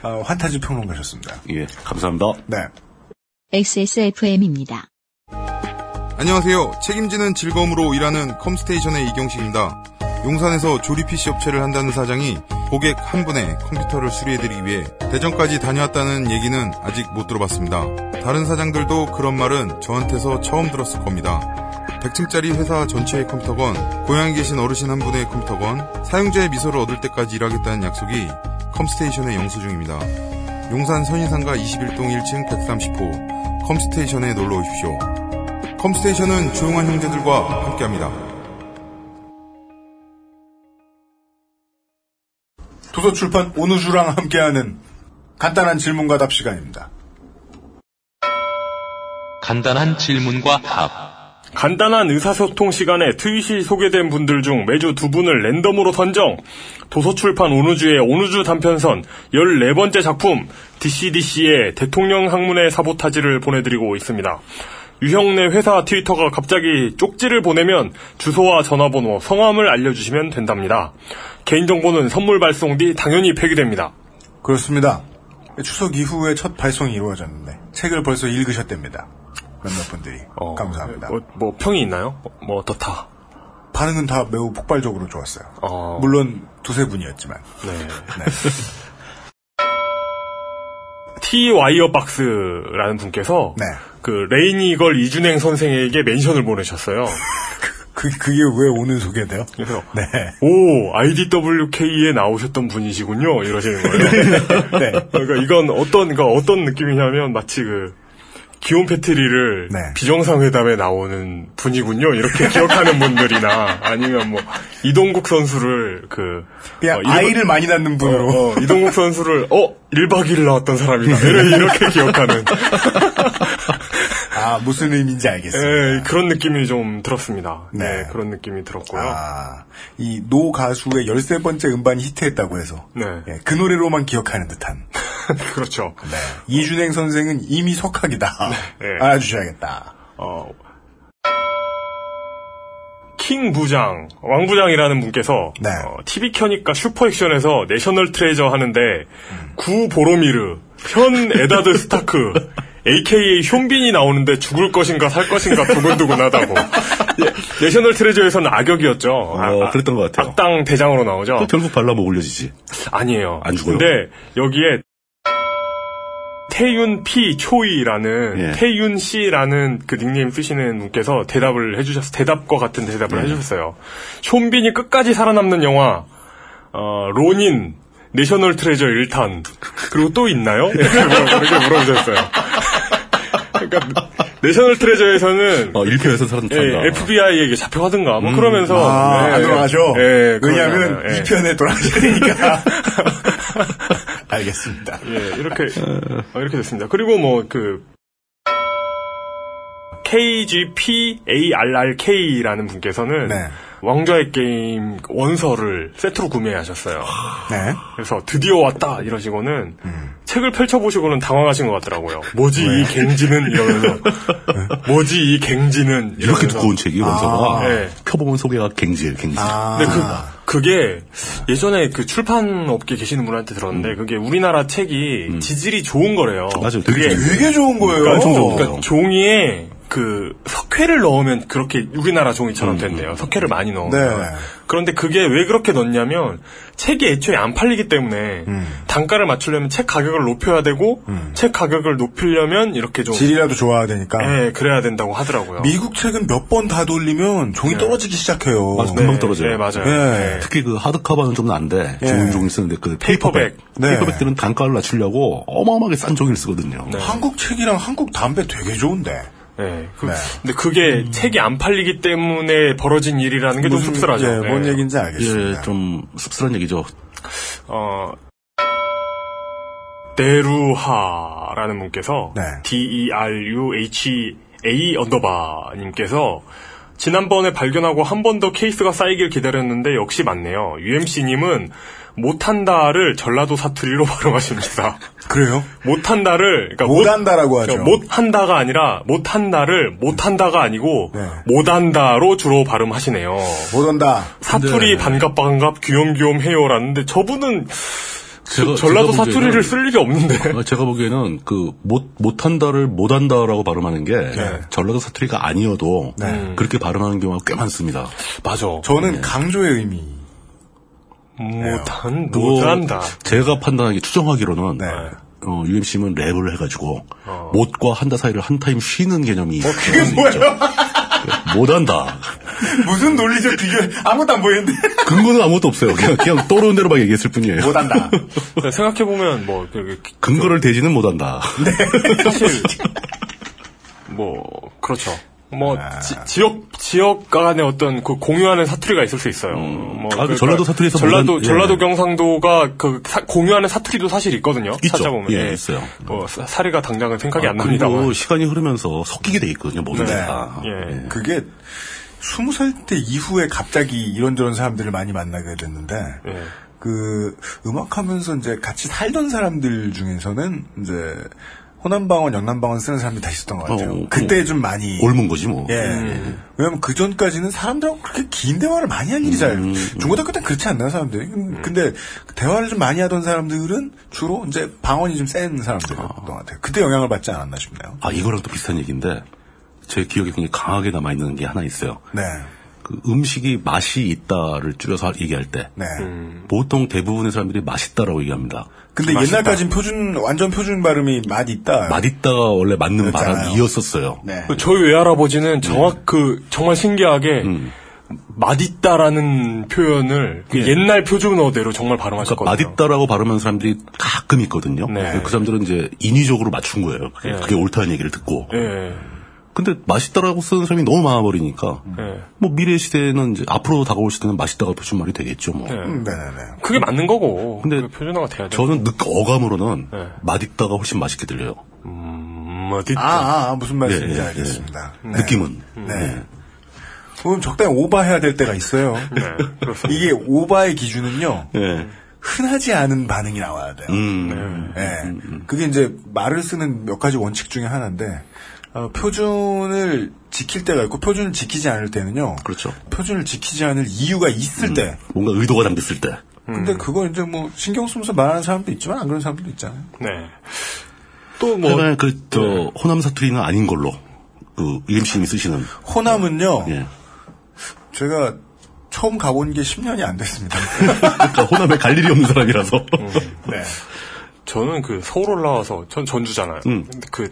어, 환타지 평론가셨습니다.
예. 감사합니다.
네.
XSFM입니다.
안녕하세요. 책임지는 즐거움으로 일하는 컴스테이션의 이경식입니다. 용산에서 조립 PC 업체를 한다는 사장이 고객 한 분의 컴퓨터를 수리해드리기 위해 대전까지 다녀왔다는 얘기는 아직 못 들어봤습니다. 다른 사장들도 그런 말은 저한테서 처음 들었을 겁니다. 100층짜리 회사 전체의 컴퓨터건, 고향에 계신 어르신 한 분의 컴퓨터건, 사용자의 미소를 얻을 때까지 일하겠다는 약속이 컴스테이션의 영수증입니다. 용산 선인상가 21동 1층 130호 컴스테이션에 놀러 오십시오. 컴스테이션은 조용한 형제들과 함께합니다.
도서출판 오누주랑 함께하는 간단한 질문과 답 시간입니다.
간단한 질문과 답.
간단한 의사소통 시간에 트윗이 소개된 분들 중 매주 두 분을 랜덤으로 선정. 도서출판 오누주의 오누주 단편선 14번째 작품 DCDC의 대통령 학문의 사보타지를 보내드리고 있습니다. 유형내 회사 트위터가 갑자기 쪽지를 보내면 주소와 전화번호, 성함을 알려주시면 된답니다. 개인정보는 선물 발송 뒤 당연히 폐기됩니다.
그렇습니다. 추석 이후에 첫 발송이 이루어졌는데 책을 벌써 읽으셨답니다. 몇몇 분들이 감사합니다.
뭐, 뭐 평이 있나요? 뭐 어떻다.
반응은 다 매우 폭발적으로 좋았어요.
어.
물론 두세 분이었지만.
네.
네.
T 와이어 박스라는 분께서
네.
그 레인이걸 이준행 선생에게 멘션을 보내셨어요.
그, 그게 왜 오는 소개돼요? <laughs>
그래서
네.
오 IDWK에 나오셨던 분이시군요 이러시는 거예요.
<laughs> 네.
그러니까 이건 어떤 그러니까 어떤 느낌이냐면 마치 그 기온 패트리를
네.
비정상회담에 나오는 분이군요 이렇게 <laughs> 기억하는 분들이나 아니면 뭐 이동국 선수를 그
그냥
어, 이름-
아이를 많이 낳는 분으로.
어, 이동국 선수를 어 1박 2일 나왔던 사람이다 이렇게,
<laughs>
이렇게 기억하는
<laughs> 아, 무슨 의미인지 알겠습니다.
예, 그런 느낌이 좀 들었습니다.
네.
네, 그런 느낌이 들었고요.
아, 이 노 가수의 13번째 음반이 히트했다고 해서.
네.
예, 그 노래로만 기억하는
<laughs>
듯한.
<laughs> 그렇죠.
네. 이준행 선생은 이미 석학이다.
네.
알아주셔야겠다.
어, 키 킹 부장, 왕 부장이라는 분께서
네.
어, TV 켜니까 슈퍼액션에서 내셔널 트레저 하는데 구 보로미르, 현 에다드 스타크, <laughs> AKA 현빈이 나오는데 죽을 것인가 살 것인가 두근두근하다고.
<laughs>
예, 내셔널 트레저에서는 악역이었죠.
어, 그랬던 것 같아요.
악당 대장으로 나오죠.
또 결국 발라먹 올려지지.
아니에요.
안 죽어요?
근데 여기에 태윤 P 초이라는
예.
태윤 씨라는 그 닉네임 쓰시는 분께서 대답을 해주셨 대답과 같은 대답을 해주셨어요. 쇼빈이 끝까지 살아남는 영화 어, 로닌 내셔널 트레저 1탄 그리고 또 있나요? 이렇게 물어- 이렇게 물어보셨어요. 그러니까 내셔널 트레저에서는
어, 1편에서 사람
예,
탄다.
FBI에게 잡혀가든가 뭐 그러면서
아,
예,
안 돌아가죠?
예,
왜냐하면
그러잖아요. 예.
2편에 돌아가셔야
<laughs>
되니까. 알겠습니다.
예, 이렇게, 어, 이렇게 됐습니다. 그리고 뭐, 그, KGPARRK라는 분께서는
네.
왕좌의 게임 원서를 세트로 구매하셨어요.
네.
그래서 드디어 왔다! 이러시고는
음.
책을 펼쳐보시고는 당황하신 것 같더라고요. 뭐지 이 갱지는? 이러면서. 뭐지 이 갱지는?
네. 이렇게
이러면서.
두꺼운 책이 원서가
예.
펴보면 소개가 갱질, 갱질.
아,
근데 그, 그게 예전에 그 출판 업계 계시는 분한테 들었는데 그게 우리나라 책이 지질이 좋은 거래요.
음. 맞아요.
그게
되게 좋은
되게 좋은 거예요.
엄청 좋은 거예요.
그러니까 종이에 그 석회를 넣으면 그렇게 우리나라 종이처럼
음.
된대요. 석회를 많이 넣으면.
네.
그런데 그게 왜 그렇게 넣냐면 책이 애초에 안 팔리기 때문에
음.
단가를 맞추려면 책 가격을 높여야 되고 책 가격을 높이려면 이렇게 좀
질이라도 좋아야 되니까.
예, 그래야 된다고 하더라고요.
미국 책은 몇 번 다 돌리면 종이 떨어지기 시작해요.
맞아, 금방 떨어져요.
네, 맞아요.
네.
특히 그 하드커버는 좀 난데
예.
좋은 종이 쓰는데 그 페이퍼백.
페이퍼백.
네.
페이퍼백들은 단가를 낮추려고 어마어마하게 싼 종이를 쓰거든요.
네.
한국 책이랑 한국 담배 되게 좋은데.
예, 그-
네.
근데 그게
음.
책이 안 팔리기 때문에 벌어진 일이라는 게 좀 씁쓸하죠.
네,
예, 뭔
예.
얘기인지
이게
알겠습니다.
좀 씁쓸한 얘기죠.
어, 데루하라는 분께서
네.
D E R U H A 언더바 님께서 지난번에 발견하고 한 번 더 케이스가 쌓이길 기다렸는데 역시 맞네요. UMC 님은 못한다를 전라도 사투리로 <laughs> 발음하십니다.
그래요?
못한다를 그러니까 못-
못한다라고 하죠.
그러니까 못한다가 아니라 못한다를 못한다가 아니고
네.
못한다로 주로 발음하시네요.
못한다.
사투리 반갑 반갑 귀염귀염 해요라는데 저분은 그
제가-
전라도
제가 보기에는-
사투리를 쓸 일이 없는데.
어, 제가 보기에는 그 못, 못한다를 못한다라고 발음하는 게
네.
전라도 사투리가 아니어도 그렇게 발음하는 경우가 꽤 많습니다.
맞아. 네.
저는 강조의 의미.
못한,
뭐
못한다.
제가 판단하기 추정하기로는
네.
어, UMC는 랩을 해가지고
어.
못과 한다 사이를 한 타임 쉬는 개념이
그게 뭐예요?
못한다.
<laughs> 무슨 논리적 비교? 아무것도 안 보이는데.
근거는 아무것도 없어요. 그냥, 그냥 떠오르는 대로 막 얘기했을 뿐이에요.
못한다.
네, 생각해보면, 뭐, 그, 그,
근거를 대지는 못한다.
네, 사실, 뭐, 그렇죠. 뭐, 지, 역 지역 간의 어떤 그 공유하는 사투리가 있을 수 있어요. 뭐,
아, 그 전라도 사투리에서
전라도,
보면- 예.
전라도 경상도가 그 사- 공유하는 사투리도 사실 있거든요.
있죠.
찾아보면.
예, 있어요. 아,
뭐, 사- 사리가 당장은 생각이 안 납니다.
그리고 시간이 흐르면서 섞이게 돼 있거든요. 모든
네.
게다.
예.
그게 스무 살 때 이후에 갑자기 이런저런 사람들을 많이 만나게 됐는데
예.
그 음악하면서 이제 같이 살던 사람들 중에서는 이제 호남방언, 영남방언 쓰는 사람들이 다 있었던 것 같아요.
어, 어.
그때 좀 많이
옮은 거지 뭐.
예. 왜냐면 그 전까지는 사람들하고 그렇게 긴 대화를 많이 할 일이 잘
음,
중고등학교 때 그렇지 않나요 사람들이? 음, 근- 근데 대화를 좀 많이 하던 사람들은 주로 이제 방언이 좀 센 사람들이었던 것 같아요. 그때 영향을 받지 않았나 싶네요.
아, 이거랑 또 비슷한 얘기인데, 제 기억에 굉장히 강하게 남아있는 게 하나 있어요.
네,
그 음식이 맛이 있다를 줄여서 얘기할 때,
네.
보통 대부분의 사람들이 맛있다라고 얘기합니다. 그
근데 옛날까진 표준 완전 표준 발음이 맛 있다.
맛있다가 원래 맞는
그렇잖아요.
발음이었었어요.
네.
그 저희 외할아버지는
네.
정확 그 정말 신기하게
음.
맛있다라는 표현을 그 옛날 표준어대로 정말
예. 그러니까
그렇죠.
발음하셨거든요.
맛있다라고 발음하는 사람들이 가끔 있거든요.
네.
그 사람들은 이제 인위적으로 맞춘 거예요. 그게,
네.
그게 옳다는 얘기를 듣고.
예.
근데 맛있다라고 쓰는 사람이 너무 많아버리니까,
네.
뭐 미래 시대에는 이제 앞으로 다가올 시대는 맛있다가 표준 말이 되겠죠. 뭐.
네.
음, 네네네.
그게 맞는 거고.
근데
그 표준어가 돼야 돼.
저는 느- 어감으로는
네.
맛있다가 훨씬 맛있게 들려요.
음, 어디
아, 아, 아, 무슨 말씀인지
예, 예,
알겠습니다. 네.
느낌은.
음.
네. 그럼 적당히 오바해야 될 때가 있어요.
네,
네.
그렇습니다.
이게 오바의 기준은요.
음.
예.
흔하지 않은 반응이 나와야 돼요.
네.
음.
예. 그게 이제 말을 쓰는 몇 가지 원칙 중에 하나인데, 어, 표준을 지킬 때가 있고 표준을 지키지 않을 때는요.
그렇죠. 음.
표준을 지키지 않을 이유가 있을 때.
뭔가 의도가 담겼을 때.
근데
음.
그거 이제 뭐 신경 쓰면서 말하는 사람도 있지만 안 그런 사람도 있잖아요.
네. 또 뭐,
하여간 그, 저, 호남 사투리는 아닌 걸로. 그, 이임씨님이 쓰시는.
호남은요.
예.
제가 처음 가본 게 10년이 안 됐습니다.
그러니까 호남에 갈 일이 없는 사람이라서.
<laughs>
음.
네.
저는 그 서울 올라와서, 전 전주잖아요.
음.
근데 그,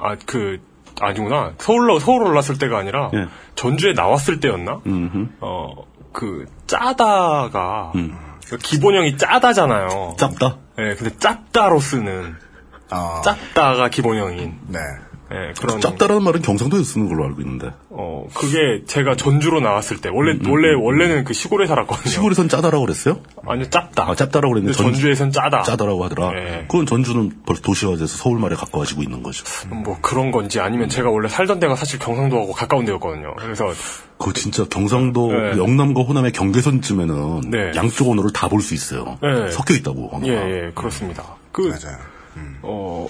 아, 그, 아니구나. 서울로, 서울 올랐을 때가 아니라,
예.
전주에 나왔을 때였나?
음흠. 음.
어, 그, 짜다가, 그 기본형이 짜다잖아요.
짭다.
예, 근데 짭다로 쓰는,
아,
짭다가 기본형인,
네.
예, 그런.
짭다라는 말은 경상도에서 쓰는 걸로 알고 있는데.
어, 그게 제가 전주로 나왔을 때, 원래, 원래, 원래는 그 시골에 살았거든요.
시골에선 짜다라고 그랬어요?
아니요, 짭다.
아, 짭다라고
근데
그랬는데. 전-
전주에선 짜다.
짜다라고 하더라.
예.
그건 전주는 벌써 도시화돼서 서울말에 가까워지고 있는 거죠.
뭐 그런 건지 아니면 제가 원래 살던 데가 사실 경상도하고 가까운 데였거든요. 그래서,
그거 진짜 경상도,
예.
그 영남과 호남의 경계선쯤에는
네.
양쪽 언어를 다 볼 수 있어요.
예.
섞여 있다고. 언어가.
예, 예, 그렇습니다. 그,
맞아요.
어,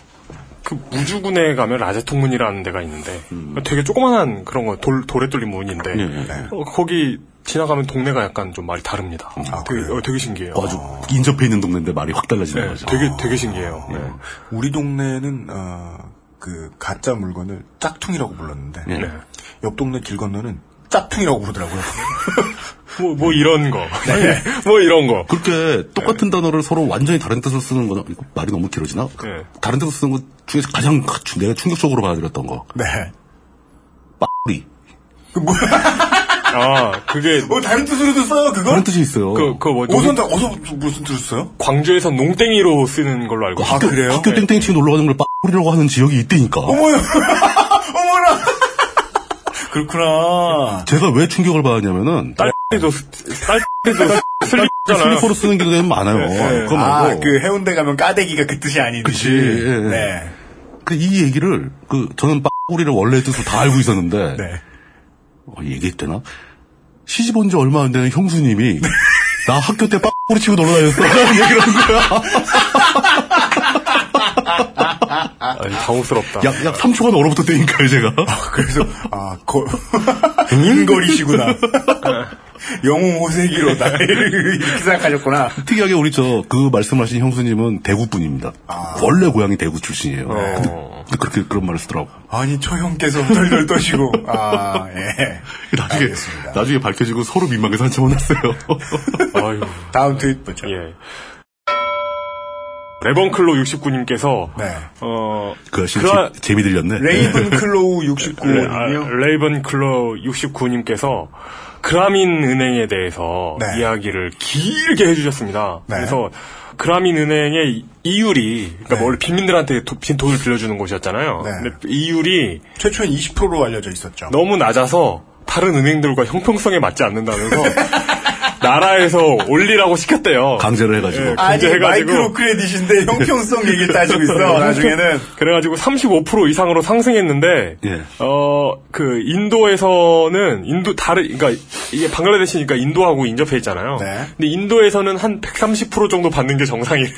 그 무주군에 가면 라제통문이라는 데가 있는데 되게 조그만한 그런 거 돌, 돌에 뚫린 문인데
예, 예.
어, 거기 지나가면 동네가 약간 좀 말이 다릅니다. 되게,
그래요?
어, 되게 신기해요.
아주 인접해 있는 동네인데 말이 확 달라지는
네,
그렇죠.
거죠.
되게 되게 신기해요. 네.
우리 동네는 어, 그 가짜 물건을 짝퉁이라고 불렀는데
예.
옆 동네 길 건너는 짭퉁이라고 부르더라고요.
뭐, 뭐 이런 거,
네.
<laughs> 뭐 이런 거.
그렇게 똑같은 단어를 서로 완전히 다른 뜻으로 쓰는 거나 이거 말이 너무 길어지나?
네.
다른 뜻으로 쓰는 것 중에서 가장 가- 충- 내가 충격적으로 받아들였던 거.
네.
뿌리.
어? 아, 그게
뭐 <laughs> 다른 뜻으로도 써요 그거?
다른 뜻이 있어요.
그, 그 뭐,
어서 나 어서 무슨 뜻을 써요?
광주에서 농땡이로 쓰는 걸로 알고
아,
있어요. 예. 네.
그래요?
학교 땡땡이 치고 놀러 가는 걸 뿌리라고 하는 지역이 있다니까.
어머나 어머나 그렇구나.
제가 왜 충격을 받았냐면은
딸때도 딸때도 슬리잖아요. 예,
슬리퍼로 쓰는 경우가 많아요. 그거 말고
아 그 해운대 가면 까대기가 그 뜻이 아니듯이.
그치, 예, 예.
네.
그 이 얘기를 그 저는 빠꾸리를 원래 뜻으로 다 알고 <laughs> 있었는데
네.
어, 얘기했대나 시집 온 지 얼마 안 되는 형수님이 <laughs> 나 학교 때 빠꾸리 치고 놀러 다녔어 <laughs> 라는 얘기를 한 거야 <laughs>
아니, 당혹스럽다.
약, 약 3초간 얼어붙었다니까요 <laughs> 제가
그래서 아 거, 인거리시구나. 영웅 호세기로다 <laughs> 이렇게 생각하셨구나.
특이하게 우리 저 그 말씀하신 형수님은 대구 분입니다 원래 고향이 대구 출신이에요 근데,
어.
근데 그렇게 그런 말을 쓰더라고
아니 저 형께서 덜덜 떠시고 아 예.
<laughs> 나중에
알겠습니다.
나중에 밝혀지고 서로 민망해서 한참 혼났어요
아유.
다음 트윗 보죠.
예. 레번클로 69님께서
네.
어
<laughs> 그 아저씨
그라-
재- 재미 들렸네
레이븐 클로우 네,
레, 아,
69군요.
레이번클로 69님께서 그라민 은행에 대해서
네.
이야기를 길게 해주셨습니다.
네.
그래서 그라민 은행의 이율이 그러니까 원래 빈민들한테 도- 빈 돈을 빌려주는 곳이었잖아요.
네.
근데 이율이
최초엔 20%로 알려져 있었죠.
너무 낮아서 다른 은행들과 형평성에 맞지 않는다면서
<laughs>
나라에서 올리라고 시켰대요.
강제로 해가지고
예.
아니
이제 해가지고.
마이크로 <laughs> 크레딧인데 형평성 얘기를 따지고 있어. 나중에는
네, 그래가지고 35% 이상으로 상승했는데
예.
어 그 인도에서는 인도 다른 그러니까 이게 방글라데시니까 인도하고 인접해 있잖아요.
네.
근데 인도에서는 한 130% 정도 받는 게 정상이에요.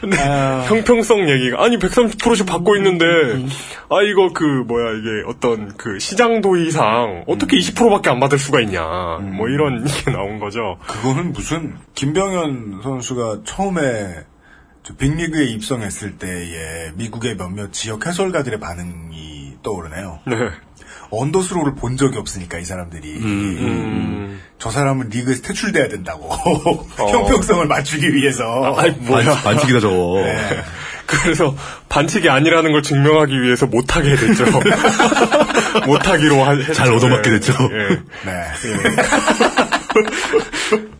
근데
아.
형평성 얘기가 아니 130%씩 받고 있는데
음,
아 이거 그 뭐야 이게 어떤 그 시장 도의상
음.
어떻게 20%밖에 안 받을 수가 있냐 뭐 이런 게 나온 거죠.
그거는 무슨 김병현 선수가 처음에 저 빅리그에 입성했을 때의 미국의 몇몇 지역 해설가들의 반응이 떠오르네요.
네.
언더스로를 본 적이 없으니까 이 사람들이
음. 어.
저 사람은 리그에서 퇴출돼야 된다고 <laughs> 형평성을 맞추기 위해서
아이 뭐야.
반칙이다 저거
네.
그래서 반칙이 아니라는 걸 증명하기 위해서 못하게 됐죠. <laughs> 못하기로 하- 했죠.
잘 얻어맞게 됐죠.
예.
네.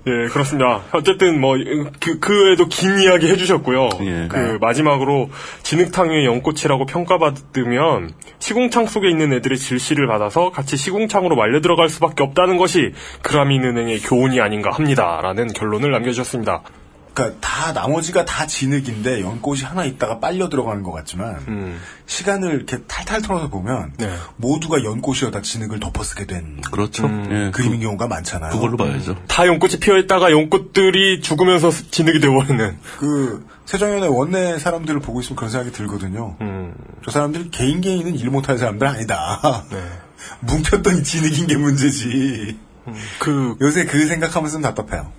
예, 그렇습니다. 어쨌든 뭐, 그, 그 외에도 긴 이야기 해주셨고요.
예.
그 마지막으로 진흙탕의 연꽃이라고 평가받으면 시공창 속에 있는 애들의 질시를 받아서 같이 시공창으로 말려 들어갈 수밖에 없다는 것이 그라민 은행의 교훈이 아닌가 합니다. 라는 결론을 남겨주셨습니다.
그러니까 다 나머지가 다 진흙인데 연꽃이 하나 있다가 빨려 들어가는 것 같지만
음.
시간을 이렇게 탈탈 털어서 보면
네.
모두가 연꽃이어다 진흙을 덮어쓰게 된
그렇죠. 예,
음, 그림인 경우가 많잖아요.
그걸로 봐야죠.
다 용꽃이 피어있다가 용꽃들이 죽으면서 스- 진흙이 되어버리는.
그 세정연의 원내 사람들을 보고 있으면 그런 생각이 들거든요.
음.
저 사람들이 개인 개인은 일 못할 사람들 아니다.
네.
<laughs> 뭉쳤던 진흙인 게 문제지.
음.
그
요새 그 생각하면서 답답해요.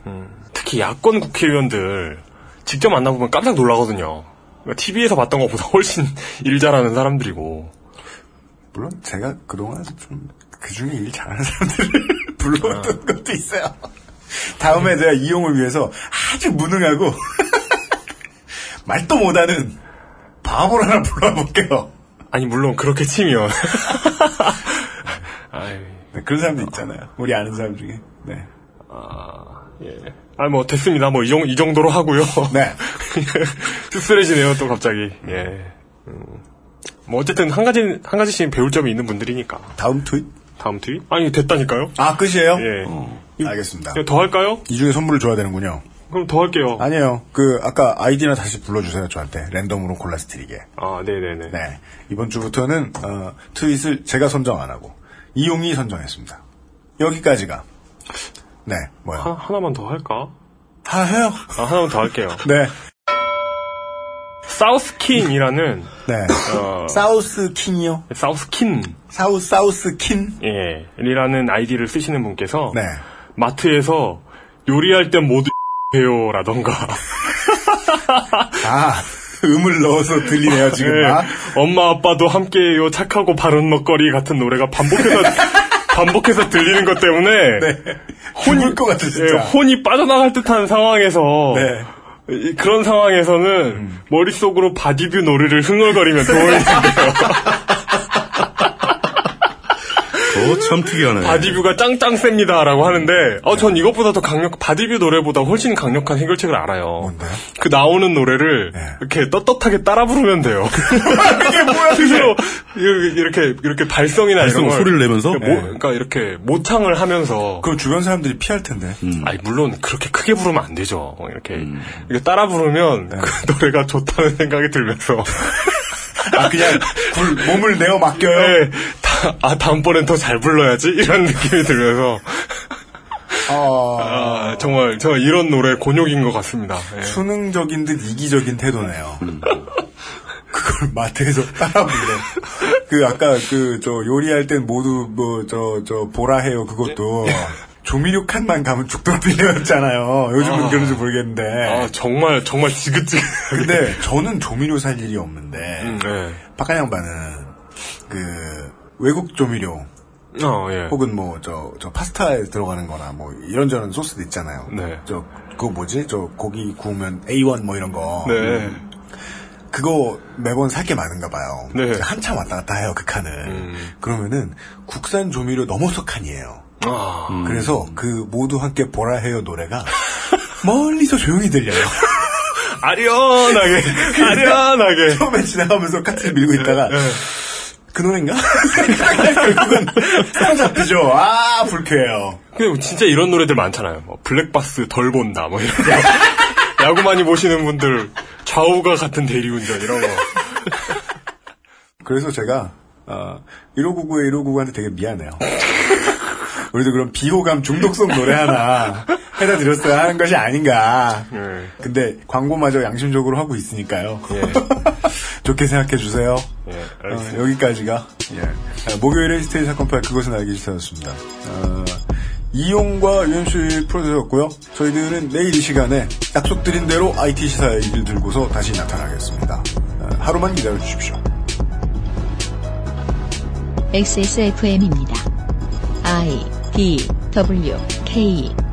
특히 야권 국회의원들 직접 만나보면 깜짝 놀라거든요. TV에서 봤던 것보다 훨씬 <laughs> 일 잘하는 사람들이고.
물론 제가 그동안 좀 그중에 일 잘하는 사람들을 <laughs> 불러왔던 것도 있어요. 다음에 제가 이용을 위해서 아주 무능하고 <laughs> 말도 못하는 바보를 하나 불러볼게요.
아니 물론 그렇게 치면. <laughs> 아이,
네, 그런 사람도 있잖아요. 우리 아는 사람 중에. 네.
아, 예. 아, 뭐, 됐습니다. 뭐, 이, 정, 이 정도로 하고요.
네.
<laughs> 씁쓸해지네요, 또 갑자기. 예. 음. 뭐, 어쨌든, 한 가지, 한 가지씩 배울 점이 있는 분들이니까.
다음 트윗?
다음 트윗? 아니, 됐다니까요?
아, 끝이에요?
예.
어, 알겠습니다.
예, 더 할까요?
이 중에 선물을 줘야 되는군요.
그럼 더 할게요.
아니에요. 그, 아까 아이디나 다시 불러주세요, 저한테. 랜덤으로 골라서 드리게.
아, 네네네.
네. 이번 주부터는, 어, 트윗을 제가 선정 안 하고, 이용이 선정했습니다. 여기까지가. 네,
하,
뭐요.
하나만 더 할까?
다 해요. <laughs>
아, 하나만 더 할게요.
네.
사우스킨이라는,
네.
어,
사우스 킹이요?
사우스킨,
사우, 사우스 킹?
예, 이라는 아이디를 쓰시는 분께서,
네.
마트에서 요리할 땐 모두 <laughs> 해요라던가, <laughs>
아, 음을 넣어서 들리네요, 지금.
예,
아,
엄마 아빠도 함께해요 착하고 바른 먹거리 같은 노래가 반복해서 <laughs> 반복해서 들리는 것 때문에
혼일 것 같아, 네, 진짜.
예, 혼이 빠져나갈 듯한 상황에서
네. 음.
이- 그런 상황에서는 머릿속으로 바디뷰 노래를 흥얼거리며 <laughs> 도움이 된대요.
어, 참 특이하네.
바디뷰가 짱짱 셉니다라고 하는데 어, 전 이것보다 더 강력 바디뷰 노래보다 훨씬 강력한 해결책을 알아요.
뭔데요?
그 나오는 노래를
네.
이렇게 떳떳하게 따라 부르면
<laughs>
돼요.
그게 뭐야, 그게?
스스로 이렇게 이렇게, 이렇게 발성이나
발성
이런 걸
소리를 내면서? 네.
그러니까, 모, 그러니까 이렇게 모창을 하면서
그럼 주변 사람들이 피할 텐데.
음.
아니 물론 그렇게 크게 부르면 안 되죠. 어, 이렇게 이렇게 따라 부르면
네.
그 <laughs> 노래가 좋다는 생각이 들면서
<laughs>
아, 그냥, 굴, 몸을 내어 맡겨요?
네, 다, 아 다음번엔 더 잘 불러야지 이런 <laughs> 느낌이 들면서
어,
아, 정말 저 이런 노래 곤욕인 것 같습니다. 예.
수능적인 듯 이기적인 태도네요. 그걸 마트에서 따라 부르네. 그 아까 그 저 요리할 땐 모두 뭐 저 저 보라 해요 그것도 조미료 칸만 가면 죽도록 빌려였잖아요. 요즘은 그런지 모르겠는데.
아 정말 정말 지긋지긋.
근데 저는 조미료 살 일이 없는데
네.
박한 양반은 그 외국 조미료
어 예.
혹은 뭐 저 저 파스타에 들어가는 거나 뭐 이런저런 소스도 있잖아요.
네.
저 그거 뭐지? 저 고기 구우면 A1 뭐 이런 거.
네.
그거 매번 살 게 많은가 봐요.
네.
한참 왔다 갔다 해요, 그 칸을. 그러면은 국산 조미료 넘어서 칸이에요.
아.
그래서 그 모두 함께 보라 해요 노래가 <laughs> 멀리서 조용히 들려요.
아, <laughs> 아련하게 아련하게.
처음에 지나가면서 카트를 밀고 있다가 그 노래인가? <laughs> 결국은 사로잡히죠. 아 불쾌해요.
근데 뭐 진짜 이런 노래들 많잖아요. 뭐 블랙박스 덜 본다 뭐 이런 거. <laughs> 야구 많이 보시는 분들 좌우가 같은 대리운전 이런 거.
그래서 제가 어, 1599에 1599한테 되게
<laughs>
미안해요. 우리도 그런 비호감 중독성 노래 하나 해다 드렸어야 하는 것이 아닌가.
예.
근데 광고마저 양심적으로 하고 있으니까요. <laughs> 좋게 생각해 주세요.
예, 알겠습니다.
어, 여기까지가 예. 아, 목요일에 히스테리 사건 파일 그것은 알기 싫다였습니다. 어, 이용과 유현수 프로듀서였고요. 저희들은 내일 이 시간에 약속드린 대로 IT 시사 얘기를 들고서 다시 나타나겠습니다. 어, 하루만 기다려 주십시오.
XSFM입니다. I D W K